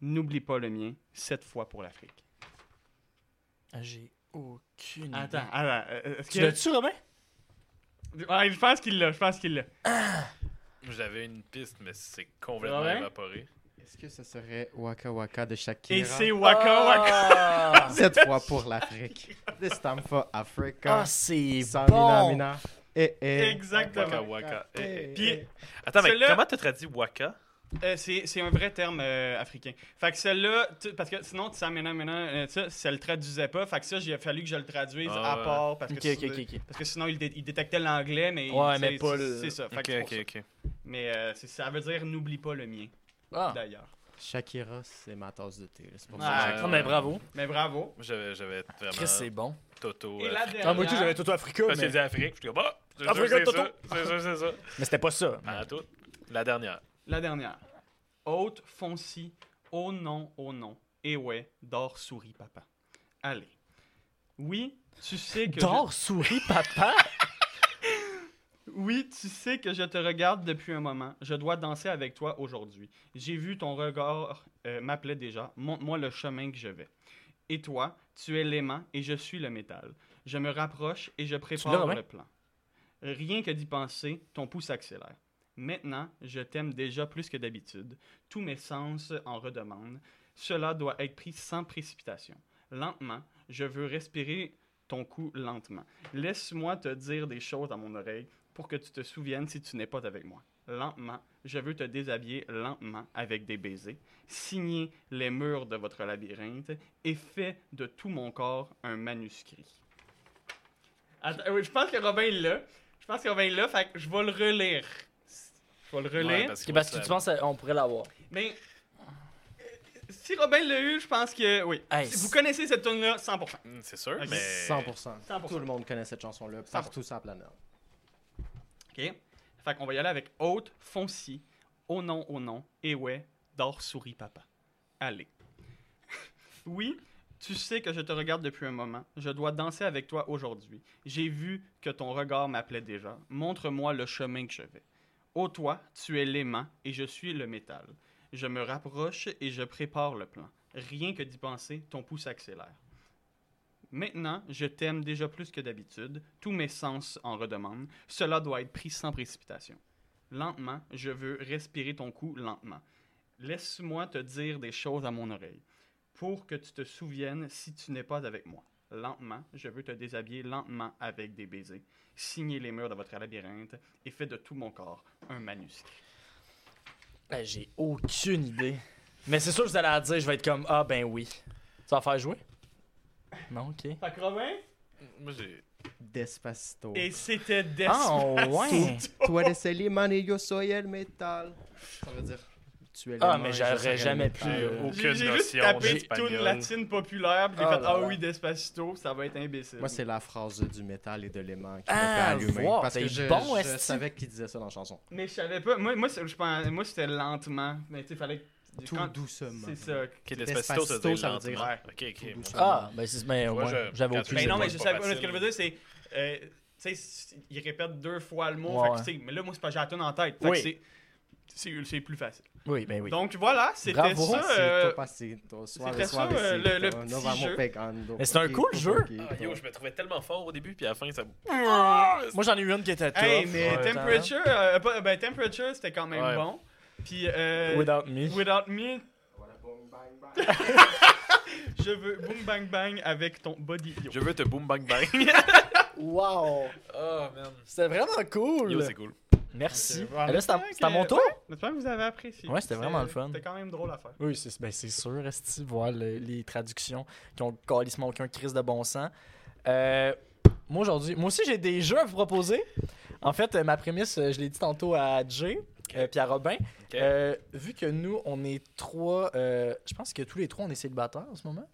S3: N'oublie pas le mien, cette fois pour l'Afrique.
S1: Ah, J'ai aucune idée.
S3: Attends, attends. euh, Est-ce
S1: Tu
S3: que...
S1: l'as-tu, Robin?
S3: Ah, je pense qu'il l'a, je pense qu'il l'a.
S1: Ah
S4: J'avais une piste, mais c'est complètement
S3: Ouais.
S4: évaporé.
S6: Est-ce que ce serait Waka Waka de Shakira?
S3: Et c'est
S1: Oh!
S3: Waka Waka.
S1: Ah,
S6: Cette fois pour l'Afrique. This time for Africa.
S1: Ah, c'est
S6: Sans mina,
S1: bon.
S6: mina. Eh, eh.
S3: Exactement.
S4: Waka Waka. Eh, eh.
S6: Eh,
S3: Puis,
S6: eh.
S4: Attends, mais
S3: Celui-là-
S4: comment t'as traduit Waka
S3: Euh, c'est c'est un vrai terme euh, africain. Fait que celle-là, tu- parce que sinon, tu sais, maintenant, maintenant, euh, ça, ça le traduisait pas. Fait que ça, j'ai fallu que je le traduise
S4: Ah
S3: à
S4: ouais.
S3: part. Parce que,
S1: Ok,
S3: tu-
S1: ok, ok, ok.
S3: parce que sinon, il, dé- il détectait l'anglais, mais.
S1: Ouais,
S3: tu
S1: mais
S3: sais,
S1: pas
S3: c'est-
S1: le-
S3: C'est ça. Fait
S4: Ok,
S3: que c'est pour
S4: ok,
S3: ça.
S4: ok.
S3: Mais euh, c'est- ça veut dire n'oublie pas le mien,
S1: Ah,
S3: d'ailleurs.
S6: Shakira, c'est ma tasse de thé. là. C'est pour ça.
S3: Ah,
S4: Ouais,
S1: non, mais
S4: ouais.
S1: bravo.
S3: Mais bravo.
S4: Moi, J'avais j'avais
S1: Chris, c'est
S4: vraiment
S1: bon.
S4: Toto.
S3: Et
S4: euh,
S1: Ah,
S3: la
S4: Afrique.
S3: dernière.
S1: Toto Africa,
S4: Parce qu'il dit Afrique, je suis comme, bah, c'est sûr,
S1: Afrique,
S4: c'est
S1: Toto.
S4: ça. C'est sûr, c'est ça.
S1: mais c'était pas ça. Ah,
S4: À tout. La dernière.
S3: La dernière. Haute, fonci, oh non, oh non. Et ouais, dors, souris, papa. Allez. Oui, tu sais que. je-
S1: Dors, souris, papa.
S3: Oui, tu sais que je te regarde depuis un moment. Je dois danser avec toi aujourd'hui. J'ai vu ton regard euh, m'appelait déjà. Montre-moi le chemin que je vais. Et toi, tu es l'aimant et je suis le métal. Je me rapproche et je
S1: l'as,
S3: prépare
S1: Romain?
S3: le plan. Rien que d'y penser, ton pouce accélère. Maintenant, je t'aime déjà plus que d'habitude. Tous mes sens en redemandent. Cela doit être pris sans précipitation. Lentement, je veux respirer ton cou lentement. Laisse-moi te dire des choses à mon oreille pour que tu te souviennes si tu n'es pas avec moi. Lentement, je veux te déshabiller lentement avec des baisers, signer les murs de votre labyrinthe et fais de tout mon corps un manuscrit. Attends, oui, je pense que Robin est là. Je pense que Robin est là, fait que je vais le relire. Je vais le relire.
S1: Ok,
S4: Ouais,
S1: Parce que
S4: moi,
S1: tu
S4: ça-
S1: penses qu'on pourrait l'avoir.
S3: Mais euh, si Robin l'a eu, je pense que oui.
S1: Hey,
S3: Vous
S1: c'est-
S3: connaissez cette tune là 100%.
S4: Hmm, C'est sûr,
S3: Ok.
S4: mais.
S6: 100%.
S3: 100%.
S6: Tout le monde connaît cette chanson-là partout sur la planète.
S3: OK. Fait qu'on va y aller avec haute, fonci, au nom, au nom, et ouais, dors, souris, papa. Allez. oui, tu sais que je te regarde depuis un moment. Je dois danser avec toi aujourd'hui. J'ai vu que ton regard m'appelait déjà. Montre-moi le chemin que je vais. Ô toi, tu es l'aimant et je suis le métal. Je me rapproche et je prépare le plan. Rien que d'y penser, ton pouce accélère. Maintenant, je t'aime déjà plus que d'habitude. Tous mes sens en redemandent. Cela doit être pris sans précipitation. Lentement, je veux respirer ton cou lentement. Laisse-moi te dire des choses à mon oreille pour que tu te souviennes si tu n'es pas avec moi. Lentement, je veux te déshabiller lentement avec des baisers, signer les murs de votre labyrinthe et fais de tout mon corps un manuscrit.
S1: Ben, J'ai aucune idée. Mais c'est sûr que vous allez la dire, je vais être comme Ah, ben oui. Tu vas faire jouer Non, ok.
S3: Fait que Robin,
S4: Moi, j'ai.
S6: Despacito.
S3: et c'était des...
S1: Ah, ouais.
S6: Toi, laissez les manes, yo soy el metal. Ça veut dire. Tu es
S1: Ah,
S6: l'aimant
S1: mais
S6: et je serai
S1: j'aurais
S6: le
S1: jamais
S6: métal.
S1: pu. euh,
S4: Aucune
S3: J'ai j'ai juste
S4: notion
S3: tapé
S4: d'espagnol.
S3: tune latine populaire, puis j'ai
S1: Ah
S3: fait
S1: là
S3: Ah
S1: là.
S3: oui, Despacito, ça va être imbécile.
S6: Moi, c'est la phrase du métal et de l'aimant qui
S1: Ah,
S6: m'a fait allumer.
S1: voir,
S6: parce
S1: t'es
S6: que je,
S1: bon,
S6: je
S1: esti.
S6: savais qu'il disait ça dans la chanson.
S3: Mais je savais pas. Moi, moi, c'est- je pense- moi, c'était lentement. Mais tu sais, fallait. que-
S6: Tout
S3: quand-
S6: doucement.
S3: C'est ça.
S4: Ok, Despacito, ça veut
S6: Despacito,
S4: dire.
S6: ça veut dire-
S4: lentement.
S3: Ouais.
S4: Ok, ok.
S6: Tout
S4: bon.
S6: doucement.
S1: Ah, ben c'est. Mais
S4: Moi,
S1: moi,
S4: je-
S1: j'avais
S4: quand
S1: aucune
S4: tu-
S3: Mais
S1: idée.
S3: non, mais
S4: c'est
S3: je
S4: pas
S3: savais pas. mais Ce
S4: facile.
S3: que je veux dire, c'est. euh, tu sais, il répète deux fois le mot.
S1: Ouais,
S3: Fait que, tu sais, mais là, moi, c'est pas j'ai la toune en tête. Fait
S1: Oui.
S3: que c'est- c'est. C'est plus facile.
S1: Oui, ben oui.
S3: Donc voilà, c'était
S1: Bravo. Ah,
S3: ça.
S6: Pasito,
S3: euh,
S6: pasito,
S3: c'était
S6: suave,
S3: ça,
S6: suave,
S3: euh, le- le
S6: pasito,
S3: petit
S6: no vamos
S3: jeu.
S6: pegando,
S1: Mais c'est un
S6: poquito,
S1: cool jeu.
S6: poquito.
S4: Ah, yo, je me trouvais tellement fort au début, puis à la fin, ça.
S1: Moi, j'en ai eu une qui était tough.
S3: Hey, mais
S1: Ouais.
S3: Temperature. euh, pas- ben, Temperature, c'était quand même
S4: Ouais.
S3: bon. Puis. euh,
S1: Without me.
S3: Without me. Je veux boom bang bang avec ton body. yo.
S4: Je veux te boom bang bang.
S1: Wow.
S4: oh, man.
S1: C'était vraiment
S4: Yo,
S1: cool.
S4: c'est cool.
S1: Merci.
S3: Ah,
S1: Ah, Là, c'est à-
S3: ok.
S1: c'est à mon tour.
S3: J'espère que vous avez apprécié.
S1: Ouais, c'était vraiment le fun.
S3: C'était quand même drôle à faire.
S1: Oui, c'est ben, c'est sûr, Esti, voir le- les traductions qui ont carrément aucun crise de bon sens. Euh, moi, aujourd'hui, moi aussi, j'ai des jeux à vous proposer. En fait, euh, ma prémisse, euh, je l'ai dit tantôt à Jay euh, puis à Robin. Euh, vu que nous, on est trois, euh, je pense que tous les trois, on est célibataires en ce moment.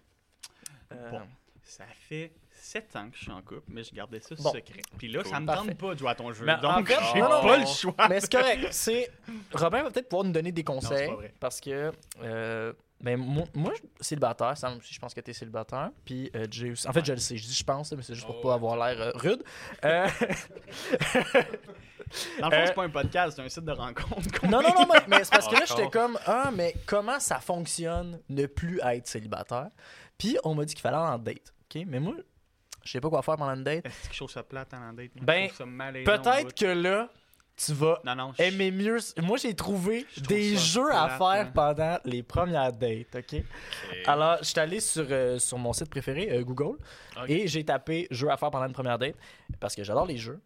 S1: Euh,
S3: Bon. Ça fait 7 ans que je suis en couple, mais je gardais ça
S1: Bon.
S3: secret. Puis là,
S4: Cool.
S3: ça me
S1: Parfait.
S3: tente pas de jouer à ton jeu.
S1: Mais en
S3: donc,
S1: fait,
S3: j'ai
S4: Oh.
S1: non, non,
S3: pas
S1: non.
S3: le choix.
S1: Mais c'est correct. C'est Robin va peut-être pouvoir nous donner des
S3: c'est
S1: conseils
S3: pas vrai.
S1: parce que euh, ben moi, moi, je- célibataire, Sam aussi, je pense que t'es célibataire. Puis euh, Jay aussi. En fait, je le sais, je dis je pense, mais c'est juste pour
S4: Oh,
S1: pas avoir l'air euh, rude. Euh,
S3: Dans le fond,
S1: Euh,
S3: c'est pas un podcast, c'est un site de rencontre.
S1: non, non, non, mais, mais c'est parce que là,
S4: Encore.
S1: j'étais comme ah, mais comment ça fonctionne ne plus être célibataire Puis on m'a dit qu'il fallait aller en date. Ok, mais moi, je sais pas quoi faire pendant une date.
S3: Est-ce que je trouve ça plate en date?
S1: Ben,
S3: Je trouve ça malaisant au bout.
S1: Peut-être que là, tu vas
S3: Non, non. je-
S1: aimer mieux. Moi, j'ai trouvé
S3: Je trouve
S1: des
S3: ça
S1: jeux à
S3: plate,
S1: faire
S3: hein.
S1: pendant les premières dates, OK?
S4: Ok.
S1: Alors, je suis allé sur, euh, sur mon site préféré, euh, Google,
S4: Ok.
S1: et j'ai tapé jeux à faire pendant une première date parce que j'adore les jeux.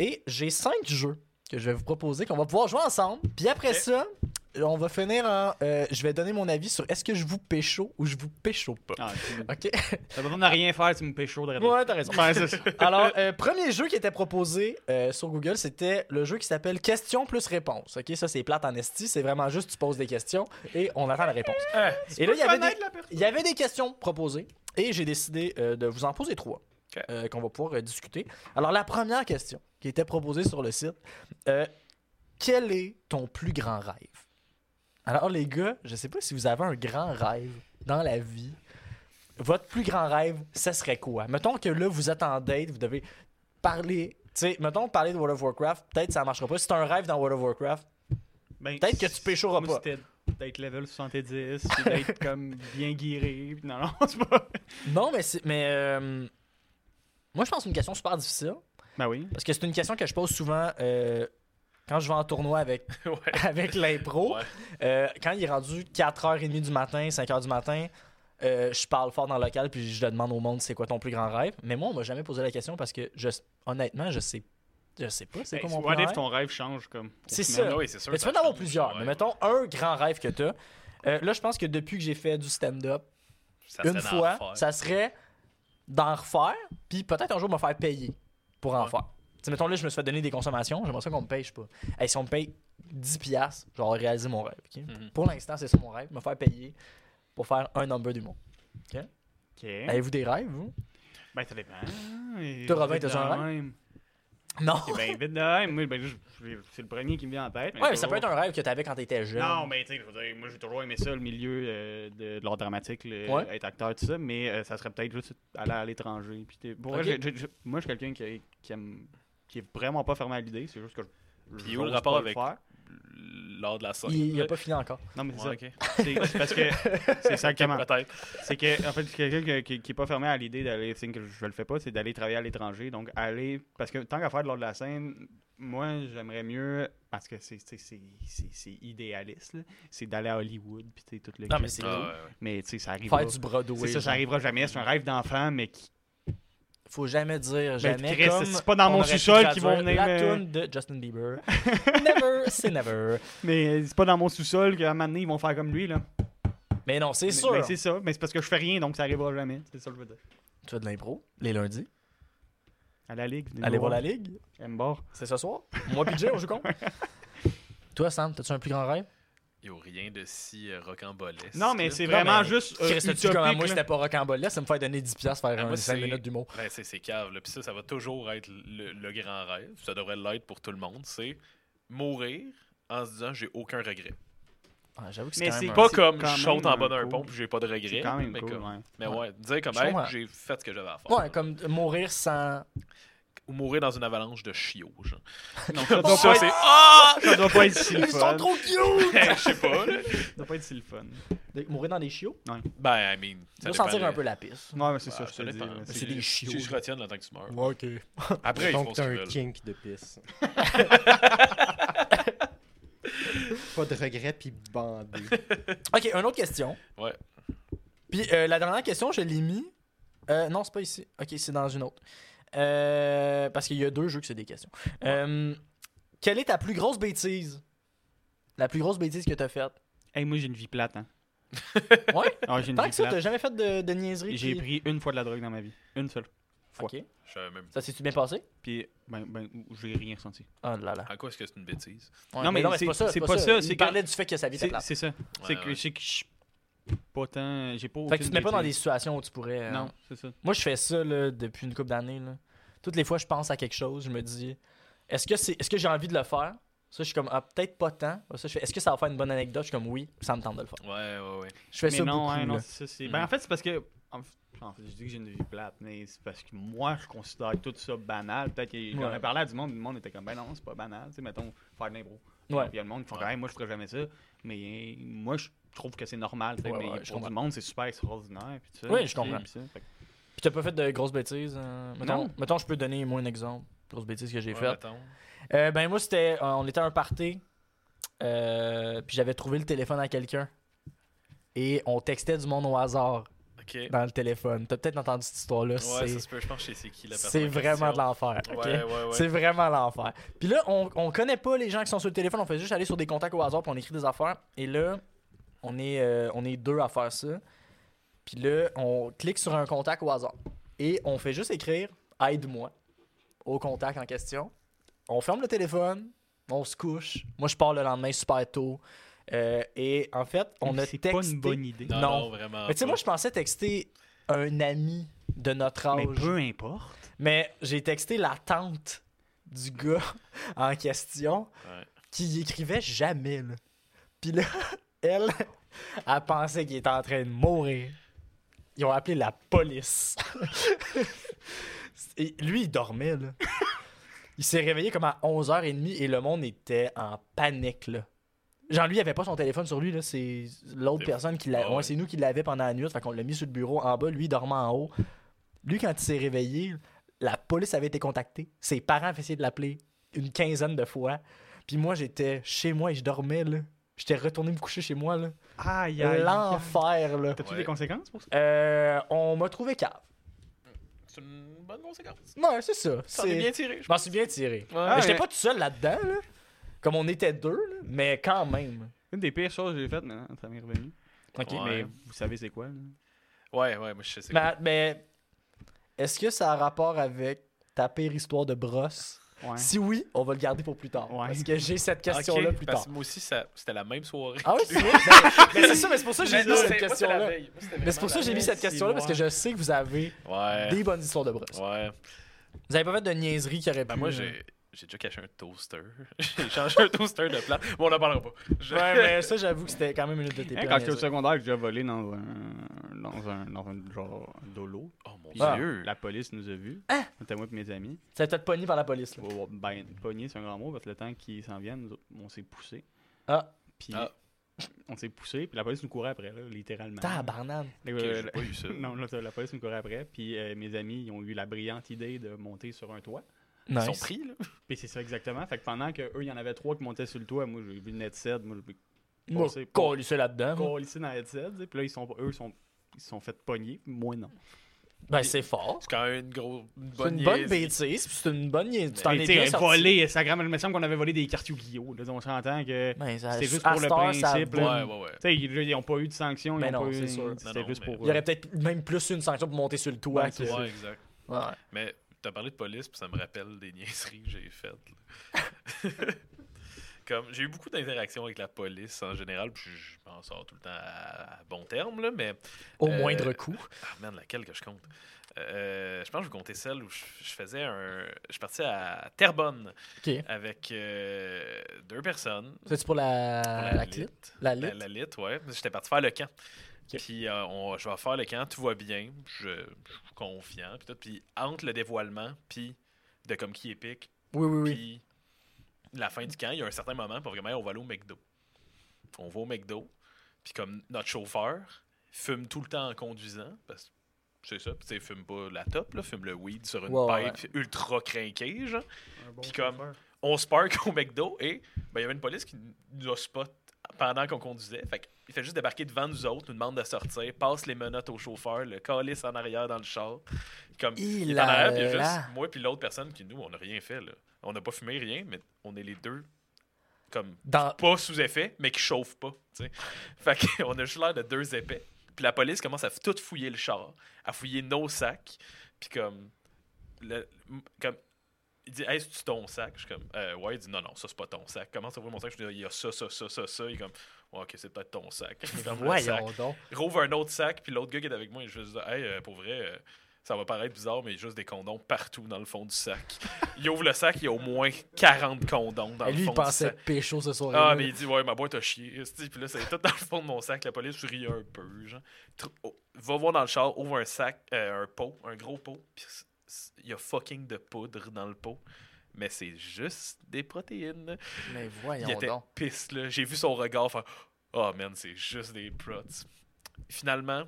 S1: Et j'ai cinq jeux que je vais vous proposer qu'on va pouvoir jouer ensemble. Puis après
S4: Ok.
S1: ça, on va finir en. euh, je vais donner mon avis sur est-ce que je vous pécho ou je vous pécho pas.
S3: Ah, tu-
S1: OK?
S3: T'as besoin de rien faire, tu me pêches chaud de rêver.
S1: ouais, t'as raison.
S3: Ouais, c'est ça.
S1: Alors, euh, premier jeu qui était proposé euh, sur Google, c'était le jeu qui s'appelle Question plus réponse. OK, ça c'est plate en esti, c'est vraiment juste tu poses des questions et on attend la réponse.
S4: Ah,
S1: et là il y avait des
S3: Connaître la personne.
S1: il y avait des questions proposées et j'ai décidé euh, de vous en poser trois
S4: Ok.
S1: euh, qu'on va pouvoir euh, discuter. Alors, la première question qui était proposée sur le site euh, Quel est ton plus grand rêve Alors, les gars, je sais pas si vous avez un grand rêve dans la vie. Votre plus grand rêve, ça serait quoi Mettons que là, vous êtes en date, vous devez parler. Tu sais, mettons parler de World of Warcraft, peut-être ça marchera pas. Si t'as un rêve dans World of Warcraft,
S3: Ben,
S1: Peut-être que tu péchoras
S3: moi,
S1: pas.
S3: c'était d'être level 70, c'est d'être comme bien guéri. Non, non, c'est pas.
S1: non, mais c'est- mais euh, moi je pense que c'est une question super difficile.
S3: Ben oui.
S1: Parce que c'est une question que je pose souvent euh, quand je vais en tournoi avec,
S4: ouais.
S1: avec l'impro.
S4: Ouais.
S1: Euh, quand il est rendu 4h30 du matin, 5h du matin, euh, je parle fort dans le local puis je demande au monde c'est quoi ton plus grand rêve. Mais moi, on m'a jamais posé la question parce que je, honnêtement, je sais, je sais pas c'est
S3: Ben,
S1: quoi mon
S3: what
S1: plus grand
S3: if
S1: rêve.
S3: ton rêve change comme. au
S1: C'est
S3: final.
S1: ça.
S4: Oui, c'est sûr.
S1: Mais tu
S4: ça
S1: peux en avoir
S4: change,
S1: plusieurs.
S4: ouais.
S1: Mais mettons un grand rêve que tu as. là, je pense que depuis que j'ai fait du stand-up,
S4: Ça
S1: une
S4: serait d'en
S1: fois,
S4: refaire.
S1: ça serait d'en refaire, puis peut-être un jour me faire payer pour en
S4: Ouais.
S1: faire. T'sais, mettons là, je me suis fait donner des consommations, j'aimerais ça qu'on me paye, je sais pas. Hey, si on me paye 10$, piastres, j'aurais réalisé mon rêve. ok?
S4: Mhm.
S1: Pour l'instant, c'est ça mon rêve, me faire payer pour faire un number du monde.
S3: Ok.
S1: Avez-vous des rêves, vous
S3: Ben, ça dépend.
S1: Toi, Robin, t'as un rêve?
S3: rêve?
S1: Non.
S3: Ben, vite de même. Moi, ben, je- je- c'est le premier qui me vient en tête.
S1: Ouais, mais ça peut être un rêve que t'avais quand t'étais jeune.
S3: Non, mais tu sais, je veux dire, moi j'ai toujours aimé ça, le milieu euh, de, de l'art dramatique, le-
S1: Ouais.
S3: être acteur, tout ça, mais euh, ça serait peut-être juste aller à l'étranger. puis t'es- pour vrai,
S1: Ok.
S3: j'ai- j'ai- j'ai- moi, je suis quelqu'un qui, qui aime- qui est vraiment pas fermé à l'idée, c'est juste que je.
S4: Puis
S3: j'ose
S4: où le rapport
S3: pas
S4: avec-
S3: faire.
S4: Lors de la scène.
S1: Il, il a pas fini encore.
S3: Non, mais c'est
S4: Ouais,
S3: ça.
S4: ok.
S3: C'est- c'est parce que c'est exactement.
S4: Peut-être.
S3: C'est que, en fait, je suis quelqu'un qui- qui, qui est pas fermé à l'idée d'aller, c'est que je le fais pas, c'est d'aller travailler à l'étranger. Donc, aller, parce que tant qu'à faire de l'ordre de la scène, moi, j'aimerais mieux, parce que c'est, c'est, c'est, c'est- c'est idéaliste, là, c'est d'aller à Hollywood, puis tu sais, tout le
S1: Non,
S3: kit.
S1: mais c'est
S4: Ah, ouais, ouais.
S3: Mais tu sais, ça arrive.
S1: Faire du Broadway.
S3: C'est ça, ça
S1: genre.
S3: arrivera jamais. C'est un rêve d'enfant, mais qui.
S1: Faut jamais dire jamais.
S3: Ben, Chris,
S1: comme
S3: c'est pas dans
S1: on
S3: mon
S1: aurait pu
S3: sous-sol qu'ils vont
S1: traduire
S3: venir
S1: La
S3: me-
S1: tune de Justin Bieber. never, c'est never.
S3: Mais c'est pas dans mon sous-sol qu'à un moment donné, ils vont faire comme lui, là.
S1: Mais non, c'est
S3: Mais-
S1: sûr.
S3: Mais c'est ça. Mais c'est parce que je fais rien, donc ça arrivera jamais. C'est ça que je veux dire.
S1: Tu as de l'impro les lundis.
S3: À la ligue. venez
S1: Allez
S3: nous
S1: voir la ligue.
S3: J'aime bord.
S1: C'est ce soir. Moi, PJ, on joue con. Toi, Sam, t'as-tu un plus grand rêve?
S4: Il n'y a rien de si euh, rocambolesque.
S3: Non, mais
S4: là.
S3: c'est
S1: Non,
S3: vraiment
S1: mais
S3: juste. euh,
S1: Chris, t'as-tu
S3: utopique,
S1: comme moi,
S3: là.
S1: c'était pas rocambolesque, ça me fait donner 10$ piastres faire
S4: Ah,
S1: un
S4: moi,
S1: 5
S4: c'est-
S1: minutes d'humour.
S4: Ben, c'est, c'est cave, là. Puis ça, ça va toujours être le, le grand rêve. Ça devrait l'être pour tout le monde. C'est mourir en se disant j'ai aucun regret.
S1: Ah, J'avoue que
S3: Mais
S1: c'est quand
S3: c'est
S1: même un-
S4: Pas
S3: C'est
S4: comme
S3: quand
S4: je saute
S3: même
S4: en bas d'un
S3: cool.
S4: pont puis j'ai pas de regret.
S3: C'est quand même
S4: mais,
S3: cool,
S4: Ben, comme-
S3: ouais.
S4: mais ouais, dire comme
S1: Je
S4: Hey,
S1: comprends.
S4: j'ai fait ce que j'avais à faire.
S1: Ouais, comme mourir sans...
S4: Ou mourir dans une avalanche de chiots. Genre.
S3: Non, ça doit
S4: Ça,
S3: pas
S4: c'est
S3: être-
S4: Ah
S3: ça doit pas être si le fun.
S1: trop cute!
S4: Je sais pas, là.
S3: Ça doit pas être si le fun.
S1: De- mourir dans des chiots?
S4: Ben, I mean.
S1: Ça
S4: Ça
S1: doit sentir
S4: dépend,
S1: un peu la pisse.
S3: Non, mais c'est
S4: Bah,
S3: ça, Ah, je te
S4: ça
S3: le dis.
S4: dépend.
S3: là.
S4: Mais
S1: C'est des chiots.
S4: Si je retiens le temps que tu meurs.
S1: Ouais, ok.
S4: Après, ils font
S6: Donc,
S4: ce
S6: t'as
S4: qu'ils
S6: un
S4: veulent.
S6: kink de pisse. Pas de regret, puis bandé.
S1: Ok, une autre question.
S4: Ouais.
S1: Puis euh, la dernière question, je l'ai mis... Euh, non, c'est pas ici. Ok, c'est dans une autre. Euh, parce qu'il y a deux jeux que c'est des questions. Euh, quelle est ta plus grosse bêtise? La plus grosse bêtise que t'as faite?
S3: Hey, moi, j'ai une vie plate, hein.
S1: Ouais?
S3: Ah, j'ai une
S1: Tant
S3: vie
S1: que ça, t'as
S3: plate.
S1: jamais fait de, de niaiserie?
S3: J'ai
S1: puis-
S3: pris une fois de la drogue dans ma vie. Une seule.
S1: Ok.
S4: Je savais même
S1: Ça s'est-tu bien passé?
S3: Puis, ben, ben, j'ai rien ressenti.
S1: Oh là là.
S4: à quoi est-ce que c'est une bêtise?
S1: Ouais,
S3: Ah, Non, mais c'est- c'est pas ça, c'est
S1: Il
S3: que-
S1: parlait du fait que sa vie était
S3: C'est
S1: plate.
S3: c'est ça. c'est que
S4: ouais.
S3: c'est que je suis pas tant. J'ai pas.
S1: Fait que tu
S3: aucune
S1: te mets pas dans des
S3: bêtise.
S1: situations où tu pourrais. euh,
S3: Non, c'est ça.
S1: Moi, je fais ça là, depuis une couple d'années. là. Toutes les fois, je pense à quelque chose, je me dis est-ce que, c'est, est-ce que j'ai envie de le faire Ça, je suis comme ah, peut-être pas tant. Ça, je fais est-ce que ça va faire une bonne anecdote Je suis comme oui, ça me tente de le faire.
S4: Ouais, ouais, ouais.
S1: Je fais
S3: mais
S1: ça
S3: non,
S1: beaucoup.
S3: hein, non,
S1: là. Mm.
S3: c'est ça. c'est-
S4: Mhm.
S3: Ben, en fait, c'est parce que. En f- en fait, je dis que j'ai une vie plate, mais c'est parce que moi, je considère tout ça banal. Peut-être que quand
S1: Ouais.
S3: on a parlé à du monde, le monde était comme, ben non, c'est pas banal. Tu sais, mettons, faire de l'impro.
S1: Ouais.
S3: Puis il y a le monde qui font,
S4: Ouais.
S3: hey, moi, je ferais jamais ça. Mais moi, je trouve que c'est normal. tu sais,
S1: Ouais,
S3: mais
S1: ouais, je
S3: pour
S1: comprends.
S3: du monde, c'est super extraordinaire. Puis tout ça,
S1: Oui, je
S3: Puis
S1: comprends.
S3: ça, fait que-
S1: Puis t'as pas fait de grosses bêtises euh, mettons,
S3: Non.
S1: mettons, je peux donner moi un exemple. Grosse bêtise que j'ai
S4: Ouais,
S1: faite.
S4: mettons.
S1: Euh, ben moi c'était euh, on était à un party euh, puis j'avais trouvé le téléphone à quelqu'un et on textait du monde au hasard
S4: Ok.
S1: dans le téléphone. T'as peut-être entendu cette histoire là,
S4: Ouais, ça
S1: Ben, c'est
S4: se peut, je pense que c'est qui la personne.
S1: c'est
S4: en
S1: vraiment de
S4: question.
S1: l'enfer. ok?
S4: Ouais, ouais, ouais.
S1: C'est vraiment l'enfer. Puis là, on, on connaît pas les gens qui sont sur le téléphone, on fait juste aller sur des contacts au hasard, puis on écrit des affaires. Et là, on est, euh, on est deux à faire ça. Puis là, on clique sur un contact au hasard. Et on fait juste écrire Aide-moi au contact en question. On ferme le téléphone, on se couche. Moi, je pars le lendemain super tôt. Euh, et en fait, on a
S3: C'est
S1: texté.
S3: pas une bonne idée.
S4: Non,
S1: Non.
S4: non, vraiment.
S1: Mais tu sais, moi, je pensais texter un ami de notre âge.
S3: Mais peu importe.
S1: Mais j'ai texté la tante du gars en question
S4: Ouais.
S1: qui y écrivait jamais. Là. Puis là, elle, elle pensait qu'il était en train de mourir. Ils ont appelé la police. Et lui, il dormait. Là. Il s'est réveillé comme à 11h30 et le monde était en panique. Là. Genre, lui, il avait pas son téléphone sur lui. là. C'est l'autre
S4: C'est-
S1: personne qui l'a.
S4: Ah ouais.
S1: ouais, c'est nous qui l'avait pendant la nuit. Fait qu'on l'a mis sur le bureau en bas. Lui, il dormait en haut. Lui, quand il s'est réveillé, la police avait été contactée. Ses parents avaient essayé de l'appeler une quinzaine de fois. Puis moi, j'étais chez moi et je dormais, là. J'étais retourné me coucher chez moi, là.
S3: Aïe, aïe. aïe.
S1: L'enfer, là.
S3: T'as-tu
S4: Ouais.
S3: des conséquences pour ça?
S1: Euh, on m'a trouvé cave.
S4: C'est une bonne conséquence.
S1: Ouais, c'est ça.
S4: Ça est
S1: C'est-
S4: bien tiré.
S1: Je m'en suis bien tiré.
S3: Ah,
S1: mais j'étais
S3: mais-
S1: pas tout seul là-dedans, là. Comme on était deux, là. Mais quand même.
S3: Une des pires choses que j'ai faites, mais non, ça m'est revenu.
S1: Ok,
S4: Ouais.
S3: Mais vous savez c'est quoi, là?
S4: Ouais, ouais, moi je sais. c'est
S1: mais. mais Est-ce que ça a rapport avec ta pire histoire de brosse?
S3: Ouais.
S1: Si oui, on va le garder pour plus tard.
S3: Ouais.
S1: Parce que j'ai cette
S4: quoi.
S1: question-là
S4: Ok,
S1: plus
S4: parce
S1: tard.
S4: que Moi aussi, ça- c'était la même soirée.
S1: Ah oui, c'est vrai? Ben, ben, c'est ça, mais c'est pour ça que j'ai
S4: Mais
S1: mis
S4: non,
S1: cette
S4: c'est- moi, c'est la
S1: question-là.
S4: veille. Moi, c'était
S1: Mais c'est pour
S4: vraiment
S1: ça que j'ai
S4: la
S1: mis cette
S3: c'est
S1: question-là, parce que
S3: moi.
S1: je sais que vous avez
S4: veille.
S1: des bonnes histoires de brosse.
S4: Ouais. Euh. Ouais.
S1: Vous avez pas fait de niaiserie qui aurait pu... euh,
S4: Ben moi, j'ai. J'ai déjà caché un toaster. J'ai changé un toaster de plat. Bon, on en parlera pas. Je-
S1: Ouais, mais ça, j'avoue que c'était quand même une de tes
S3: Hein,
S1: pires
S3: quand j'étais au
S1: niaiseries.
S3: secondaire, j'ai déjà volé dans un. dans un. dans un genre dolo.
S4: Oh mon
S3: Puis
S1: Ah.
S4: dieu.
S3: la police nous a vus.
S1: Hein?
S3: C'était moi et mes amis.
S1: Ça a été pogné par la police, là.
S3: Ouais, ouais, Ben, pogné, c'est un grand mot, parce que le temps qu'ils s'en viennent, nous autres, on s'est poussé.
S1: Ah.
S3: Puis
S4: Ah.
S3: on s'est poussé, puis la police nous courait après, là, littéralement.
S1: Tabarnane.
S3: Le-
S4: Ok, j'ai
S3: le-
S4: pas eu ça.
S3: non, là, ça, la police nous courait après, puis euh, mes amis, ils ont eu la brillante idée de monter sur un toit.
S4: Ils sont pris, là.
S3: Puis c'est ça exactement. Fait que pendant que eux, il y en avait trois qui montaient sur le toit, moi, j'ai vu le net set, moi, j'ai
S1: Moi,
S3: On sait pas.
S1: collé ça là-dedans. moi.
S3: ici dans le net set, tu sais, puis là, ils sont, eux, ils sont, ils se sont fait pogner, moi, non.
S1: Ben, c'est fort.
S4: C'est quand même une grosse. Une
S1: C'est
S4: bonne
S1: une bonne
S4: niaise.
S1: bêtise, puis c'est une bonne niaiserie. Tu t'en
S3: Mais
S1: es
S3: tu sais,
S1: bien sorti.
S3: volé, ça gramme, il me semble qu'on avait volé des cartes Yu-Gi-Oh! là, on s'entend que.
S1: Ben, ça-
S3: C'était juste
S1: à
S3: pour le
S1: cette heure, ça
S3: principe,
S1: vaut-
S4: Ouais, ouais, ouais.
S3: Tu sais, ils ils ont pas eu de sanction, ils
S1: Ben non,
S3: ont pas
S1: c'est
S3: eu.
S1: sûr.
S3: C'était
S4: Non,
S3: juste
S4: non,
S3: pour. euh,
S1: Il y aurait peut-être même plus une sanction pour monter sur le toit.
S3: Ouais,
S1: que-
S3: c'est ça.
S4: Ouais, exact.
S1: Ouais.
S4: Mais t'as parlé de police, puis ça me rappelle des niaiseries que j'ai faites. là. Comme j'ai eu beaucoup d'interactions avec la police en général, puis je je m'en sors tout le temps à, à bon terme, là, mais
S1: Au
S4: Euh,
S1: moindre coût.
S4: ah man, laquelle que je compte Euh, Je pense que je vais compter celle où je, je faisais un. Je suis parti à Terrebonne
S1: Ok.
S4: avec euh, deux personnes.
S1: C'est-tu pour
S4: pour
S1: Euh, la, la
S4: lit.
S1: clip? La
S4: La,
S1: lit?
S4: la lit, ouais. J'étais parti faire le camp. Puis euh, on- je vais faire le camp, tout va bien, je, je suis confiant. Puis, tout. puis entre le dévoilement, puis de comme qui est pique,
S1: Oui, oui, oui.
S4: puis la fin du camp, il y a un certain moment, pour vraiment, on va aller au McDo. On va au McDo, puis comme notre chauffeur fume tout le temps en conduisant, parce que c'est ça, puis tu sais, fume pas la top, là, fume le weed sur une
S1: Ouais, ouais,
S4: pipe ultra crinquée, genre Puis comme- on se park au McDo et ben, il y avait une police qui nous a spot pendant qu'on conduisait. Fait il fait juste débarquer devant nous autres, nous demande de sortir, passe les menottes au chauffeur, le calisse en arrière dans le char. Comme,
S1: Il
S4: est en arrière, puis il y
S1: a
S4: a
S1: là.
S4: juste moi puis l'autre personne qui, nous, on n'a rien fait. Là. On n'a pas fumé rien, mais on est les deux comme
S1: Dans...
S4: pas sous effet, mais qui chauffe pas. tu sais. Fait qu'on a juste l'air de deux épais. Puis la police commence à tout fouiller le char, à fouiller nos sacs. Puis comme. le- m- comme il dit, hey, c'est-tu ton sac? Je suis comme, Euh, ouais, il dit, non, non, ça c'est pas ton sac. Comment ça ouvrir mon sac? Je dis, il y a ça, ça, ça, ça, ça. Il est comme, ouais, ok, c'est peut-être ton sac. Je ferme le sac.
S1: Voyons donc.
S4: Il rouvre un autre sac, puis l'autre gars qui est avec moi, il est juste dit, hey, euh, pour vrai, euh, ça va paraître bizarre, mais il y a juste des condoms partout dans le fond du sac. il ouvre le sac, il y a au moins 40 condoms dans
S1: Et
S4: le
S1: lui,
S4: fond
S1: il
S4: du sac.
S1: pensait pécho ce soir
S4: Ah, mais il dit, ouais, ma boîte a chié. esti. Puis là, c'est tout dans le fond de mon sac. La police rit un peu. Genre. Tr- oh, va voir dans le char, ouvre un sac, euh, un pot, un gros pot. Puis c- c- il y a fucking de poudre dans le pot. Mais c'est juste des protéines.
S1: Mais
S4: Il
S1: voyons
S4: était
S1: donc.
S4: pisse, là. J'ai vu son regard faire Oh man, c'est juste des prots. Finalement,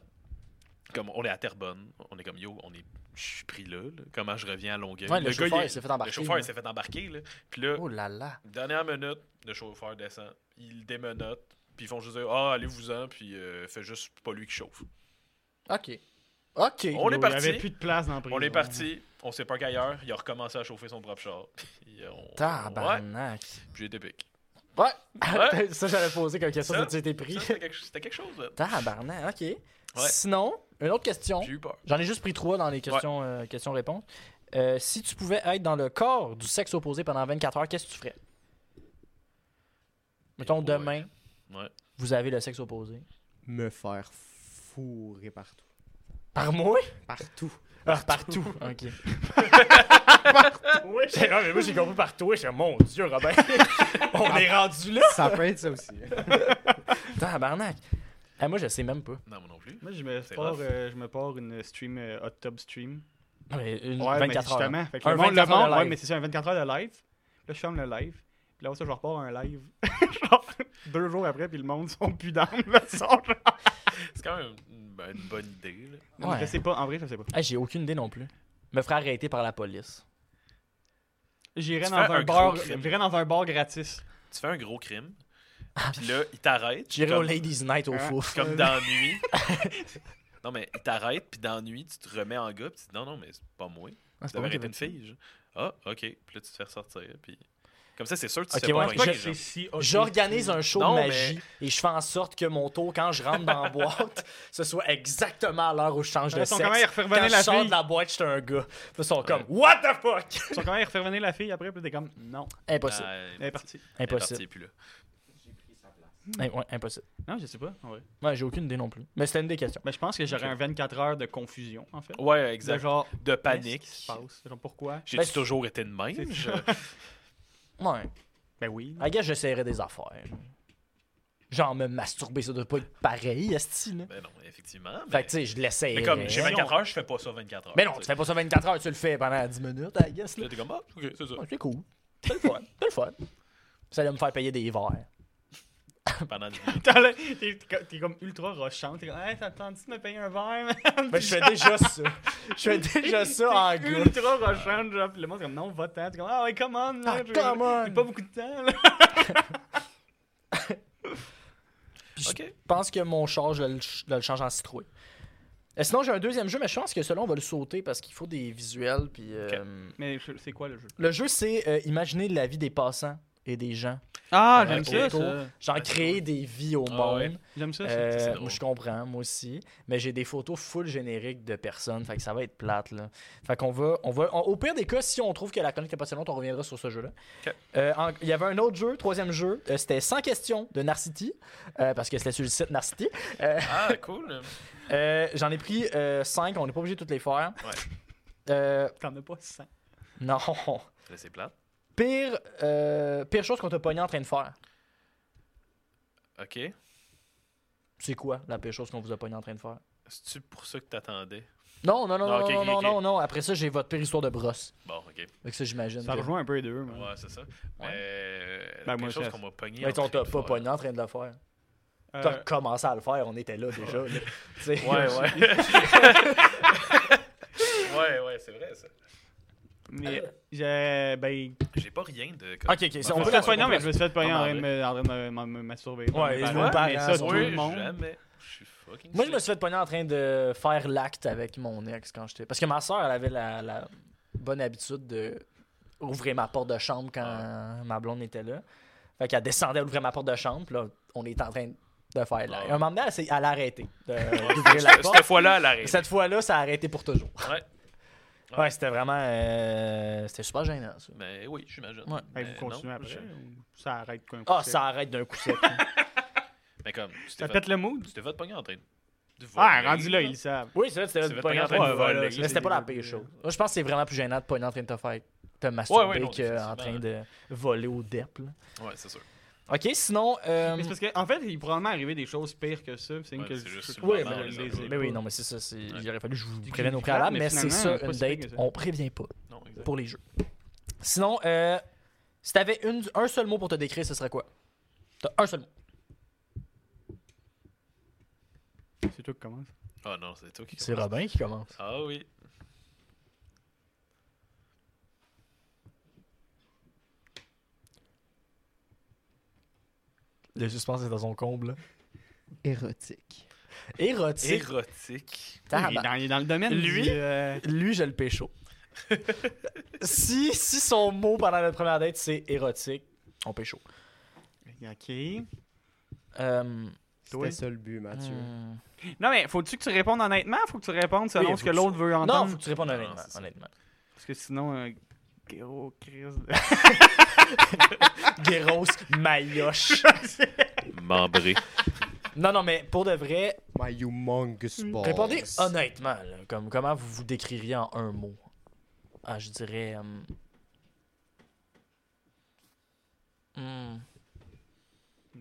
S4: comme on est à Terrebonne, on est comme yo, on est je suis pris là, là. Comment je reviens à Longueuil?
S1: Ouais, le,
S4: gars,
S1: chauffeur,
S4: il
S1: il
S4: est-
S1: s'est fait
S4: le
S1: embarquer.
S4: chauffeur,
S1: là.
S4: il s'est fait embarquer. Là. Puis là,
S1: Oh là là.
S4: dernière minute, le chauffeur descend. Il le démenote. Puis ils font juste dire Ah, allez-vous-en. Puis euh, fais juste pas lui qui chauffe.
S1: OK. OK.
S4: On est
S3: Il n'y
S4: parti.
S3: avait plus de place dans la prison.
S4: On est parti. On s'est pas qu'ailleurs. Il a recommencé à chauffer son propre char. Puis on- Ouais,
S1: Tabarnak.
S4: puis j'ai été piqué.
S1: Ouais.
S4: Ouais.
S1: ça, j'allais poser comme question
S4: Ça,
S1: ça, tu étais
S4: Ça,
S1: pris.
S4: C'était quelque, c'était quelque chose, là.
S1: Tabarnak, OK. Sinon, une autre question.
S4: J'ai eu peur.
S1: J'en ai juste pris trois dans les questions, euh, questions-réponses. Euh, si tu pouvais être dans le corps du sexe opposé pendant 24 heures, qu'est-ce que tu ferais? Mettons,
S4: boy.
S1: demain,
S4: Ouais.
S1: vous avez le sexe opposé.
S6: Me faire fourrer partout.
S1: Par moi? Ah,
S6: Partout.
S1: Partout. OK.
S5: Oui, j'ai- non, mais moi j'ai compris par toi, j'ai dit, mon Dieu, Robert, on est
S1: Ah.
S5: rendu là.
S6: Ça peut être ça aussi.
S1: Tabarnak. Ah, moi, je sais même pas.
S4: Non, moi non plus.
S3: Moi, je me,
S4: C'est
S3: pars,
S4: rough.
S3: euh, je me pars une stream, euh, hot tub stream.
S1: Mais une
S3: Ouais,
S1: 24
S3: mais
S1: Mm. heures.
S3: justement. Fait que
S1: Un
S3: le monde, le
S1: 24 heures de
S3: monde- ouais,
S1: live.
S3: mais c'est ça, un 24 heures de live. Là, je ferme le live. Puis là, ça, je repars un live. genre, deux jours après, puis le monde sont plus d'âme. Là, ils sont genre.
S4: C'est quand même une, ben, une bonne idée, là.
S3: Non, mais Je sais pas, en vrai, je sais pas.
S1: Ah, J'ai aucune idée non plus. Me ferais arrêter par la police.
S3: J'irai
S4: Tu
S3: dans,
S4: fais
S3: un
S4: un gros
S3: bar-
S4: crime.
S3: j'irai dans un bar gratis.
S4: Tu fais un gros crime. Puis là, il t'arrête.
S1: Ah. J'irai au
S4: comme- Ah,
S1: Ladies Night au
S3: Hein?
S1: fouf.
S4: Comme dans la nuit. non, mais il t'arrête, puis dans la nuit, tu te remets en gars, puis tu dis non, non, mais Ah, c'est pas moi. Tu devais arrêter une fille. genre. Ah, ok. Puis là, tu te fais ressortir. Puis comme ça, c'est sûr que tu
S1: Ok,
S4: sais
S1: ouais,
S4: pas
S1: c'est
S4: pogner,
S1: pas que
S4: genre.
S3: si
S1: J'organise un show
S4: Non,
S1: de magie et je fais en sorte que mon tour, quand je rentre dans la boîte, ce soit exactement à l'heure où je change de
S3: Ils
S1: sexe.
S3: sont quand même
S1: Quand
S3: revenir
S1: je
S3: la
S1: sors de
S3: fille.
S1: la boîte, j'étais un gars. Ils sont comme What the fuck?
S3: Ils sont quand même revenir la fille après, puis t'es comme, non,
S1: Impossible.
S4: Ah, elle est
S3: elle est
S4: partie.
S3: partie.
S4: Elle est partie,
S1: impossible.
S4: elle est plus là.
S1: Im- ouais, impossible.
S3: Non, je sais pas, en vrai.
S1: Ouais, j'ai aucune idée non plus. Mais c'était une des questions.
S3: Mais Ben, je pense que j'aurais un 24 heures de confusion, en fait.
S4: Ouais,
S3: De
S4: exact.
S3: genre,
S4: De
S3: qu'est-ce
S4: panique.
S3: qui se passe? Genre, pourquoi?
S4: J'ai
S1: Ben, c'est-
S4: toujours été de même.
S3: C'est
S4: je-
S1: Ouais.
S3: Ben oui.
S1: I guess j'essaierais des affaires. Genre me masturber, ça doit pas être pareil, esti, là.
S4: Ben non, effectivement. Mais,
S1: Fait que tu sais, je l'essayerais.
S4: mais comme j'ai
S1: Mais
S4: 24 heures, je fais pas ça 24 heures.
S1: Mais non, tu
S4: sais.
S1: fais pas ça 24 heures, tu le fais pendant 10 minutes, I guess, là.
S4: Là, t'es comme ah, ok, c'est ça.
S1: Ouais, c'est cool. C'est le fun. C'est le fun. Ça allait me faire payer des verres.
S4: Pendant 10 minutes.
S3: T'as l'air- T'es t'es- t'es comme ultra rochante. T'es comme, hey, t'attends-tu de me payer un verre, man?
S1: Ben, je fais déjà ça. Je fais déjà ça en
S3: T'es
S1: gars.
S3: ultra rochante, genre. Puis le monde, est comme, non, va-t'en. T'es comme, ah ouais, come on, là.
S1: Ah,
S3: j'ai-
S1: come on.
S3: J'ai pas beaucoup de temps, là.
S4: Ok.
S1: Je pense que mon char, je le, ch- je le change en citrouille. Euh, sinon, j'ai un deuxième jeu, mais je pense que celui-là, on va le sauter parce qu'il faut des visuels. Puis, euh,
S3: Mais je- c'est quoi le jeu?
S1: Le jeu, c'est euh, imaginer la vie des passants et des gens.
S3: Ah,
S4: j'aime ça,
S1: ça. Genre
S4: Ah,
S1: créer des vies au
S4: Ah
S1: monde.
S4: ouais.
S3: J'aime ça,
S1: Euh,
S4: c'est drôle.
S1: moi, je comprends, moi aussi. Mais j'ai des photos full génériques de personnes. Fait que ça va être plate, là. Fait qu'on va, on va. on- au pire des cas, si on trouve que la chronique est pas si longue, on reviendra sur ce jeu-là.
S4: Ok.
S1: Euh, en- Il y avait un autre jeu, troisième jeu. euh, c'était 100 questions de Narcity. euh, parce que c'était sur le site Narcity.
S4: Ah, cool.
S1: Euh, J'en ai pris 5. on n'est pas obligé de toutes les faire.
S4: Ouais.
S1: Euh,
S3: T'en as pas 100.
S1: non.
S4: Là, c'est plate.
S1: Pire, euh, pire chose qu'on t'a pogné en train de faire.
S4: Ok.
S1: C'est quoi la pire chose qu'on vous a pogné en train de faire?
S4: C'est-tu pour ça que t'attendais?
S1: Non, non, non,
S4: Ah,
S1: non,
S4: ok,
S1: non,
S4: ok,
S1: non,
S4: ok.
S1: non, non. Après ça, j'ai votre pire histoire de brosse.
S4: Bon, ok.
S1: Fait que ça, j'imagine.
S3: Ça
S1: que-
S3: rejoint un peu les deux, man.
S4: Ouais, c'est ça. Mais
S1: Ouais.
S4: euh, la
S3: Ben,
S4: première
S3: moi,
S4: chose
S3: c'est-
S4: qu'on m'a pogné.
S1: Mais
S4: en
S1: on
S4: train
S1: t'a
S4: de
S1: pas
S4: faire.
S1: pogné en train de le faire.
S3: Euh,
S1: T'as commencé à le faire, on était là déjà. là. Tu sais.
S4: Ouais, ouais. ouais, ouais, c'est vrai ça.
S3: mais j'ai. Ben.
S4: J'ai pas rien de.
S1: Ok, ok, c'est- on
S3: On
S1: peut
S3: peut
S1: la
S3: la
S1: faire,
S3: non,
S1: on
S3: mais
S1: peut
S3: je me suis fait pogner en
S4: Ah,
S3: train de
S4: ben,
S3: me- en train de me- m'en- me masturber.
S1: Ouais,
S3: Ben,
S1: je vois pas,
S3: mais
S1: hein,
S3: ça,
S1: ça,
S3: tout le monde.
S4: Jamais. Je suis fucking.
S1: Moi, je me suis fait pogner en train de faire l'acte avec mon ex quand j'étais. Parce que ma soeur, elle avait la, la bonne habitude de ouvrir ma porte de chambre quand ma blonde était là. Fait qu'elle descendait, elle ouvrait ma porte de chambre, puis là, on était en train de faire l'acte.
S4: Ah.
S1: Un moment donné, elle, s'est- elle a arrêté de- d'ouvrir la
S4: Cette
S1: porte.
S4: Euh, cette fois-là, elle arrive.
S1: Cette fois-là, ça a arrêté pour toujours.
S4: Ouais.
S1: Ouais, c'était vraiment. euh, c'était super gênant, ça.
S4: Mais oui, j'imagine.
S1: Ouais.
S3: Ben,
S4: Mais
S3: vous continuez
S4: non,
S3: après.
S4: je-
S3: ou Ça arrête qu'un coup.
S1: Ah,
S3: sec?
S1: ça arrête d'un coup sec.
S4: Mais comme, tu t'es
S3: Ça
S4: fait,
S3: pète le mood.
S4: tu t'es fait pogner en train de. de
S3: Ah,
S4: voler,
S3: rendu là,
S4: là.
S3: ils le savent.
S1: Oui, c'est vrai,
S4: Tu
S1: c'était
S4: vas
S1: de
S4: te
S1: pogner
S4: pogner
S1: en train
S4: en train de
S1: de
S4: voler,
S1: voler.
S4: ça,
S1: Mais
S4: c'est
S1: c'était pas la pire chose. Moi, je pense que c'est vraiment plus gênant de pogner en train de te faire te masturber
S4: ouais, non,
S1: qu'en train de voler au dep. là.
S4: Ouais, c'est sûr.
S1: Ok, sinon. euh,
S3: Mais c'est parce qu'en fait, il est probablement arrivé des choses pires que ça. C'est une
S4: Ouais,
S3: que
S4: c'est
S3: je-
S4: juste
S3: je-
S4: sur le
S1: Oui,
S4: moment, les
S3: les
S4: autres.
S3: ai
S1: mais
S3: pas.
S1: oui, non, mais c'est ça. c'est- Il aurait fallu que je vous
S3: C'est
S1: prévienne au
S3: du
S1: préalable,
S3: mais
S1: mais c'est ça,
S3: finalement, pas
S1: une
S3: si
S1: date,
S3: pire que ça.
S1: on prévient pas
S4: Non, exact.
S1: pour les jeux. Sinon, euh, si t'avais une- un seul mot pour te décrire, ce serait quoi T'as un seul mot.
S3: C'est toi qui commence.
S4: Ah non, c'est toi qui.
S1: Robin qui commence.
S4: Ah oui.
S1: Le suspense est dans son comble.
S6: Érotique.
S1: Érotique.
S4: Érotique.
S3: il, est dans, il est dans le domaine
S1: Lui?
S3: du, euh,
S1: Lui, je le pécho. si, si son mot pendant notre première date, c'est érotique, on pécho.
S3: OK.
S1: Euh,
S6: C'était ça le but, Mathieu.
S1: hmm.
S3: Non, mais faut-tu que tu répondes honnêtement? Faut que tu répondes selon
S1: Oui,
S3: ce
S1: faut
S3: que
S1: que
S3: l'autre veut
S1: Non,
S3: entendre.
S1: faut que tu répondes honnêtement.
S4: c'est ça.
S1: honnêtement.
S3: Parce que sinon, euh, gros Chris.
S1: Guéros, maillotche.
S4: Membré.
S1: non, non, mais pour de vrai,
S6: My humongous balls.
S1: répondez honnêtement. là, comme, comment vous vous décririez en un mot? Ah, je dirais... euh, hmm.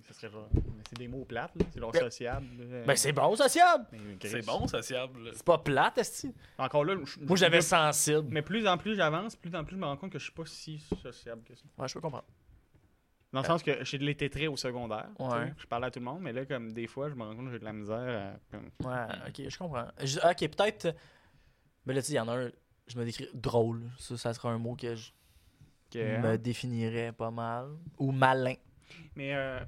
S5: Ça serait pas. mais C'est des mots plates, là. C'est leur sociable. là.
S1: Ben, c'est bon, sociable!
S5: Mais, Chris.
S4: C'est bon, sociable.
S1: C'est pas plate, esti.
S5: Encore là, je-
S1: Moi, j'avais sensible.
S3: mais plus en plus j'avance, plus en plus je me rends compte que je suis pas si sociable que ça.
S1: Ouais, je peux comprendre.
S5: Dans le sens que j'ai de l'ététré au secondaire. tu sais.
S1: Euh. Ouais.
S5: Je parlais à tout le monde, mais là, comme des fois, je me rends compte que j'ai de la misère. à, comme-
S1: Ouais, ok, je comprends. Je- ok, peut-être. Mais là, tu sais, il y en a un. Je me décris drôle. Ça, ça serait un mot que je
S5: que- hein.
S1: me définirais pas mal. Ou malin.
S3: Mais euh,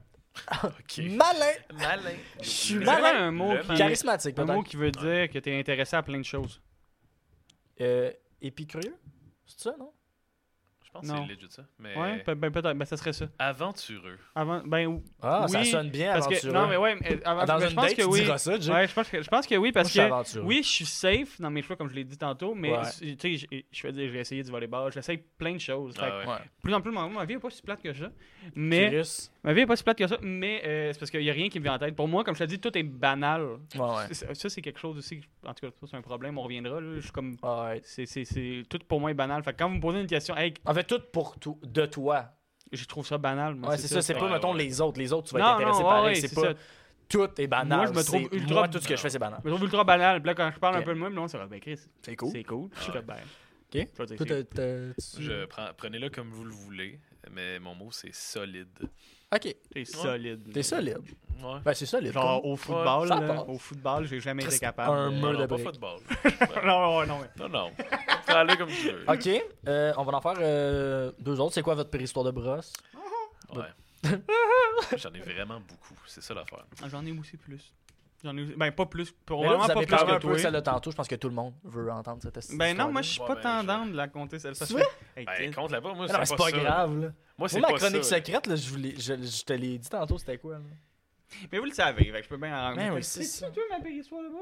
S4: Ok.
S1: Malin!
S4: Malin.
S1: Je suis
S3: c'est
S4: Le-
S1: malin.
S3: vraiment un mot
S4: Le
S3: qui
S1: Charismatique,
S3: un mot
S1: peut-être.
S3: qui veut dire que t'es intéressé à plein de choses.
S1: Euh, épicurieux? C'est ça, non?
S4: Je pense que
S3: Non.
S4: c'est legit ça. Mais
S1: Euh.
S3: Ouais, pe- ben peut-être, ben ça serait ça.
S4: aventureux.
S3: Avant, ben ou-
S1: Ah, ça
S3: Oui,
S1: sonne bien
S3: parce que
S1: aventureux.
S3: non mais ouais, mais, euh, avant,
S1: hein. Dans
S3: ben, je
S1: une
S3: pense
S1: date,
S3: que
S1: tu
S3: oui.
S1: diras ça, Jay.
S3: Ouais, je pense que je pense que oui
S1: Moi, je
S3: parce
S1: suis
S3: que
S1: aventureux.
S3: oui, je suis safe dans mes choix comme je l'ai dit tantôt, mais
S1: Ouais.
S3: tu sais, je je fais dire je vais essayer du volleyball, j'essaye plein de choses. Fait que
S4: Ah ouais.
S1: Ouais.
S3: Plus en plus ma, ma vie est pas si plate que ça, mais
S1: Curious.
S3: ma vie est pas si plate que ça, mais euh, c'est parce qu'il y a rien qui me vient en tête. Pour moi, comme je te dis, tout est banal.
S1: Ouais, Ah ouais.
S3: C'est- Ça c'est quelque chose aussi que- en tout cas ça, c'est un problème, on reviendra là, je suis comme
S1: Ouais.
S3: c'est c'est- c'est- tout pour moi est banal. Fait que quand vous me posez une question, hey,
S1: En fait, tout pour tout, de toi.
S3: je trouve ça banal. moi,
S1: Ouais, c'est ça, c'est pas,
S4: Ouais,
S1: mettons,
S4: ouais.
S1: les autres. Les autres, tu vas
S3: Non,
S1: être intéressé
S3: non,
S1: par
S3: ouais,
S1: eux.
S3: c'est
S1: C'est pas
S3: ça.
S1: tout est banal.
S3: Moi, je me trouve
S1: c'est-
S3: ultra-
S1: moi, tout ce que je fais, c'est banal.
S3: Je me trouve ultra banal. Puis là, quand je parle
S1: Ok.
S3: un peu de moi, le monde, ça va, ben Chris,
S1: C'est cool.
S3: c'est cool. Puis Je suis comme, ben.
S1: Ok.
S3: je vais dire,
S1: Toi,
S3: c'est-
S1: t'as- t'as- tu-
S4: Je prends, prenez-le comme vous le voulez, mais mon mot c'est solide.
S1: Ok,
S3: T'es solide.
S1: t'es solide.
S4: Ouais.
S1: Ben, c'est solide.
S3: Genre
S1: comme-
S3: au football,
S1: ça
S3: là,
S1: passe.
S3: au football, j'ai jamais été
S1: Presque
S3: capable.
S1: un
S3: de-
S1: mur
S4: Euh, Non,
S1: de
S4: non, pas
S1: briques.
S4: football.
S3: Non, ouais, non, ouais.
S4: Non, non. Prends-le comme tu veux.
S1: Ok, euh, on va en faire euh, deux autres. C'est quoi votre préhistoire de brosse?
S4: Ouais. J'en ai vraiment beaucoup. C'est ça l'affaire.
S3: J'en ai aussi plus. J'en ai aussi- Ben, pas plus. Pour
S1: Mais là,
S3: vraiment
S1: vous
S3: pas
S1: avez
S3: plus
S1: parlé
S3: que
S1: un peu de celle
S3: toi.
S1: de tantôt. Je pense que tout le monde veut entendre cette histoire.
S3: Ben, non, moi, je suis
S4: Ouais,
S3: pas
S4: ben,
S3: tendant de la compter, celle-là. Ça
S1: Tu
S3: se
S1: vois?
S3: fait- Hey,
S4: Ben,
S3: Chris.
S4: compte là-bas, moi,
S1: Ah Non, mais
S4: c'est
S1: c'est
S4: pas,
S1: pas,
S4: ça.
S1: grave. Là.
S4: Moi,
S1: Moi,
S4: c'est
S1: ma
S4: pas
S1: chronique
S4: ça.
S1: secrète, là, je, vous l'ai- je, je te l'ai dit tantôt, c'était quoi? Là?
S3: Mais vous le savez, fait que je peux bien en
S1: Ben oui, c'est
S3: c'est
S1: ça.
S3: toi ma périssoire là-bas.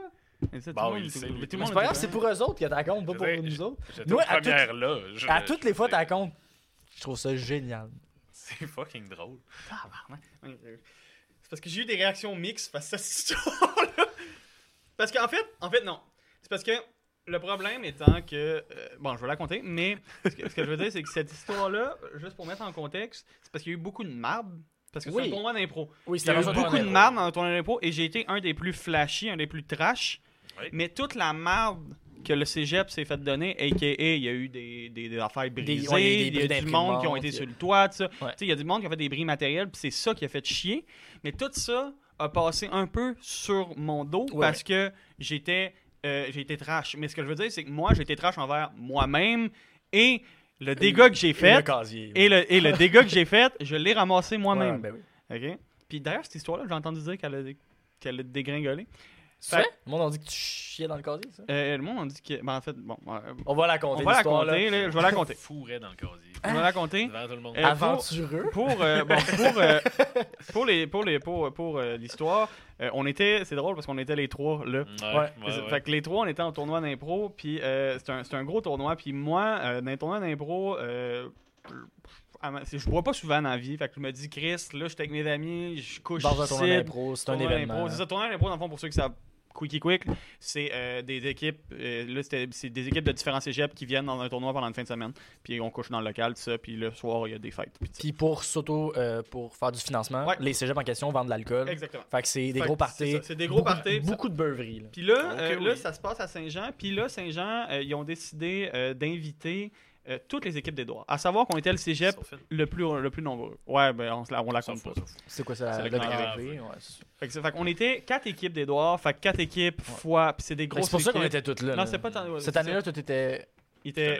S3: Mais ça, tout
S4: Bah
S3: le
S4: oui,
S3: monde-
S4: il sait, lui.
S3: mais tout le
S4: Mais
S1: Mais
S3: monde
S1: C'est pas
S3: est
S1: grave,
S3: au
S1: c'est
S3: courant.
S1: pour eux autres que t'as compte, pas
S4: Je
S1: pour
S4: veux dire,
S1: nous
S4: je-
S1: autres.
S4: J'étais
S1: Nous,
S4: aux
S1: à toutes-
S4: premières loges.
S1: À toutes les fois,
S4: C'est-
S1: t'as compte. Je trouve ça génial.
S4: C'est fucking drôle.
S3: Tabarnak. hein. C'est parce que j'ai eu des réactions mixtes face à cette histoire-là. Parce qu'en fait, en fait, non. C'est parce que le problème étant que. euh, bon, je vais la compter, mais ce que, ce que je veux dire, c'est que cette histoire-là, juste pour mettre en contexte, c'est parce qu'il y a eu beaucoup de marde. Parce que
S1: Oui.
S3: c'est un tournoi d'impro.
S1: Oui,
S3: Il y a eu
S1: vraiment
S3: beaucoup
S1: un
S3: de
S1: héros.
S3: marde dans le tournoi d'impro et j'ai été un des plus flashy, un des plus trash.
S4: Oui.
S3: Mais toute la marde que le cégep s'est fait donner, a.k.a. il y a eu des, des, des affaires brisées,
S1: ouais, il y a eu des
S3: il y a,
S1: bris
S3: du monde qui ont
S1: d'imprimante,
S3: été
S1: il y a-
S3: sur le toit, tout ça. Tu
S1: Ouais.
S3: sais, Il y a du monde qui a fait des bris matériels, puis c'est ça qui a fait chier. Mais tout ça a passé un peu sur mon dos
S1: Ouais,
S3: parce que j'étais euh, j'ai été trash. Mais ce que je veux dire, c'est que moi, j'ai été trash envers moi-même et le dégât que j'ai
S1: Le
S3: fait.
S1: casier.
S3: Et le, et le dégât que j'ai fait, je l'ai ramassé
S1: Ouais,
S3: moi-même.
S1: ben oui.
S3: OK? Puis d'ailleurs, cette histoire-là, j'ai entendu dire qu'elle a, dé- qu'elle a dégringolé.
S1: C'est vrai? Le monde a dit que tu chiais dans le casier, ça?
S3: Euh, le monde on dit que. Ben, en fait, bon. euh,
S1: On va la
S3: on
S1: compter.
S3: va la
S1: l'histoire, là.
S3: compter, là, je vais la compter.
S4: Fourrait dans le casier.
S3: On va la compter.
S4: Devant tout le monde.
S3: Euh,
S1: Aventureux.
S3: Pour, euh, bon, pour, euh, pour les, pour les, pour, pour euh, l'histoire, euh, on était, c'est drôle parce qu'on était les trois là.
S1: ouais,
S3: C'est- Fait que les trois, on était en tournoi d'impro, puis euh, c'est un, c'est un gros tournoi. Puis moi, euh, dans les tournois d'impro, euh, à ma- c'est- je bois pas souvent dans la vie. Fait que je me dis, Chris, là, j'étais avec mes amis, je couche
S1: Dans un tournoi
S3: ici,
S1: d'impro, c'est un
S3: Tournoi
S1: événement.
S3: d'impro, C'est ça, tournoi d'impro, dans le fond, pour ceux qui savent, quickie quick, c'est euh, des équipes, euh, là, c'était- c'est des équipes de différents cégeps qui viennent dans un tournoi pendant une fin de semaine, puis on couche dans le local, tout ça, puis le soir, il y a des fêtes. puis tout ça.
S1: Puis pour s'auto, euh, pour faire du financement,
S3: Ouais.
S1: les cégeps en question vendent de l'alcool.
S3: Exactement.
S1: Fait que c'est des
S3: Fait
S1: gros
S3: que c'est
S1: parties.
S3: ça, c'est des gros
S1: beaucoup-
S3: parties,
S1: Beaucoup de beuveries, là.
S3: Puis là,
S4: Ok,
S3: euh, là,
S4: oui.
S3: ça se passe à Saint-Jean, puis là, Saint-Jean, euh, ils ont décidé euh, d'inviter euh, toutes les équipes d'Edouard, à savoir qu'on était le cégep le plus, le plus nombreux. Ouais, ben, on, se la- on la compte pas.
S1: C'est quoi ça?
S4: C'est
S1: Le
S4: le
S1: grand
S4: grand
S1: arrivé, ouais, c'est ça.
S3: Fait que ça- fait qu'on était quatre équipes d'Edouard, fait que quatre équipes fois, puis c'est des
S1: Fait que Ben,
S3: grosses
S1: C'est pour ça qu'on
S3: équipes.
S1: était toutes là.
S3: Non,
S1: là.
S3: c'est pas tant- ouais,
S1: Cette
S3: c'est
S1: année-là,
S3: ça.
S1: tout était
S3: Il était.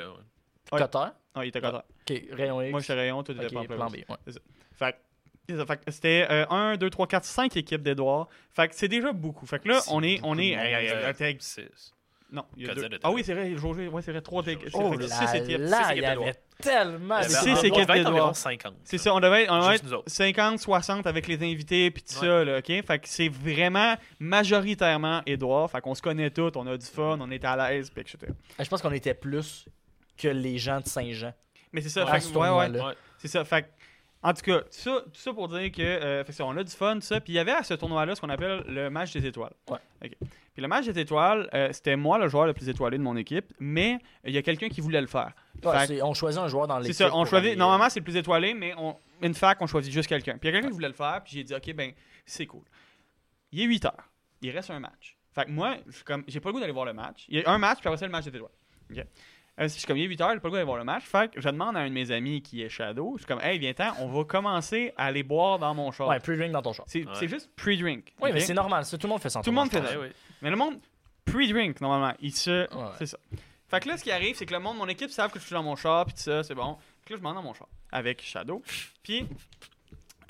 S3: Ouais.
S1: Cotter.
S3: Non, il était content.
S1: Ok, rayon X.
S3: Moi, j'étais rayon, toi, t'étais
S1: Ah, Ok,
S3: pas en
S1: plan B. ouais.
S3: Fait que Fait que C'était euh, 1, 2, 3, 4, 5 équipes d'Edouard. Fait que c'est déjà beaucoup. Fait que là,
S6: C'est
S3: on est. On
S6: beaucoup
S3: est
S6: de monde.
S3: hey, hey, hey,
S4: Euh,
S3: t'es-
S4: six.
S3: non, il y a
S4: Cosette
S3: deux.
S4: était
S3: Ah
S4: là.
S3: oui, c'est vrai, Jaugé, ouais, c'est vrai, 3 équipes.
S4: Jaugé.
S1: Oh
S3: Fait que
S1: là
S3: six Eh équipes.
S1: là,
S4: six
S1: il y
S4: équipes d'Edouard.
S1: avait tellement
S4: Il y
S3: c'est-
S4: avait
S3: c'est
S4: en-
S3: c'est
S4: on devait
S3: Kevin
S4: être environ
S3: Edouard.
S4: 50.
S3: C'est ça, on devait, on devait
S4: Juste nous
S3: être
S4: autres.
S3: 50, 60 avec les invités puis tout
S4: Ouais.
S3: ça, là, OK? Fait que c'est vraiment majoritairement Edouard. Fait qu'on se connaît tous, on a du fun, on est à l'aise, puis etc.
S1: Ah, Je pense qu'on était plus que les gens de Saint-Jean.
S3: Mais c'est ça,
S1: à
S3: fait
S1: ce
S3: que- ouais, ouais.
S1: tournoi-là.
S4: Ouais.
S3: C'est ça. Fait que- en tout cas, tout ça, tout ça pour dire que euh, fait que ça, on a du fun, tout ça. Puis il y avait à ce tournoi-là ce qu'on appelle le match des étoiles.
S1: Ouais.
S3: OK. Puis le match des étoiles, euh, c'était moi le joueur le plus étoilé de mon équipe, mais il y a quelqu'un qui voulait le faire.
S1: Ouais,
S3: Fait que-
S1: c'est- on choisit un joueur dans
S3: C'est
S1: l'équipe.
S3: ça, on
S1: pour
S3: choisit.
S1: aller- euh,
S3: Normalement, c'est le plus étoilé, mais on, une fac, on choisit juste quelqu'un. Puis il y a quelqu'un qui voulait le faire, puis j'ai dit, OK, ben, c'est cool. Il est 8 heures. Il reste un match. Fait que moi, je suis comme, j'ai pas le goût d'aller voir le match. Il y a un match, puis après ça, le match des étoiles. OK. Euh, je suis comme, il est 8 heures, j'ai pas le goût d'aller voir le match. Fait que je demande à un de mes amis qui est Shadow, je suis comme, hey, viens-t'en, on va commencer à aller boire dans mon char.
S1: Ouais, pre-drink dans ton choix.
S3: C'est
S4: Ouais.
S3: c'est juste pre-drink.
S1: Oui, mais
S3: OK?
S1: c'est normal. ça, Tout le monde fait ça. en
S3: Tout le monde fait
S1: tournoi,
S3: ça.
S1: je
S4: Ouais, ouais.
S3: Mais le monde pre-drink normalement. Il se.
S1: Ouais, ouais.
S3: C'est ça. Fait que là, ce qui arrive, c'est que le monde, mon équipe, savent que je suis dans mon char, puis tout ça, c'est bon. Fait que là, je m'en vais dans mon char avec Shadow. Puis,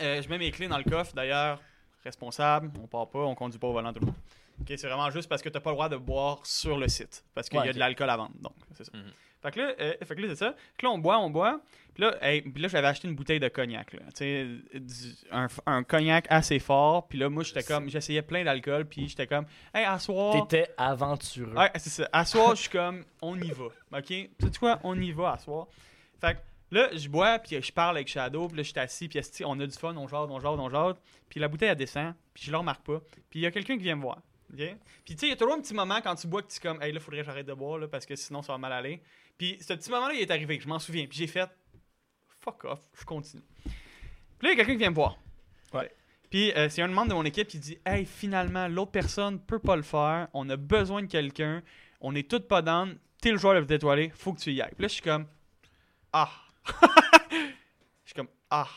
S3: euh, je mets mes clés dans le coffre, d'ailleurs, responsable, on part pas, on conduit pas au volant tout le monde. Ok, c'est vraiment juste parce que t'as pas le droit de boire sur le site, parce qu'il
S1: Ouais,
S3: y a
S1: ok.
S3: de l'alcool à vendre, donc c'est ça.
S4: Mhm.
S3: Fait que là, euh, fait que là, c'est ça. Fait que là, on boit, on boit. Puis là, hey, puis là j'avais acheté une bouteille de cognac. Là. Tu sais, du- un, un cognac assez fort. Puis là, moi, j'étais comme, j'essayais plein d'alcool. Puis j'étais comme, hey, à soir.
S1: pense. T'étais aventureux.
S3: Ouais, c'est ça. À soir, je suis comme, on y va. OK? Tu sais quoi? On y va à soir. Fait que là, je bois, puis je parle avec Shadow, puis là, je suis assis, puis esti, on a du fun, on jase, on jase, on jase. Puis la bouteille, elle descend, puis je le remarque pas. Puis il y a quelqu'un qui vient me voir. OK? Puis tu sais, il y a toujours un petit moment quand tu bois que tu es comme, hey, là, faudrait que j'arrête de boire, là, parce que sinon, ça va mal aller. Puis ce petit moment-là, il est arrivé, je m'en souviens. Puis j'ai fait, fuck off, je continue. Puis là, il y a quelqu'un qui vient me voir. Ouais. Puis euh, c'est un membre de mon équipe qui dit Hey, finalement, l'autre personne peut pas le faire. On a besoin de quelqu'un. On est toutes pas down. T'es le joueur le plus étoilé. Faut que tu y ailles. Puis là, je suis comme Ah. je suis comme Ah.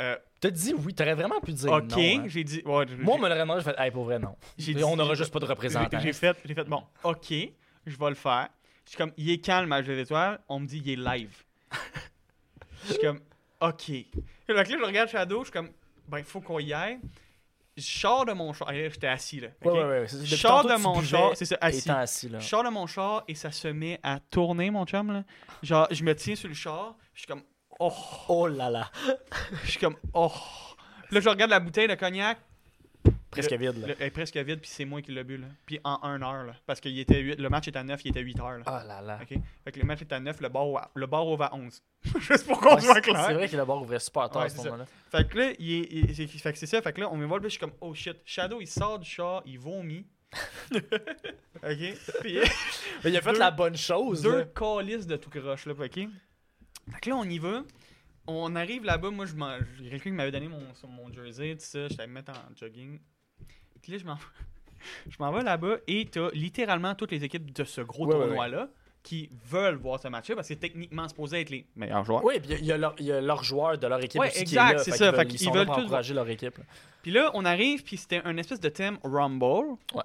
S3: Euh,
S1: T'as dit oui. T'aurais vraiment pu dire
S3: ok.
S1: non. hein.
S3: J'ai dit ouais, j'ai-
S1: Moi, on me l'aurait demandé. J'ai fait, hey, pour vrai, non.
S3: j'ai
S1: On
S3: dit-
S1: n'aura juste pas de représentant.
S3: j'ai j'ai fait, j'ai fait, bon, ok, je vais le faire. Je suis comme, il est quand le match des étoiles? On me dit, il est live. je suis comme, ok. Fait que là, je regarde Shadow, je suis comme, ben, faut qu'on y aille. Je sors de mon char. et là, J'étais assis, là.
S1: Ouais,
S3: ok?
S1: ouais, ouais. c'est-
S3: Je
S1: depuis
S3: sors
S1: tantôt,
S3: de
S1: tu
S3: mon
S1: buvais
S3: char, c'est ça, assis.
S1: Étant assis, là.
S3: Je sors de mon char et ça se met à tourner, mon chum, là. Genre, je me tiens sur le char, je suis comme, oh,
S1: Oh là là.
S3: je suis comme, oh. Là, je regarde la bouteille de cognac,
S1: Presque vide, là.
S3: le- elle est presque vide, puis c'est moi qui l'ai bu, là. Puis en 1 heure, là. Parce que le match est à 9, il était 8 heures, Ah là.
S1: Oh là là.
S3: OK? Fait que le match est à 9, le bar, au- le bar ouvre à 11. Juste pour qu'on
S1: Ouais,
S3: soit
S1: c'est- C'est
S3: clair.
S1: vrai que le bar ouvrait super tard
S3: Ouais,
S1: à ce
S3: c'est ça.
S1: moment-là.
S3: Fait que là, il est- il- c'est fait que c'est ça. Fait que là, on me voit le but, je suis comme, oh shit. Shadow, il sort du char, il vomit. OK? Puis
S1: Mais il a fait
S3: Deux-
S1: la bonne chose.
S3: deux
S1: là.
S3: calices de tout croche, là. OK? Fait que là, on y va. On arrive là-bas. Moi, je m'en- il y a quelqu'un qui m'avait donné mon, son- mon jersey, tout ça. J'étais allé me mettre en jogging. Puis là, je m'en je m'en vais là-bas et t'as littéralement toutes les équipes de ce gros
S1: Ouais, ouais,
S3: tournoi-là qui veulent voir ce match-là parce que c'est techniquement supposé être les meilleurs joueurs.
S1: Oui, puis il y a leur- il y a leur joueur de leur équipe
S3: Ouais,
S1: aussi qui est
S3: exact,
S1: là.
S3: c'est
S1: fait
S3: ça,
S1: qu'ils
S3: fait
S1: veulent-
S3: qu'ils
S1: Ils sont là
S3: veulent
S1: pour
S3: tous-
S1: encourager leur équipe. là.
S3: Puis là, on arrive, puis c'était un espèce de thème Rumble.
S1: Ouais.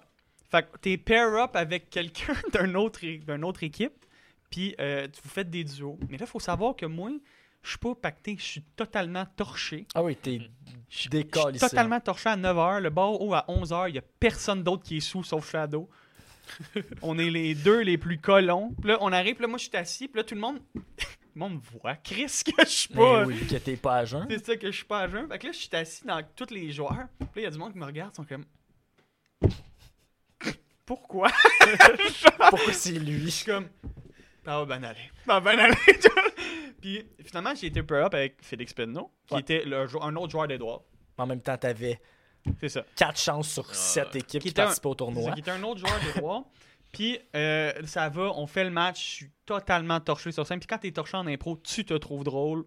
S3: Fait que t'es pair-up avec quelqu'un d'un autre, é- d'une autre équipe, puis euh, tu vous faites des duos. Mais là, faut savoir que moi, je suis pas pacté, je suis totalement torché.
S1: Ah oui, t'es
S3: Je suis- je suis
S1: décalé.
S3: totalement torché à 9h, le bar haut à 11h, il y a personne d'autre qui est sous sauf Shadow. on est les deux les plus colons. Puis là, on arrive, puis là, moi, je suis assis, puis là, tout le monde, tout le monde voit Chris que je suis pas...
S1: Mais Ben oui, que t'es pas à jeun.
S3: C'est ça que je suis pas à jeun. Fait que là, je suis assis dans tous les joueurs. Puis là, il y a du monde qui me regarde, ils sont comme. Pourquoi?
S1: Pourquoi c'est
S3: Je
S1: lui?
S3: suis comme. Ah, ben allez. Ah, ben allez. Puis finalement, j'ai été pair-up avec Félix Penneau, qui
S1: Ouais.
S3: était le jou- un autre joueur d'Edouard.
S1: Mais en même temps, t'avais
S3: C'est ça.
S1: 4 chances sur 7 équipes
S3: Ah, Qui
S1: qui
S3: était un-
S1: participaient au
S3: C'est ça,
S1: tournoi.
S3: qui était un autre joueur d'Edouard. Puis euh, ça va, on fait le match, je suis totalement torché sur scène. Puis quand t'es torché en impro, tu te trouves drôle.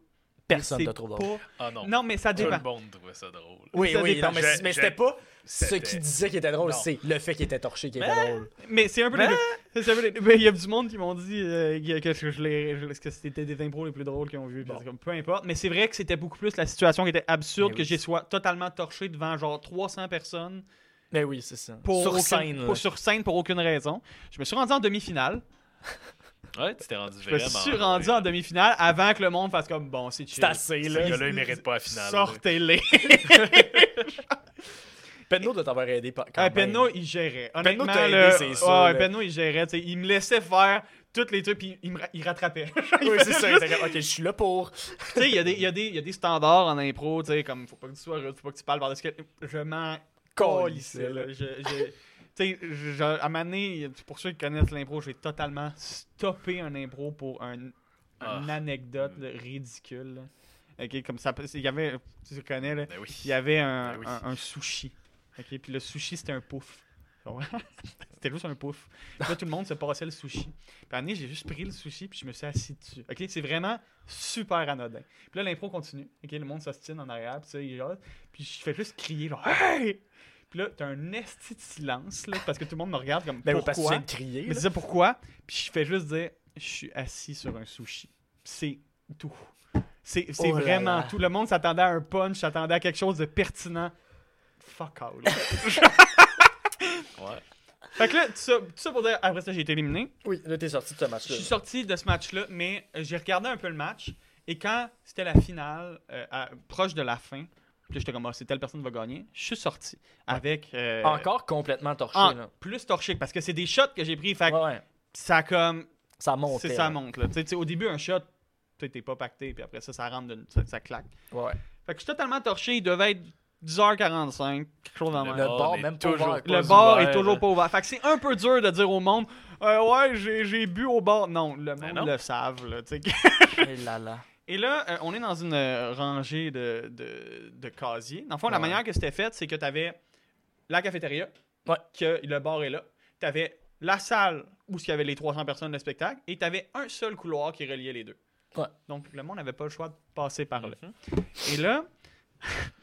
S1: Personne
S3: C'est
S1: te trouve
S3: pas-
S1: drôle.
S4: Ah non.
S3: Non, mais ça
S4: Tout le
S3: dépend.
S4: monde trouvait ça drôle.
S1: Oui,
S3: ça
S1: oui,
S3: dépend.
S1: non, mais,
S4: Je-
S1: mais
S4: je-
S1: c'était pas ce
S4: c'était-
S1: qui disait qu'il était drôle,
S4: Non.
S1: c'est le fait qu'il était torché qui était drôle.
S3: Mais c'est un peu les deux.
S1: Ben.
S3: C'est un peu les deux. Mais Il y a du monde qui m'ont dit euh, que, que je les- je- que c'était des impros les plus drôles qu'ils ont vu. Comme, peu importe. Mais c'est vrai que c'était beaucoup plus la situation qui était absurde
S1: Mais
S3: que
S1: oui.
S3: j'ai soit totalement torché devant genre 300 personnes
S1: Mais oui, c'est ça.
S3: pour
S1: sur
S3: aucune-
S1: scène. là.
S3: pour, sur scène pour aucune raison. Je me suis rendu en demi-finale.
S4: Ouais, tu t'es rendu
S3: Je me
S4: vraiment.
S3: suis rendu en demi-finale avant que le monde fasse comme bon, c'est chill.
S1: C'est assez,
S4: Ce
S1: là.
S4: gars-là, il mérite pas la finale.
S3: Sortez-les.
S1: Penno doit t'avoir aidé pa- quand
S3: Ouais,
S1: même.
S3: Penno, Euh, il gérait. Honnêtement,
S1: t'a aidé,
S3: là,
S1: c'est sûr,
S3: ouais,
S1: là.
S3: Penno, il gérait. tu sais, Il me laissait faire tous les trucs, puis il me ra- il rattrapait.
S1: Oui, c'est ça. il était comme, Ok, je suis là pour.
S3: tu sais, il y, a des- il y a des- il y a des standards en impro, tu sais, comme faut pas que tu sois rude, faut pas que tu parles par-dessus. que- Je m'en calissais, là. Je, je- tu sais, je- je- à un moment donné, pour ceux qui connaissent l'impro, j'ai totalement stoppé un impro pour un, une
S4: Ah.
S3: anecdote là, ridicule. là. Ok, comme ça, il y avait, tu le connais, là,
S4: Ben oui.
S3: il y avait un,
S4: Ben oui.
S3: un- un sushi. Ok, puis le sushi, c'était un pouf. c'était juste un pouf. Puis Là, tout le monde se passait le sushi. Puis à un moment donné, j'ai juste pris le sushi, puis je me suis assis dessus. Ok, c'est vraiment super anodin. Puis là, l'impro continue. Ok, le monde s'ostine en arrière, puis ça, il jase. Puis je fais juste crier, genre, hey! Puis là, t'as un esti de silence, là, parce que tout le monde me regarde comme,
S1: Ben oui, parce que tu
S3: pourquoi?
S1: viens de crier.
S3: Mais
S1: là.
S3: c'est ça pourquoi. Puis je fais juste dire, je suis assis sur un sushi. C'est tout. C'est c'est
S1: Oh là
S3: vraiment
S1: là.
S3: tout. Le monde s'attendait à un punch, s'attendait à quelque chose de pertinent. Fuck out. là.
S4: Ouais.
S3: fait que là, tout ça, tout ça pour dire, après ça, j'ai été éliminé.
S1: Oui, là, t'es sorti de ce
S3: Je
S1: match-là.
S3: suis sorti de ce match-là, mais euh, j'ai regardé un peu le match. Et quand c'était la finale, euh, à- proche de la fin, puis là, j'étais comme, ah, c'est telle personne qui va gagner, je suis sorti avec. euh,
S1: Encore complètement torché.
S3: en-
S1: là.
S3: plus torché, parce que c'est des shots que j'ai pris. Ah. Fait que
S1: Ouais, ouais.
S3: ça a comme.
S1: Ça monte.
S3: C'est ça monte là. Tu sais, tu sais, au début un shot, tu sais, t'es pas pacté puis après ça ça rentre d'une- ça, ça claque.
S1: Ouais, ouais.
S3: Fait que je suis totalement torché, il devait être 10h45, quelque chose dans le
S1: Le
S3: même.
S1: bar,
S4: mais
S1: même pas
S4: toujours
S1: ouvert.
S4: pas
S3: Le
S4: du
S3: bar
S4: verre.
S3: est toujours pas ouvert. Fait que c'est un peu dur de dire au monde Euh, ouais, j'ai, j'ai bu au bar." Non, le monde
S4: non.
S3: le savent là, tu sais.
S1: Eh là là.
S3: Et là, euh, on est dans une euh, rangée de, de, de casiers. Dans le fond, la
S1: Ouais.
S3: manière que c'était fait, c'est que tu avais la cafétéria,
S1: Ouais.
S3: que le bar est là. Tu avais la salle où il y avait les 300 personnes de spectacle et tu avais un seul couloir qui reliait les deux.
S1: Ouais. Mm.
S3: Donc, le monde n'avait pas le choix de passer par là.
S4: Mhm.
S3: Et là,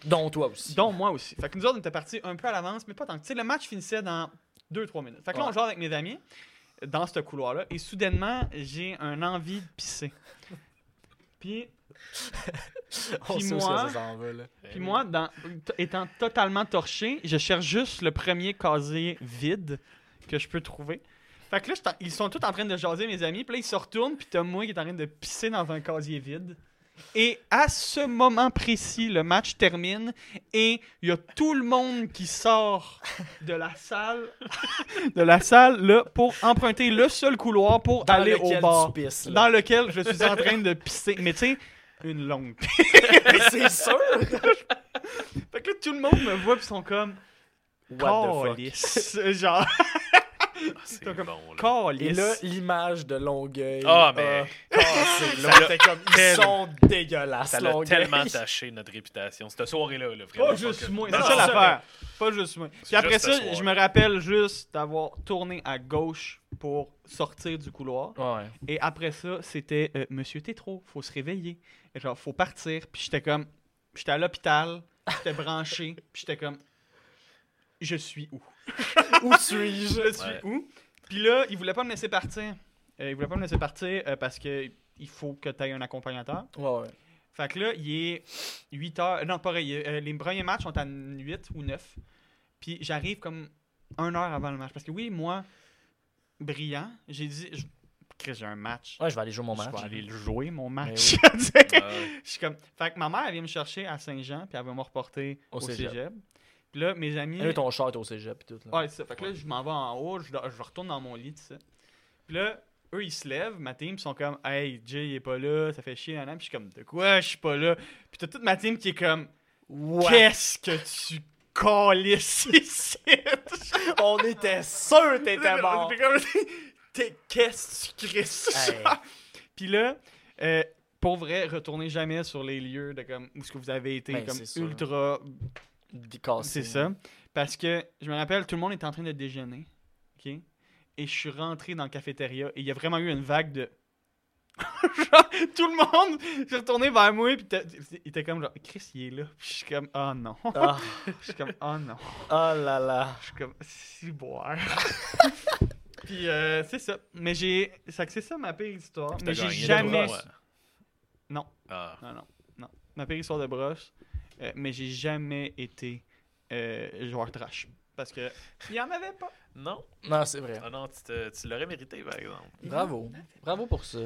S1: Dont toi aussi.
S3: dont moi aussi. Fait que nous autres, on était partis un peu à l'avance, mais pas tant que. Tu sais, le match finissait dans 2-3 minutes. Fait que là, on
S1: Ouais.
S3: joue avec mes amis dans ce couloir-là, et soudainement, j'ai un envie de pisser. Puis,
S1: On
S3: Puis
S1: sait où
S3: moi-
S1: ça s'en va, là.
S4: Ben
S3: puis moi, dans- t- étant totalement torché, je cherche juste le premier casier vide que je peux trouver. Fait que là, je t'en- ils sont tous en train de jaser, mes amis. Puis là, ils se retournent, puis t'as moi qui est en train de pisser dans un casier vide. Et à ce moment précis, le match termine et il y a tout le monde qui sort de la salle, de la salle là, pour emprunter le seul couloir pour
S1: Dans
S3: aller
S1: lequel
S3: au bar,
S1: tu pisses, là.
S3: dans lequel je suis en train de pisser. Mais tu sais, une longue
S1: C'est sûr.
S3: Fait que là, tout le monde me voit pis sont comme
S1: What the fuck.
S3: Calice. Genre,
S4: Ah,
S3: T'as
S4: C'est
S3: comme-
S4: bon, là.
S1: Et là,
S3: Calice.
S1: l'image de Longueuil.
S4: Ah,
S3: euh,
S4: mais
S1: Ah, c'est là,
S4: Ça l'a-
S1: c'était comme, ils
S4: tellement-
S1: sont dégueulasses,
S4: ça l'a
S1: Longueuil.
S4: tellement taché notre réputation. Cette soirée-là, là, vraiment.
S3: Pas juste
S4: que-
S3: moi.
S4: Non,
S3: C'est
S4: non,
S3: ça l'affaire. Pas juste moi. Puis
S4: C'est
S3: après
S4: juste
S3: ça,
S4: ce soir.
S3: je me rappelle juste d'avoir tourné à gauche pour sortir du couloir.
S1: Ouais, ouais.
S3: Et après ça, c'était euh, Monsieur Tétro, faut se réveiller. Et genre, faut partir. Puis j'étais comme. J'étais à l'hôpital, j'étais branché, puis j'étais comme. Je suis où Où suis-je Je suis
S4: Ouais.
S3: où Puis là, il voulait pas me laisser partir. Euh, il voulait pas me laisser partir euh, parce que il faut que tu aies un accompagnateur.
S1: Ouais, ouais.
S3: Fait que là, il est 8 heures. Non, pareil. euh, les premiers matchs sont à 8 ou 9. Puis j'arrive comme une heure avant le match. Parce que oui, moi, brillant, j'ai dit. je- Chris, j'ai un match.
S1: Ouais, je vais aller jouer Ah, mon match. Ben
S3: Je vais aller le jouer, mon match.
S1: oui.
S3: Tu sais,
S4: Ouais.
S3: je suis comme... Fait que ma mère, elle vient me chercher à Saint-Jean, puis elle va me reporter
S1: Au
S3: au,
S1: cégep.
S3: cégep. Puis là, mes amis...
S1: Et là, ton chat est au cégep et tout. Là.
S3: Ouais, c'est ça. Fait que là, je m'en vais en haut, je, je retourne dans mon lit, tout ça. Puis là, eux, ils se lèvent, ma team, ils sont comme, hey, Jay, il est pas là, ça fait chier, nanana. Puis je suis comme, de quoi, je suis pas là. Puis t'as toute ma team qui est comme, qu'est-ce que tu calisses ici?
S1: On était sûrs que t'étais mort.
S3: Puis comme, T'es- qu'est-ce que tu crisses?
S1: Hey.
S3: Puis là, euh, pour vrai, retournez jamais sur les lieux de comme, où ce que vous avez été,
S1: Ben,
S3: comme
S1: c'est sûr.
S3: ultra
S1: Décassé.
S3: c'est ça. Parce que je me rappelle, tout le monde était en train de déjeuner. OK? Et je suis rentré dans la cafétéria et il y a vraiment eu une vague de. Genre, tout le monde s'est retourné vers moi puis t'as- il était comme genre Chris il est là puis je suis comme oh non
S1: Ah,
S3: je suis comme oh non
S1: ah là là.
S3: je suis comme si boire puis euh, c'est ça mais j'ai ça que c'est ça ma pire histoire
S4: Puis
S3: mais
S4: t'as
S3: j'ai
S4: gagné le
S3: jamais
S4: droit.
S3: Non.
S4: Ah.
S3: non, non, non. Ma pire histoire de broche, euh, mais j'ai jamais été euh, joueur trash. Parce que il y en avait pas.
S4: Non.
S1: Non, c'est vrai.
S4: Ah non, tu, te- tu l'aurais mérité, par exemple.
S1: Bravo. Bravo pour ça.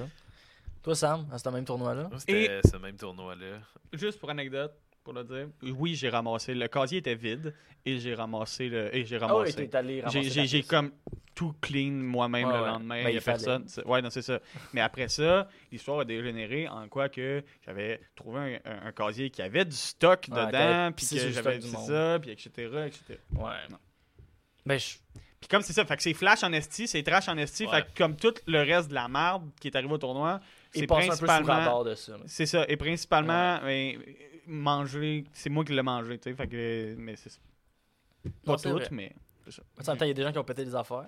S1: Toi, Sam, à ce même tournoi-là.
S4: Moi, C'était ce même tournoi-là.
S3: Juste pour anecdote, pour le dire. Oui, j'ai ramassé. Le casier était vide et j'ai ramassé le. Et j'ai
S1: Ah
S3: ramassé.
S1: allé
S3: J'ai- J'ai j'ai comme tout clean moi-même
S1: Ouais,
S3: le
S1: ouais.
S3: lendemain.
S1: Ben,
S3: il y
S1: il
S3: a personne. C'est- Ouais, non, c'est ça. Mais après ça, l'histoire a dégénéré en quoi que j'avais trouvé un, un- un casier qui avait du stock
S1: Ouais,
S3: dedans,
S1: Ah, t'avais
S3: puis
S1: pissé
S3: que
S1: sur le
S3: j'avais
S1: stock du
S3: c'est
S1: monde.
S3: ça, puis etc., etc.
S1: Ouais.
S3: Non.
S1: Ben, je-
S3: Puis comme c'est ça, fait que c'est flash en esti, c'est trash en esti,
S4: Ouais.
S3: fait que comme tout le reste de la marde qui est arrivé au tournoi, c'est
S1: il passe un peu sous le
S3: principalement
S1: radar de ça. là.
S3: c'est ça, et principalement ben, euh, manger, c'est moi qui l'ai mangé, tu sais, fait que euh, mais c'est ça. pas
S1: Non, c'est
S3: tout,
S1: vrai.
S3: mais
S1: Tu sais, En même temps, il y a des gens qui ont pété des affaires,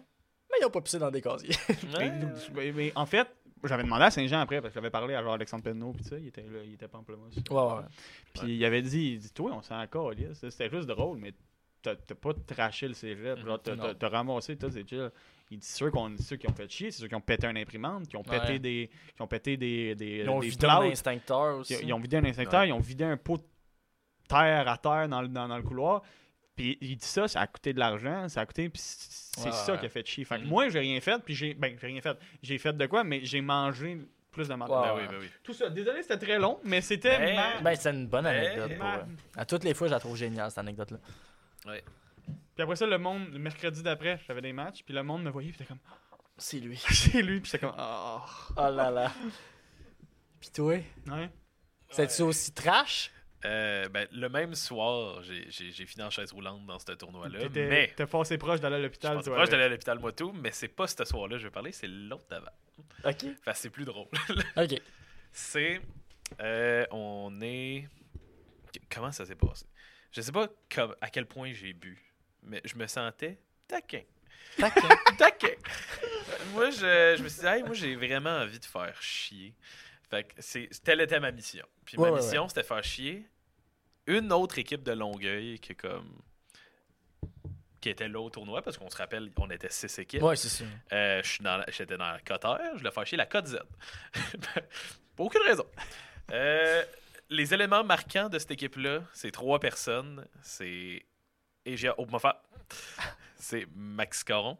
S1: mais ils ont pas pissé dans des casiers.
S3: Mais- mais- mais en fait, j'avais demandé à Saint-Jean après, parce que j'avais parlé à genre Alexandre Penneau, puis tu sais, il était là, il était pamplemousse.
S1: ouais, ouais.
S3: Puis il avait dit, il dit, toi, on s'en encore, c'était juste drôle, mais t'as t'as pas traché le cégep,
S4: Mhm.
S3: genre, t'as-
S1: Non.
S3: t'as t'as ramassé, tout, c'est chill. Il dit, ceux, qu'on- ceux qui ont fait chier, c'est ceux qui ont pété un imprimante, qui ont
S1: Ouais.
S3: pété des, qui ont pété des, des,
S1: Ils ont
S3: des
S1: vidé un
S3: flouts,
S1: instincteur
S3: qui-
S1: aussi.
S3: ils ont vidé un insecteur, ils ont vidé un pot de terre à terre dans le, dans, dans le couloir. Puis il dit ça, ça a coûté de l'argent, ça a coûté, puis c'est c'est
S1: Ouais,
S3: ça
S1: ouais.
S3: qui a fait chier. Fait que
S4: Mhm.
S3: moi, j'ai rien fait, puis j'ai. Ben, j'ai rien fait. J'ai fait de quoi, mais j'ai mangé plus de marde.
S1: Ouais.
S4: Ben oui, ben oui.
S3: Tout ça, désolé, c'était très long, mais c'était.
S4: Ben,
S3: ma-
S1: Ben, c'est une bonne
S4: Eh,
S1: anecdote. pour,
S3: ma-
S1: euh, À toutes les fois, je la trouve géniale, cette anecdote-là.
S3: Puis après ça, le monde, le mercredi d'après, j'avais des matchs, puis le monde me voyait, puis c'était comme.
S1: C'est lui.
S3: C'est lui, puis j'étais comme. Ah.
S1: Oh là là. Pis toi,
S3: Ouais.
S1: c'est-tu aussi trash?
S4: Euh, ben, le même soir, j'ai- j'ai j'ai fini en chaise roulante dans ce tournoi-là.
S3: T'étais-
S4: Ah, Mais.
S3: T'es passé proche d'aller à
S4: Je
S3: l'hôpital,
S4: pensais
S3: toi.
S4: pas que
S3: avec.
S4: j'allais à l'hôpital, moi, tout, mais c'est pas ce soir-là que je vais parler, c'est l'autre d'avant.
S1: Ok.
S4: Enfin, c'est plus drôle.
S1: Ok.
S4: c'est. euh, on est. Qu- Comment ça s'est passé? Je sais pas comme- à quel point j'ai bu, mais je me sentais taquin.
S1: Tac.
S4: Taquin! moi, je, je me suis dit, Hey, moi, j'ai vraiment envie de faire chier. Fait que c'est, telle était ma mission. Puis
S1: Ouais,
S4: ma
S1: ouais,
S4: mission, c'était faire chier une autre équipe de Longueuil qui, est comme, qui était là au tournoi, parce qu'on se rappelle, on était six équipes.
S1: Ouais, c'est ça.
S4: Euh, je suis dans la- J'étais dans la cote R, je voulais faire chier la cote Z. Pour aucune raison. Euh, les éléments marquants de cette équipe-là, c'est trois personnes. C'est Egia Oupmofa, c'est Max Caron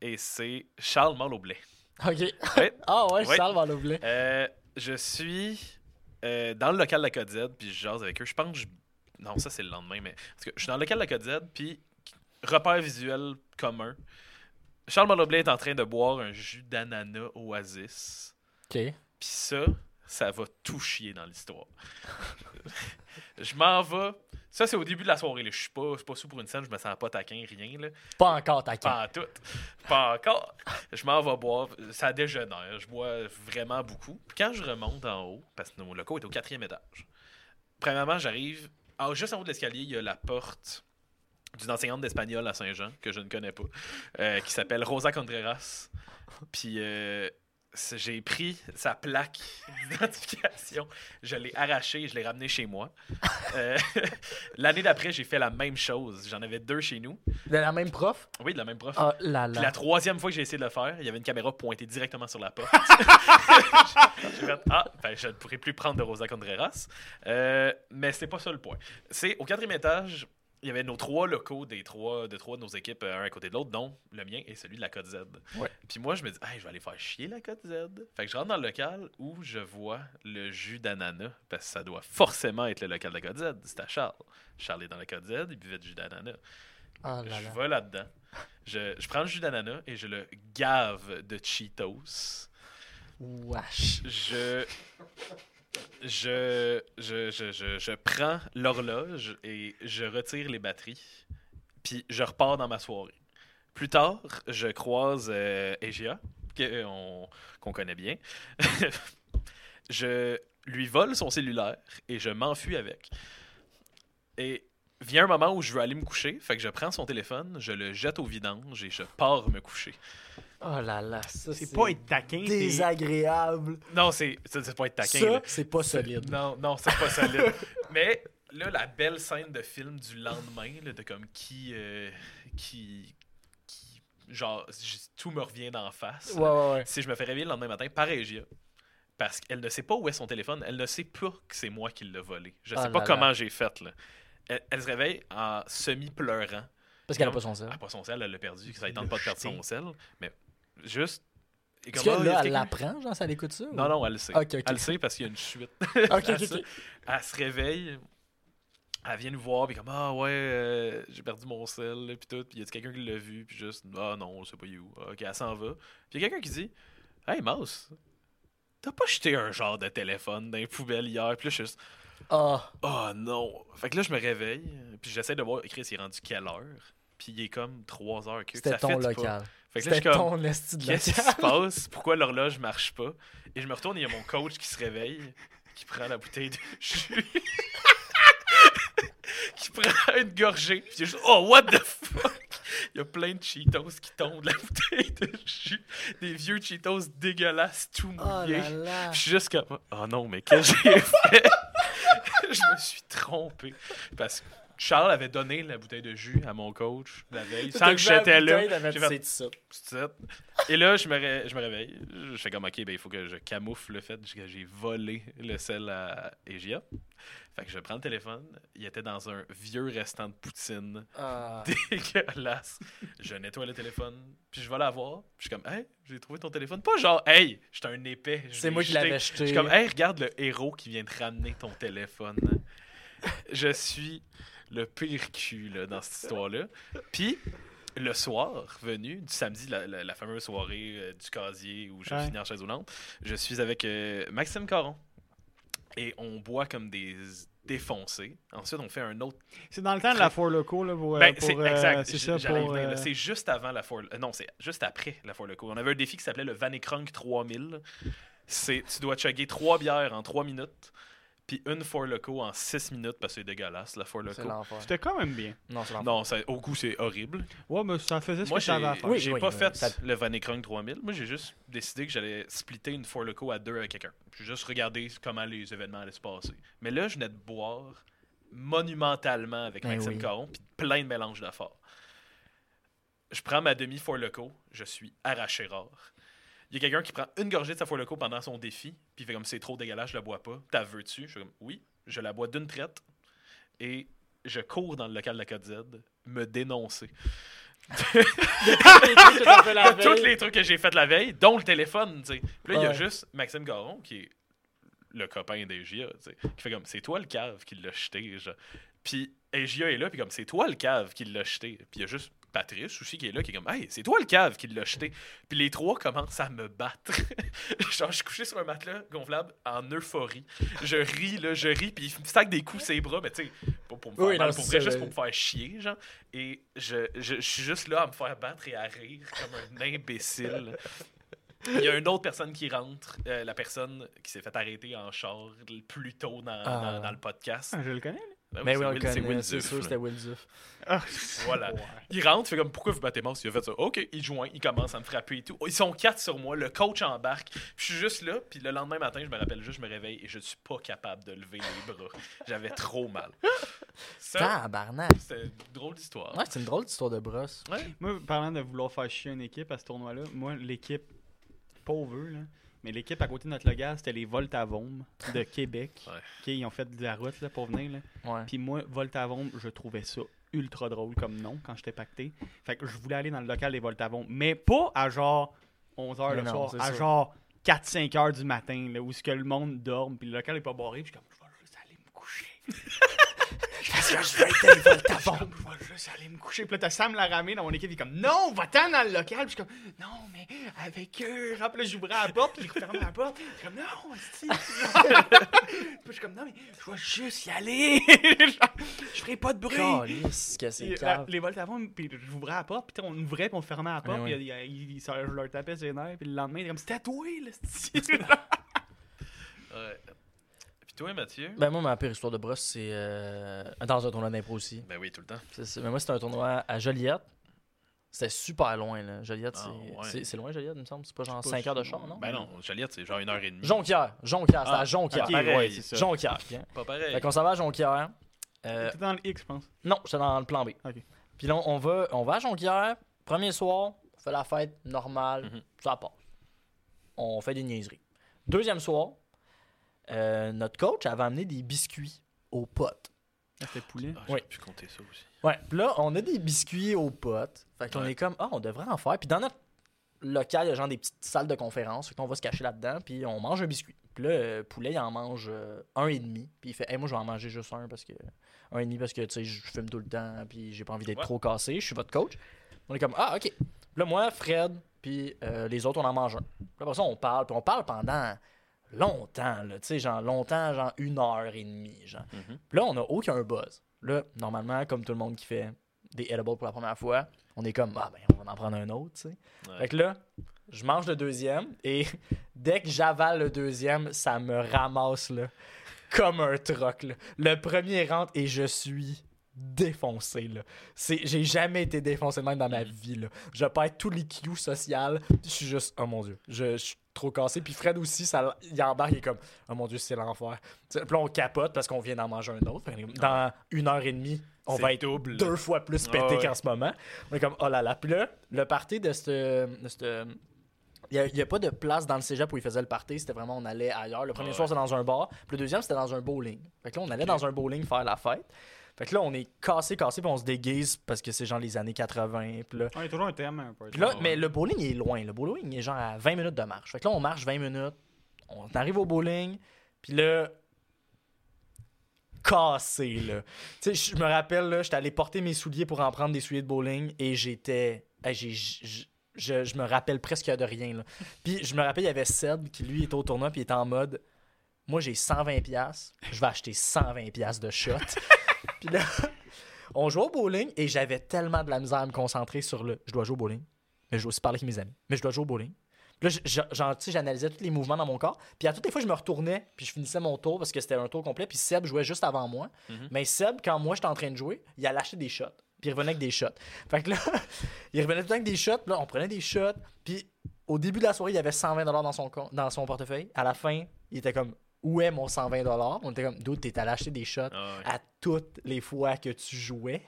S4: et c'est Charles Marloblet.
S1: Ok.
S4: Ouais.
S1: Ah ouais, je
S4: Ouais.
S1: salve en l'oublier.
S4: Euh, je suis euh, dans le local de la Code Z, puis je jase avec eux. Je pense que je... Non, ça, c'est le lendemain, mais... Parce que je suis dans le local de la Code Z, puis repère visuel commun. Charles Maloblet est en train de boire un jus d'ananas oasis.
S1: Ok.
S4: Puis ça, ça va tout chier dans l'histoire. je m'en vais... Ça, c'est au début de la soirée. là. Je suis pas, je suis pas sous pour une scène, je me sens pas taquin, rien. Là.
S1: Pas encore taquin.
S4: Pas en tout. Pas encore. Je m'en vais boire. Ça dégénère. Je bois vraiment beaucoup. Puis quand je remonte en haut, parce que nos locaux est au quatrième étage, premièrement, j'arrive. en- Juste en haut de l'escalier, il y a la porte d'une enseignante d'espagnol à Saint-Jean, que je ne connais pas, euh, qui s'appelle Rosa Contreras. Puis euh, c'est- j'ai pris sa plaque d'identification, je l'ai arrachée et je l'ai ramenée chez moi. Euh, L'année d'après, j'ai fait la même chose. J'en avais deux chez nous.
S1: De la même prof?
S4: Oui, de la même prof.
S1: Ah là
S4: Puis la
S1: là.
S4: troisième fois que j'ai essayé de le faire, il y avait une caméra pointée directement sur la porte. j'ai fait Ah, ben, je ne pourrai plus prendre de Rosa Contreras. Euh, mais c'est pas ça le point. C'est au quatrième étage, il y avait nos trois locaux des trois, de trois de nos équipes, euh, un à côté de l'autre, dont le mien et celui de la Côte Z.
S1: Ouais.
S4: Puis moi, je me dis Hey, je vais aller faire chier la Côte Z. Fait que je rentre dans le local où je vois le jus d'ananas, parce que ça doit forcément être le local de la Côte Z. C'était à Charles. Charles est dans la Côte Z, il buvait du jus d'ananas.
S1: Ah là
S4: Je
S1: là.
S4: vais là-dedans. Je, je prends le jus d'ananas et je le gave de Cheetos.
S1: Wesh.
S4: Je. Je, je, je, je, je prends l'horloge et je retire les batteries. Puis je repars dans ma soirée. Plus tard, je croise euh, Egia, que- euh, on- qu'on connaît bien. je lui vole son cellulaire et je m'enfuis avec. Et vient un moment où je veux aller me coucher, fait que je prends son téléphone, je le jette au vidange et je pars me coucher.
S1: Oh là là. Ça, c'est
S3: C'est pas être taquin, c'est.
S1: désagréable.
S4: Non, c'est ça, c'est pas être taquin. là.
S1: Ça, c'est pas solide.
S4: Non, non, c'est pas solide. Mais là, la belle scène de film du lendemain, là, de comme qui, euh, qui, qui- genre, j- tout me revient d'en face.
S1: Ouais, ouais, ouais.
S4: Si je me fais réveiller le lendemain matin par Egia, parce qu'elle ne sait pas où est son téléphone, elle ne sait pas que c'est moi qui l'ai volé. Je
S1: Ah
S4: sais pas
S1: là
S4: comment
S1: là.
S4: j'ai fait, là. Elle, elle se réveille en semi-pleurant.
S1: Parce Parce qu'elle a pas son sel.
S4: Ah, pas son sel, elle l'a perdu. Ça ne tente pas de perdre son sel. Mais juste. et
S1: Est-ce que
S4: comme, ah, il y
S1: là,
S4: a
S1: elle
S4: quelqu'un-
S1: l'apprend, genre, ça l'écoute ça? ou-
S4: Non, non, elle le sait.
S1: Ok, ok.
S4: Elle le sait parce qu'il y a une chute.
S1: Ok,
S4: elle,
S1: ok,
S4: se-
S1: ok.
S4: elle se réveille. Elle vient nous voir, puis comme Ah ouais, euh, j'ai perdu mon sel, là, puis tout. Puis y a quelqu'un qui l'a vu, puis juste Ah non, je sais pas il est où. Ok, elle s'en va. Puis y a quelqu'un qui dit Hey Mouse, t'as pas jeté un genre de téléphone dans les poubelles hier, puis là, je suis juste
S1: Ah,
S4: Oh non! Fait que là, je me réveille, puis j'essaie de voir, Chris, il est rendu quelle heure? Puis il est comme 3 heures que
S1: c'était
S4: ça
S1: ton
S4: fit pas.
S1: local.
S4: Fait que
S1: C'était
S4: là, je suis comme,
S1: ton esti de
S4: qu'est-ce qui
S1: local.
S4: se passe? Pourquoi l'horloge marche pas? Et je me retourne, il y a mon coach qui se réveille, qui prend la bouteille de jus. qui prend une gorgée, puis il est juste, oh what the fuck! Il y a plein de Cheetos qui tombent de la bouteille de jus. Des vieux Cheetos dégueulasses, tout
S1: Oh
S4: mouillés.
S1: là là.
S4: Puis je suis juste comme Oh non, mais qu'est-ce que j'ai fait? je me suis trompé. Parce que Charles avait donné la bouteille de jus à mon coach la veille, sans que j'étais là. J'ai fait, Petite. Et là, je me, ré- je me réveille. Je fais comme, OK, ben, il faut que je camoufle le fait que j'ai volé le sel à Egia. Fait que je prends le téléphone. Il était dans un vieux restant de poutine
S1: Ah.
S4: dégueulasse. Je nettoie le téléphone, puis je vais la voir. Puis je suis comme, hey, j'ai trouvé ton téléphone. Pas genre, hey, j'étais un épais. je
S1: C'est
S4: l'ai
S1: moi qui
S4: jeté.
S1: l'avais jeté.
S4: Je suis comme, hey, regarde le héros qui vient te ramener ton téléphone. Je suis le pire cul là, dans cette histoire-là. Puis, le soir venu, du samedi, la, la- la fameuse soirée euh, du casier où je
S3: Ouais.
S4: finis en chaise roulante, je suis avec euh, Maxime Caron. Et on boit comme des défoncés. Ensuite, on fait un autre
S5: C'est dans le temps de la Four Loco, là, pour. euh,
S4: ben,
S5: pour,
S4: c'est
S5: euh,
S4: exact.
S5: C'est
S4: J-
S5: ça,
S4: j'allais y
S5: pour.
S4: venir, là.
S5: euh,
S4: C'est juste avant la Four. euh, non, c'est juste après la Four Loco. On avait un défi qui s'appelait le Van Crunk 3000. C'est tu dois chugger trois bières en trois minutes, puis une Four Loco en six minutes parce que c'est dégueulasse la Four Loco.
S1: C'est l'enfer.
S5: C'était quand même bien.
S1: Non, c'est l'enfer.
S4: Non, ça- au goût c'est horrible.
S5: Ouais, mais ça faisait ce
S4: Moi
S5: que
S4: j'ai
S5: j'avais à faire.
S1: Oui,
S4: j'ai
S1: oui,
S4: pas
S1: mais
S4: fait
S1: ça-
S4: le Van Crunk 3000. Moi j'ai juste décidé que j'allais splitter une Four Loco à deux avec quelqu'un. J'ai juste regardé comment les événements allaient se passer. Mais là je venais de boire monumentalement avec
S1: Ben
S4: Maxime
S1: oui.
S4: Caron puis plein de mélanges d'affaires. Je prends ma demi Four Loco, je suis arraché rare. Il y a quelqu'un qui prend une gorgée de sa Four Loco pendant son défi, puis il fait comme c'est trop dégueulasse, je la bois pas. T'as veux-tu? Je suis comme oui, je la bois d'une traite et je cours dans le local de la Code Z me dénoncer. De tous les trucs que j'ai fait la veille, dont le téléphone, tu sais. Puis là, il y a
S1: Ouais.
S4: juste Maxime Garon, qui est le copain d'Egia, tu sais, qui fait comme, c'est toi le cave qui l'a jeté, genre. Puis Egia est là, puis comme, c'est toi le cave qui l'a jeté. Puis il y a juste Patrice aussi qui est là, qui est comme, hey, c'est toi le cave qui l'a jeté. Puis les trois commencent à me battre. genre, je suis couché sur un matelas gonflable en euphorie. Je ris, là, je ris, puis il me sac des coups ses bras, mais tu sais, pas pour me faire
S1: Oui,
S4: mal,
S1: non,
S4: pour
S1: c'est
S4: vrai,
S1: ça,
S4: juste
S1: ouais.
S4: pour me faire chier, genre. Et je, je, je suis juste là à me faire battre et à rire comme un imbécile. Il y a une autre personne qui rentre, euh, la personne qui s'est fait arrêter en char l- plus tôt dans,
S1: Ah.
S4: dans- dans le podcast.
S3: Ah, Je le connais.
S4: Ben
S1: Mais
S4: oui,
S1: oui,
S4: c'est
S1: on le
S4: Will- c'est Will
S1: connaît. C'est
S4: Duff,
S1: sûr,
S4: là.
S1: c'était Will Duff.
S5: Ah,
S4: Voilà. Il rentre, il fait comme pourquoi vous battez Moss Il a fait ça. Ok, il joint, il commence à me frapper et tout. Ils sont quatre sur moi, le coach embarque. Puis je suis juste là, puis le lendemain matin, je me rappelle juste, je me réveille et je suis pas capable de lever les bras. J'avais trop mal. Ça,
S1: Tabarnak.
S4: c'est une drôle d'histoire.
S1: Ouais, c'est une drôle d'histoire de brosse.
S3: Moi, parlant de vouloir faire chier une équipe à ce tournoi-là, moi, l'équipe, pauvre, là, mais l'équipe à côté de notre local, c'était les Voltavomes de Québec.
S4: Ouais.
S3: OK, ils ont fait de la route là, pour venir. Là.
S1: Ouais.
S3: Puis moi, Voltavombe, je trouvais ça ultra drôle comme nom quand j'étais pacté. Fait que je voulais aller dans le local des Voltavomes, mais pas à genre 11h le
S1: Mais non,
S3: soir,
S1: c'est
S3: à
S1: ça.
S3: genre 4-5 heures du matin, là, où ce que le monde dorme, puis le local est pas barré, puis je suis comme, je vais juste aller me coucher. Parce que je vais être le Voltavombe, je vais juste aller me coucher. Puis là, t'as Sam Laramé dans mon équipe, il est comme, non, va-t'en dans le local. Puis je suis comme, non, mais avec eux. Genre, puis là, j'ouvrais la porte, puis ils refermaient la porte. Je suis comme, non, si. Puis je suis comme, non, mais je vais juste y aller. Genre, je ferai pas de bruit.
S1: Calisse, que c'est
S3: Puis,
S1: cave.
S3: euh, les volts avant, puis j'ouvrais la porte, puis on ouvrait, puis on fermait la porte, puis il y a- il- il- ça- je leur tapais sur les nerfs, puis le lendemain, il était comme c'était tatoué, le style.
S4: Ouais. Puis toi, Mathieu
S1: Ben moi, ma pire histoire de brosse, c'est euh, dans un tournoi d'impro aussi.
S4: Ben oui, tout le temps.
S1: C'est ça. Mais moi, c'était un tournoi à Joliette. C'était super loin, là. Joliette,
S4: Ah,
S1: c'est-
S4: ouais.
S1: c'est c'est loin, Joliette, il me semble. C'est pas genre
S3: pas
S1: 5 heures de
S3: si
S1: char,
S3: loin.
S1: non?
S4: Ben non, Joliette, c'est genre une heure et demie.
S1: Jonquière. Jonquière, c'était
S4: Ah,
S1: à Jonquière.
S4: ok, ouais,
S1: Pareil.
S4: c'est ça.
S1: Jonquière. ok.
S4: Pas pareil.
S1: Fait qu'on s'en va à Jonquière. Euh,
S3: T'étais dans le X, je pense.
S1: Non, j'étais dans le plan B.
S3: Ok.
S1: Puis là, on va, on va à Jonquière, premier soir, on fait la fête normale,
S4: Mhm.
S1: ça passe. On fait des niaiseries. Deuxième soir, euh, notre coach avait amené des biscuits aux potes.
S3: C'était poulet.
S4: Ah, j'ai
S1: Oui.
S4: pu compter ça aussi.
S1: Ouais, puis là, on a des biscuits aux potes. Fait qu'on
S4: Ouais.
S1: est comme, ah, on devrait en faire. Puis dans notre local, il y a genre des petites salles de conférence. Fait qu'on va se cacher là-dedans, puis on mange un biscuit. Puis là, euh, Poulet, il en mange euh, un et demi. Puis il fait, hey, moi, je vais en manger juste un, parce que. Un et demi, parce que, tu sais, je fume tout le temps, puis j'ai pas envie d'être
S4: Ouais.
S1: trop cassé. Je suis votre coach. On est comme, ah, ok. Puis là, moi, Fred, puis euh, les autres, on en mange un. Puis là, après ça, on parle, puis on parle pendant longtemps, là. Tu sais, genre longtemps, genre une heure et demie, genre.
S4: Mhm.
S1: Puis là, on n'a aucun buzz. Là, normalement, comme tout le monde qui fait des edibles pour la première fois, on est comme, ah ben, on va en prendre un autre, tu sais.
S4: Ouais.
S1: Fait que là, je mange le deuxième et dès que j'avale le deuxième, ça me ramasse, là, comme un troc, là. Le premier rentre et je suis défoncé, là. C'est, j'ai jamais été défoncé de même dans
S4: Mm.
S1: ma vie, là. Je perds tous les cues sociales. Je suis juste, oh mon Dieu, je, je suis trop cassé. Puis Fred aussi, ça, il embarque, il est comme, oh mon Dieu, c'est l'enfer. Tu sais, Puis là, on capote parce qu'on vient d'en manger un autre. Fait que Dans une heure et demie, on
S4: C'est
S1: va être
S4: double.
S1: deux fois plus
S4: Ah
S1: pété
S4: ouais.
S1: qu'en ce moment. On est comme, oh là là. Puis là, le party de ce. de ce- il n'y a, pas de place dans le cégep où ils faisaient le party. C'était vraiment, on allait ailleurs. Le premier
S4: Ah
S1: soir, c'était dans un bar. Puis le deuxième, c'était dans un bowling. Fait que là, on allait dans un bowling faire la fête. Fait que là, on est cassé, cassé, puis on se déguise parce que c'est genre les années 80. Puis là,
S3: Ouais, il y a toujours un thème un peu.
S1: puis là,
S4: ouais.
S1: mais le bowling il est loin. Le bowling il est genre à 20 minutes de marche. Fait que là, on marche 20 minutes, on arrive au bowling, puis là, cassé, là. Tu sais, je me rappelle, là, j'étais allé porter mes souliers pour en prendre des souliers de bowling et j'étais. hey, j'ai- j- je, je me rappelle presque de rien, là. Puis je me rappelle, il y avait Seb qui, lui, était au tournoi, puis il était en mode Moi, j'ai 120$, piastres, je vais acheter 120$ piastres de shot. puis là. On jouait au bowling et j'avais tellement de la misère à me concentrer sur le je dois jouer au bowling, mais je dois aussi parler avec mes amis, mais je dois jouer au bowling. Puis Là, je- je- genre, tu sais, j'analysais tous les mouvements dans mon corps. Puis à toutes les fois, je me retournais, puis je finissais mon tour parce que c'était un tour complet. Puis Seb jouait juste avant moi.
S4: Mhm.
S1: Mais Seb, quand moi j'étais en train de jouer, il allait acheter des shots. Puis il revenait avec des shots. Fait que là, il revenait tout le temps avec des shots. Puis là, on prenait des shots. Puis au début de la soirée, il y avait 120 dans son, compte- dans son portefeuille. À la fin, il était comme Où est mon 120 On était comme D'où t'es allé acheter des shots
S4: Ah ouais.
S1: à toutes les fois que tu jouais.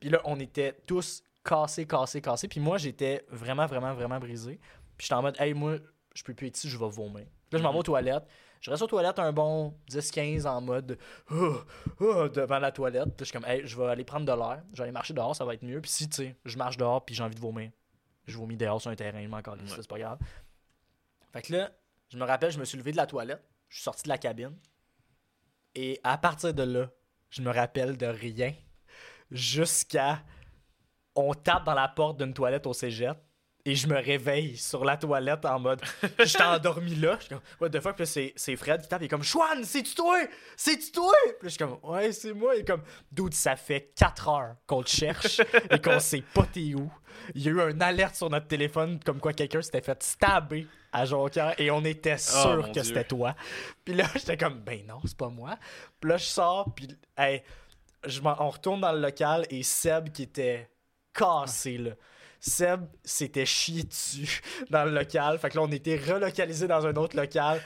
S1: Puis là, on était tous cassés, cassés, cassés. Puis moi, j'étais vraiment, vraiment, vraiment brisé. Puis j'étais en mode, hey, moi, je peux plus être ici, je vais vomir. Puis là, je m'en vais aux toilettes. Je reste aux toilettes un bon 10-15 en mode oh, oh, devant la toilette. Puis je suis comme, hey, je vais aller prendre de l'air. Je vais aller marcher dehors, ça va être mieux. Puis si, tu sais, je marche dehors, puis j'ai envie de vomir. Je vomis dehors sur un terrain, je m'en calisse,
S4: Ouais.
S1: ça, c'est pas grave. Fait que là, je me rappelle, je me suis levé de la toilette, je suis sorti de la cabine. Et à partir de là, je me rappelle de rien. Jusqu'à. On tape dans la porte d'une toilette au cégep. Et je me réveille sur la toilette en mode. Je t'ai endormi là. Je suis comme, what the fuck. Puis là, c'est- c'est Fred qui tape. Il est comme, Chouane, c'est-tu toi? C'est-tu toi? Puis là, je suis comme, ouais, c'est moi. Il est comme, dude, ça fait 4 heures qu'on te cherche et qu'on sait pas t'es où. Il y a eu un alerte sur notre téléphone comme quoi quelqu'un s'était fait stabber à Jonquière et on était sûr
S4: Oh mon
S1: que
S4: Dieu.
S1: c'était toi. Puis là, j'étais comme, ben non, c'est pas moi. Puis là, je sors, puis hey, je m'en- on retourne dans le local et Seb qui était cassé, là. Seb s'était chié dessus dans le local. Fait que là, on était relocalisé dans un autre local.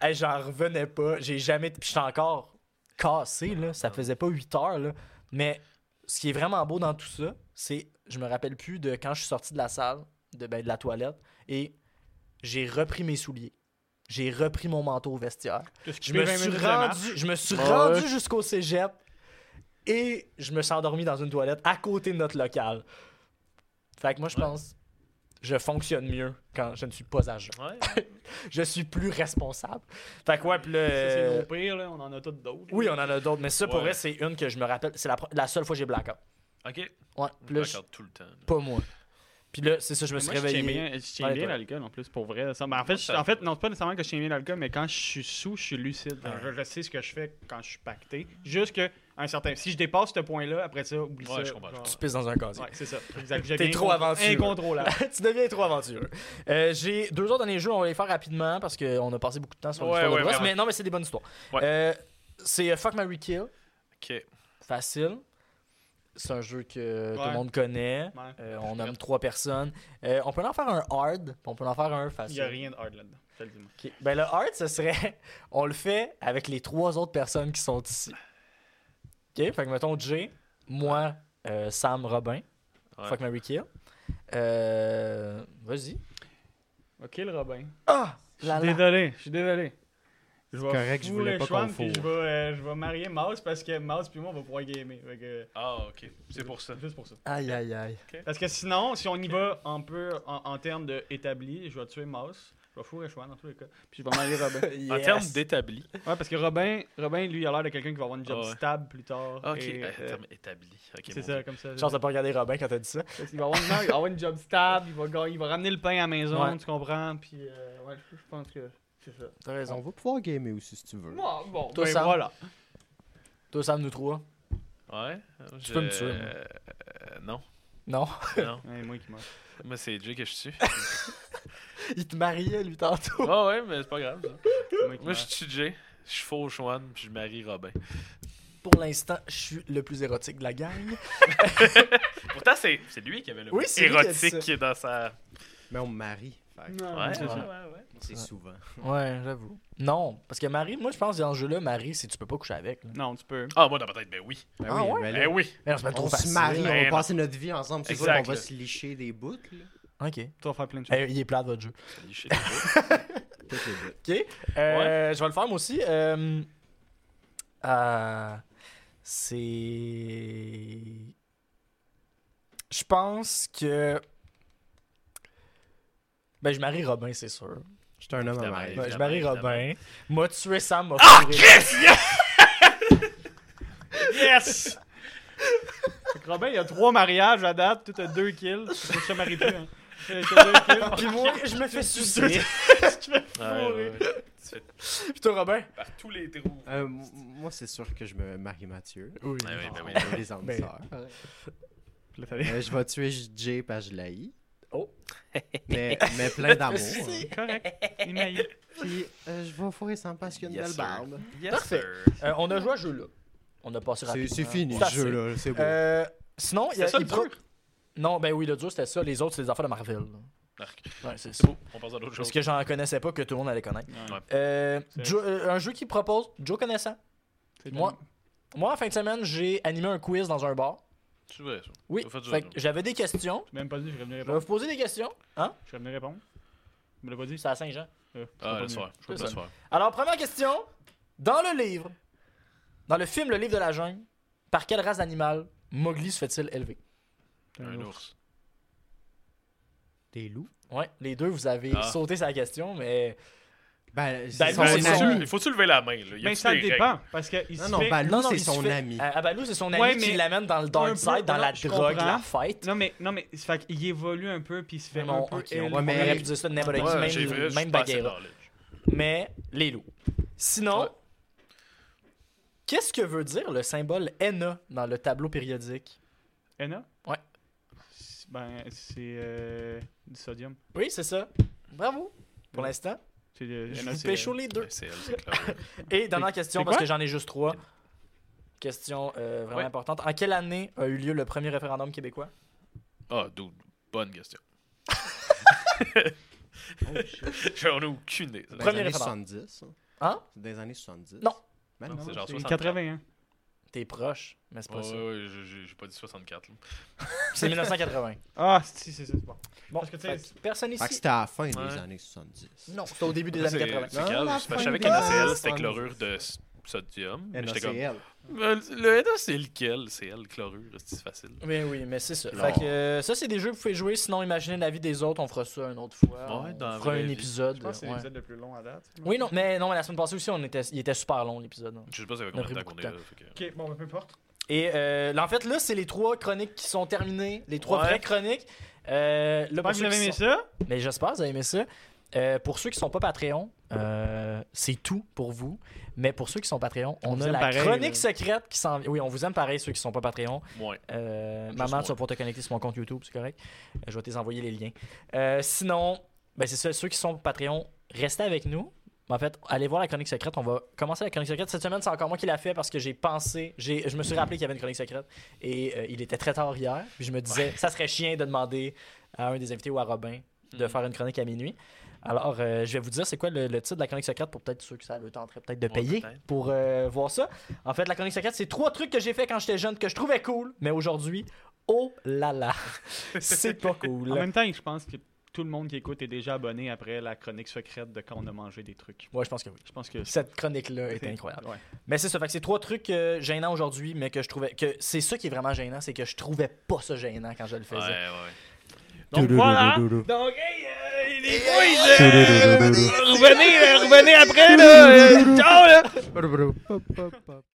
S1: Hey, j'en revenais pas. J'ai jamais. Puis j'étais encore cassé, là. Ça faisait pas 8 heures, là. Mais ce qui est vraiment beau dans tout ça, c'est. Je me rappelle plus de quand je suis sorti de la salle, de, ben, de la toilette, et j'ai repris mes souliers. J'ai repris mon manteau au vestiaire. Je me suis rendu, je me suis rendu jusqu'au cégep et je me suis endormi dans une toilette à côté de notre local. Fait que moi, je pense, je fonctionne mieux quand je ne suis pas à jeun.
S4: Ouais.
S1: Je suis plus responsable. Fait que ouais, puis là,
S3: Ça, c'est
S1: euh,
S3: nos pires, là. On en a toutes d'autres.
S1: Oui, on en a d'autres, mais ça, pour
S4: Ouais.
S1: vrai, c'est une que je me rappelle. C'est la, pro- la seule fois que j'ai blackout.
S4: Ok.
S1: Ouais,
S4: Je
S1: puis là, je-
S4: regarde tout le temps.
S1: pas moi. Puis là, c'est ça, je me
S3: Moi,
S1: suis
S3: je tiens
S1: réveillé.
S3: bien- Je tiens
S1: Ouais,
S3: bien
S1: toi.
S3: l'alcool en plus, pour vrai. Ça. Mais en, fait, je-
S4: ça-
S3: en fait, non, c'est pas nécessairement que je tiens bien l'alcool, mais quand je suis sous, je suis lucide. Genre, Ben, Je, je sais ce que je fais quand je suis pacté. Juste que, un certain. Si je dépasse ce point-là, après ça, oublie
S4: Ouais,
S3: ça.
S4: je comprends, je
S3: genre.
S1: Tu pisses dans un casier.
S3: Ouais, c'est ça. Exact. Je
S1: T'es
S3: deviens
S1: trop
S3: incont-
S1: aventureux.
S3: Incontrôlable.
S1: tu deviens trop aventureux. Euh, j'ai deux autres derniers jeux, on va les faire rapidement parce qu'on a passé beaucoup de temps sur
S4: Ouais,
S1: l'histoire
S4: ouais,
S1: de Brest,
S4: vraiment.
S1: mais non, mais c'est des bonnes histoires.
S4: Ouais.
S1: Euh, c'est euh, Fuck Mary Kill,
S4: Ok.
S1: facile. C'est un jeu que tout
S3: Ouais.
S1: le monde connaît.
S3: Ouais.
S1: Euh, on nomme trois personnes. Euh, on peut en faire un hard, puis on peut en faire un
S3: Il
S1: facile.
S3: n'y a rien de hard là-dedans. je te le dis, moi.
S1: Ok. Ben, le hard, ce serait. On le fait avec les trois autres personnes qui sont ici. Ok, fait que mettons Jay, moi, euh, Sam, Robin.
S4: Ouais.
S1: Fuck Mary Kill. Euh, Vas-y.
S3: Ok, le Robin.
S1: Ah!
S6: Ah!
S3: Je suis désolé, je suis désolé. C'est
S6: correct, je voulais pas qu'on
S3: Je
S6: fourre.
S3: vais, euh, je vais marier Mouse parce que Mouse puis moi, on va pouvoir gamer. Fait que,
S4: Ah, ok. C'est pour ça.
S3: juste pour ça.
S1: Aïe, aïe, aïe.
S3: Parce que sinon, si on y va un peu en, en termes de établi, je vais tuer Mouse. Je vais fourrer Chouan dans tous les cas. Puis je vais marier Robin.
S4: En termes d'établi.
S3: ouais, parce que Robin, Robin, lui, il a l'air de quelqu'un qui va avoir une job
S4: Ah ouais.
S3: stable plus tard.
S4: Ok. Ah,
S3: et,
S4: En
S3: euh,
S4: termes établi. Ok,
S3: c'est
S4: mon
S3: ça,
S4: Dieu.
S3: comme ça.
S1: Chance de pas regarder Robin quand t'as dit ça.
S3: Parce qu'il va avoir une, non, il va avoir une job stable, il va, gagner- il va ramener le pain à la maison,
S1: Ouais.
S3: tu comprends? Puis, euh, ouais, je, je pense que c'est ça.
S1: T'as
S6: On
S1: raison.
S6: va pouvoir gamer aussi si tu veux.
S3: Bon, bon,
S1: Toi,
S3: ben
S1: Sam?
S3: voilà.
S1: Toi, Sam, nous trois.
S4: Ouais. Je...
S1: peux me tuer, moi.
S4: euh, euh, non.
S1: Non.
S4: Non.
S3: Ouais, moi qui meurs.
S4: Moi, c'est Jay que je suis.
S1: Il te mariait, lui, tantôt.
S4: Ah ouais, mais c'est pas grave. ça.
S3: C'est moi qui
S4: Moi,
S3: meurs.
S4: je suis Jay. Je suis faux Chouane, puis je marie Robin.
S1: Pour l'instant, je suis le plus érotique de la gang.
S4: Pourtant, c'est c'est lui qui avait le
S1: Oui,
S4: mot
S1: c'est lui qui a dit
S4: érotique
S1: ça.
S4: qui est dans sa.
S6: Mais on me marie. fait que
S3: Non,
S4: Ah, Ouais,
S3: c'est
S4: ouais,
S3: ça.
S4: ouais, ouais.
S6: C'est
S1: Ouais.
S6: souvent.
S1: Ouais, j'avoue. Non, parce que Marie, moi, je pense que dans ce jeu-là, Marie, c'est tu peux pas coucher avec. là.
S3: Non, tu peux.
S4: Ah, moi, dans ma tête, ben oui.
S6: Ben
S1: Ah
S6: oui,
S1: ouais?
S6: mais là,
S4: Ben oui.
S1: Mais non, c'est pas trop
S6: On se
S1: facile.
S6: marie, on
S4: Ben
S6: va
S4: non.
S6: passer notre vie ensemble. C'est sûr
S4: Exact,
S6: qu'on va
S4: là.
S6: se licher des bouts. là.
S1: Ok.
S3: Tu vas faire plein de choses.
S1: Eh, il est plat, votre jeu.
S4: Salut, chez les autres.
S6: Toutes les bouts.
S1: Euh, Je vais le faire, moi aussi. Euh, euh, c'est. Je pense que. Ben, je marie Robin, c'est sûr.
S6: J'étais un homme à
S4: Évidemment,
S1: Ouais,
S6: marier.
S1: je
S4: Évidemment,
S1: marie
S4: évidemment. Ah,
S1: Robin. Moi, tuer Sam, m'a fourré.
S3: Yes! Fait que Robin, il y a trois mariages à date, tout a deux kills. Je te marie plus. Hein. Euh, t'as deux kills.
S1: Puis moi, je me fais sucer.
S4: Ouais, ouais, ouais. Tu fais
S1: Puis toi, Robin?
S4: par tous les trous.
S6: Euh, m- moi, c'est sûr que je me marie Mathieu.
S1: Oui.
S4: Ah oui, ben oui.
S6: On est les âmes
S1: Ben.
S6: sœurs. Euh, je vais tuer Jay parce que je l'haïs.
S1: Oh.
S6: Mais, mais plein d'amour.
S1: Si.
S3: Correct. Il m'a eu.
S6: Puis euh, je vais fourrer sans parce qu'il y a une
S4: Yes,
S6: belle
S4: sir.
S6: barbe.
S4: Yes,
S1: Parfait.
S4: sir.
S1: Euh, on a joué à ce jeu-là. On a passé
S6: C'est
S1: rapidement.
S6: c'est fini
S1: C'est
S6: ce jeu-là. C'est
S1: assez.
S6: beau.
S1: Euh, sinon, il y a.
S4: C'est ça,
S1: il
S4: le
S1: pro-
S4: dur?
S1: Non, ben oui, le dur, c'était ça. Les autres, c'est des affaires de Marvel. là.
S4: Marc.
S1: Ouais, c'est
S4: C'est
S1: ça.
S4: beau. On passe à d'autres
S1: Parce
S4: choses.
S1: que j'en connaissais pas que tout le monde allait connaître.
S4: Ouais.
S1: Euh,
S3: C'est-
S1: Joe- euh, un jeu qui propose Joe connaissant. Moi, moi, en fin de semaine, j'ai animé un quiz dans un bar.
S4: Tu vois, ça.
S1: Oui.
S4: Ça fait du
S1: Fait
S4: bien.
S1: que j'avais des questions.
S3: J'ai même pas dit, je serais venu
S1: Je vais
S3: répondre.
S1: vous poser des questions.
S3: Je serais venu répondre. Tu me l'as pas dit?
S1: C'est à Saint-Jean.
S3: Euh, je serais
S4: Ah,
S3: pas
S4: le
S3: venu.
S4: soir.
S3: Je
S4: Le
S3: serais pas venu.
S4: soir.
S1: Alors, première question. Dans le livre, dans le film Le Livre de la Jungle, par quelle race d'animal Mowgli se fait-il élever
S3: Ben,
S4: Un ours.
S6: Des loups.
S1: Ouais, les deux, vous avez
S4: Ah.
S1: sauté sa question, mais.
S6: Ben,
S1: Ben,
S6: c'est
S1: non,
S6: son
S1: c'est son-
S6: ami.
S4: Il faut-tu lever la main, là? Y
S3: Mais
S4: a-tu
S3: ça
S4: des
S3: dépend. Parce que il
S6: Non,
S3: se
S6: non,
S3: fait-
S6: ben, Lou,
S1: il
S6: c'est
S1: se
S6: son
S1: fait-
S6: ami.
S1: Ah, ah, ben, Lou, c'est son ami
S3: Ouais,
S1: qui
S3: mais-
S1: l'amène dans le
S3: Un
S1: dark
S3: peu,
S1: side, dans
S3: non,
S1: la
S3: je
S1: drogue,
S3: comprends.
S1: la fête.
S3: Non, mais, non, mais c'est fait qu'il évolue un peu, puis il se fait un
S1: Non,
S3: peu.
S1: ok,
S3: élever.
S1: on
S6: mais-
S1: aurait pu dire ça de n'importe qui,
S4: règles? Ouais, j'ai vrai,
S1: même,
S4: je
S1: même
S4: suis pas assez
S1: Bagheera.
S4: knowledge.
S1: mais les loups. Sinon,
S4: Ouais.
S1: qu'est-ce que veut dire le symbole NA dans le tableau périodique?
S3: Anna?
S1: Ouais.
S3: C'est- Ben, c'est euh, du sodium.
S1: Oui, c'est ça. Bravo. Pour
S3: Ouais.
S1: l'instant,
S3: C'est de-
S1: je
S3: Anna,
S1: vous
S3: c'est- euh,
S1: pécho les deux.
S4: Ouais, C'est elle, c'est clair.
S1: Et dernière
S3: c'est
S1: question, parce
S3: quoi?
S1: que j'en ai juste trois. Question euh, vraiment
S4: Ouais.
S1: importante. En quelle année a eu lieu le premier référendum québécois?
S4: Ah, dude, bonne question. J'en ai aucune idée. ça.
S6: Dans les
S1: Premier
S6: années
S1: référent.
S6: 70. ça.
S1: Hein?
S6: C'est Dans les années 70.
S1: Non.
S6: Ben,
S4: Non,
S6: non,
S4: c'est
S6: non,
S4: genre
S6: c'est-
S4: 60.
S3: 81.
S1: T'es proche, mais c'est
S4: Ouais,
S1: pas ça.
S4: ouais, ouais, j'ai- j'ai j'ai pas dit 64. là.
S1: C'est 1980.
S3: Ah, si, c'est ça, c'est bon.
S1: Bon,
S3: Parce que, tu sais,
S1: fait que personne
S6: Fait que
S1: ici.
S6: c'était à la fin des
S4: Ouais.
S6: années 70.
S1: Non, c'était au début des années
S4: C'est-
S1: 80.
S4: C'est grave, parce que je savais que
S6: des années
S4: NaCl, c'était
S6: 70.
S4: chlorure de s- sodium.
S6: É,
S4: mais J'étais comme.
S6: NaCl.
S4: Ben, Le NA, c'est lequel C'est elle, chlorure, c'est facile.
S1: Mais oui, mais c'est ça.
S6: Non.
S1: Fait que euh, ça, c'est des jeux que vous pouvez jouer. Sinon, imaginez la vie des autres. On fera ça une autre fois. on
S4: Ouais, dans la
S1: fera
S4: vraie
S1: un
S4: vie.
S1: épisode.
S3: je pense que c'est
S1: ouais.
S3: l'épisode le plus long à date.
S1: Oui, non, mais non, mais la semaine passée aussi, on était, il était super long l'épisode. hein.
S4: Je sais pas ça fait
S1: On a
S4: combien de
S1: pris
S4: temps
S1: beaucoup
S4: qu'on est
S1: de
S4: là. fait que-
S3: Ok, bon, ben, peu importe.
S1: Et euh, là, en fait, là, c'est les trois chroniques qui sont terminées, les trois
S4: Ouais.
S1: vraies chroniques. Euh, là,
S3: J'espère
S1: pour
S3: que vous
S1: ceux
S3: avez
S1: qui
S3: aimé
S1: sont-
S3: ça.
S1: Mais j'espère que vous avez aimé ça. Euh, pour ceux qui sont pas Patreon, euh, c'est tout pour vous. Mais pour ceux qui sont Patreon,
S3: On
S1: on,
S3: vous
S1: a
S3: aime
S1: la
S3: pareil,
S1: chronique
S3: là.
S1: secrète qui s'en vient. Oui, on vous aime pareil, ceux qui sont pas Patreon.
S4: Ouais.
S1: Euh,
S4: Juste
S1: maman,
S4: moi.
S1: tu vas pouvoir te connecter sur mon compte YouTube, c'est correct. Euh, Je vais te les envoyer les liens. Euh, sinon, ben c'est ça, ceux qui sont Patreon, restez avec nous. En fait, allez voir la chronique secrète. On va commencer la chronique secrète. Cette semaine, c'est encore moi qui l'a fait parce que j'ai pensé, j'ai, je me suis rappelé qu'il y avait une chronique secrète et euh, il était très tard hier. Puis je me disais, ça serait chien de demander à un des invités ou à Robin de
S4: Mhm.
S1: faire une chronique à minuit. Alors, euh, je vais vous dire c'est quoi le, le titre de la chronique secrète pour peut-être ceux que ça le tenterait peut-être de
S4: Ouais,
S1: payer
S4: peut-être.
S1: pour euh, voir ça. En fait, la chronique secrète, c'est trois trucs que j'ai fait quand j'étais jeune que je trouvais cool, mais aujourd'hui, oh là là, c'est pas
S3: En
S1: cool.
S3: même temps, je pense que tout le monde qui écoute est déjà abonné après la chronique secrète de quand on a mangé des trucs.
S1: Ouais, je pense que oui.
S3: Je pense que
S1: Cette chronique-là est incroyable.
S4: Ah.
S3: Ouais.
S1: Mais c'est ça, fait que c'est trois trucs euh, gênants aujourd'hui, mais que je trouvais. que C'est ça qui est vraiment gênant, c'est que je trouvais pas ça gênant quand je le
S4: Ouais,
S1: faisais.
S4: ouais.
S3: Donc voilà.
S6: Touloulou.
S3: Donc hey, euh, les boys, eh.
S6: Touloulou.
S3: euh, revenez, euh, revenez après là. Euh, ciao là.
S6: Touloulou. Pop, pop, pop.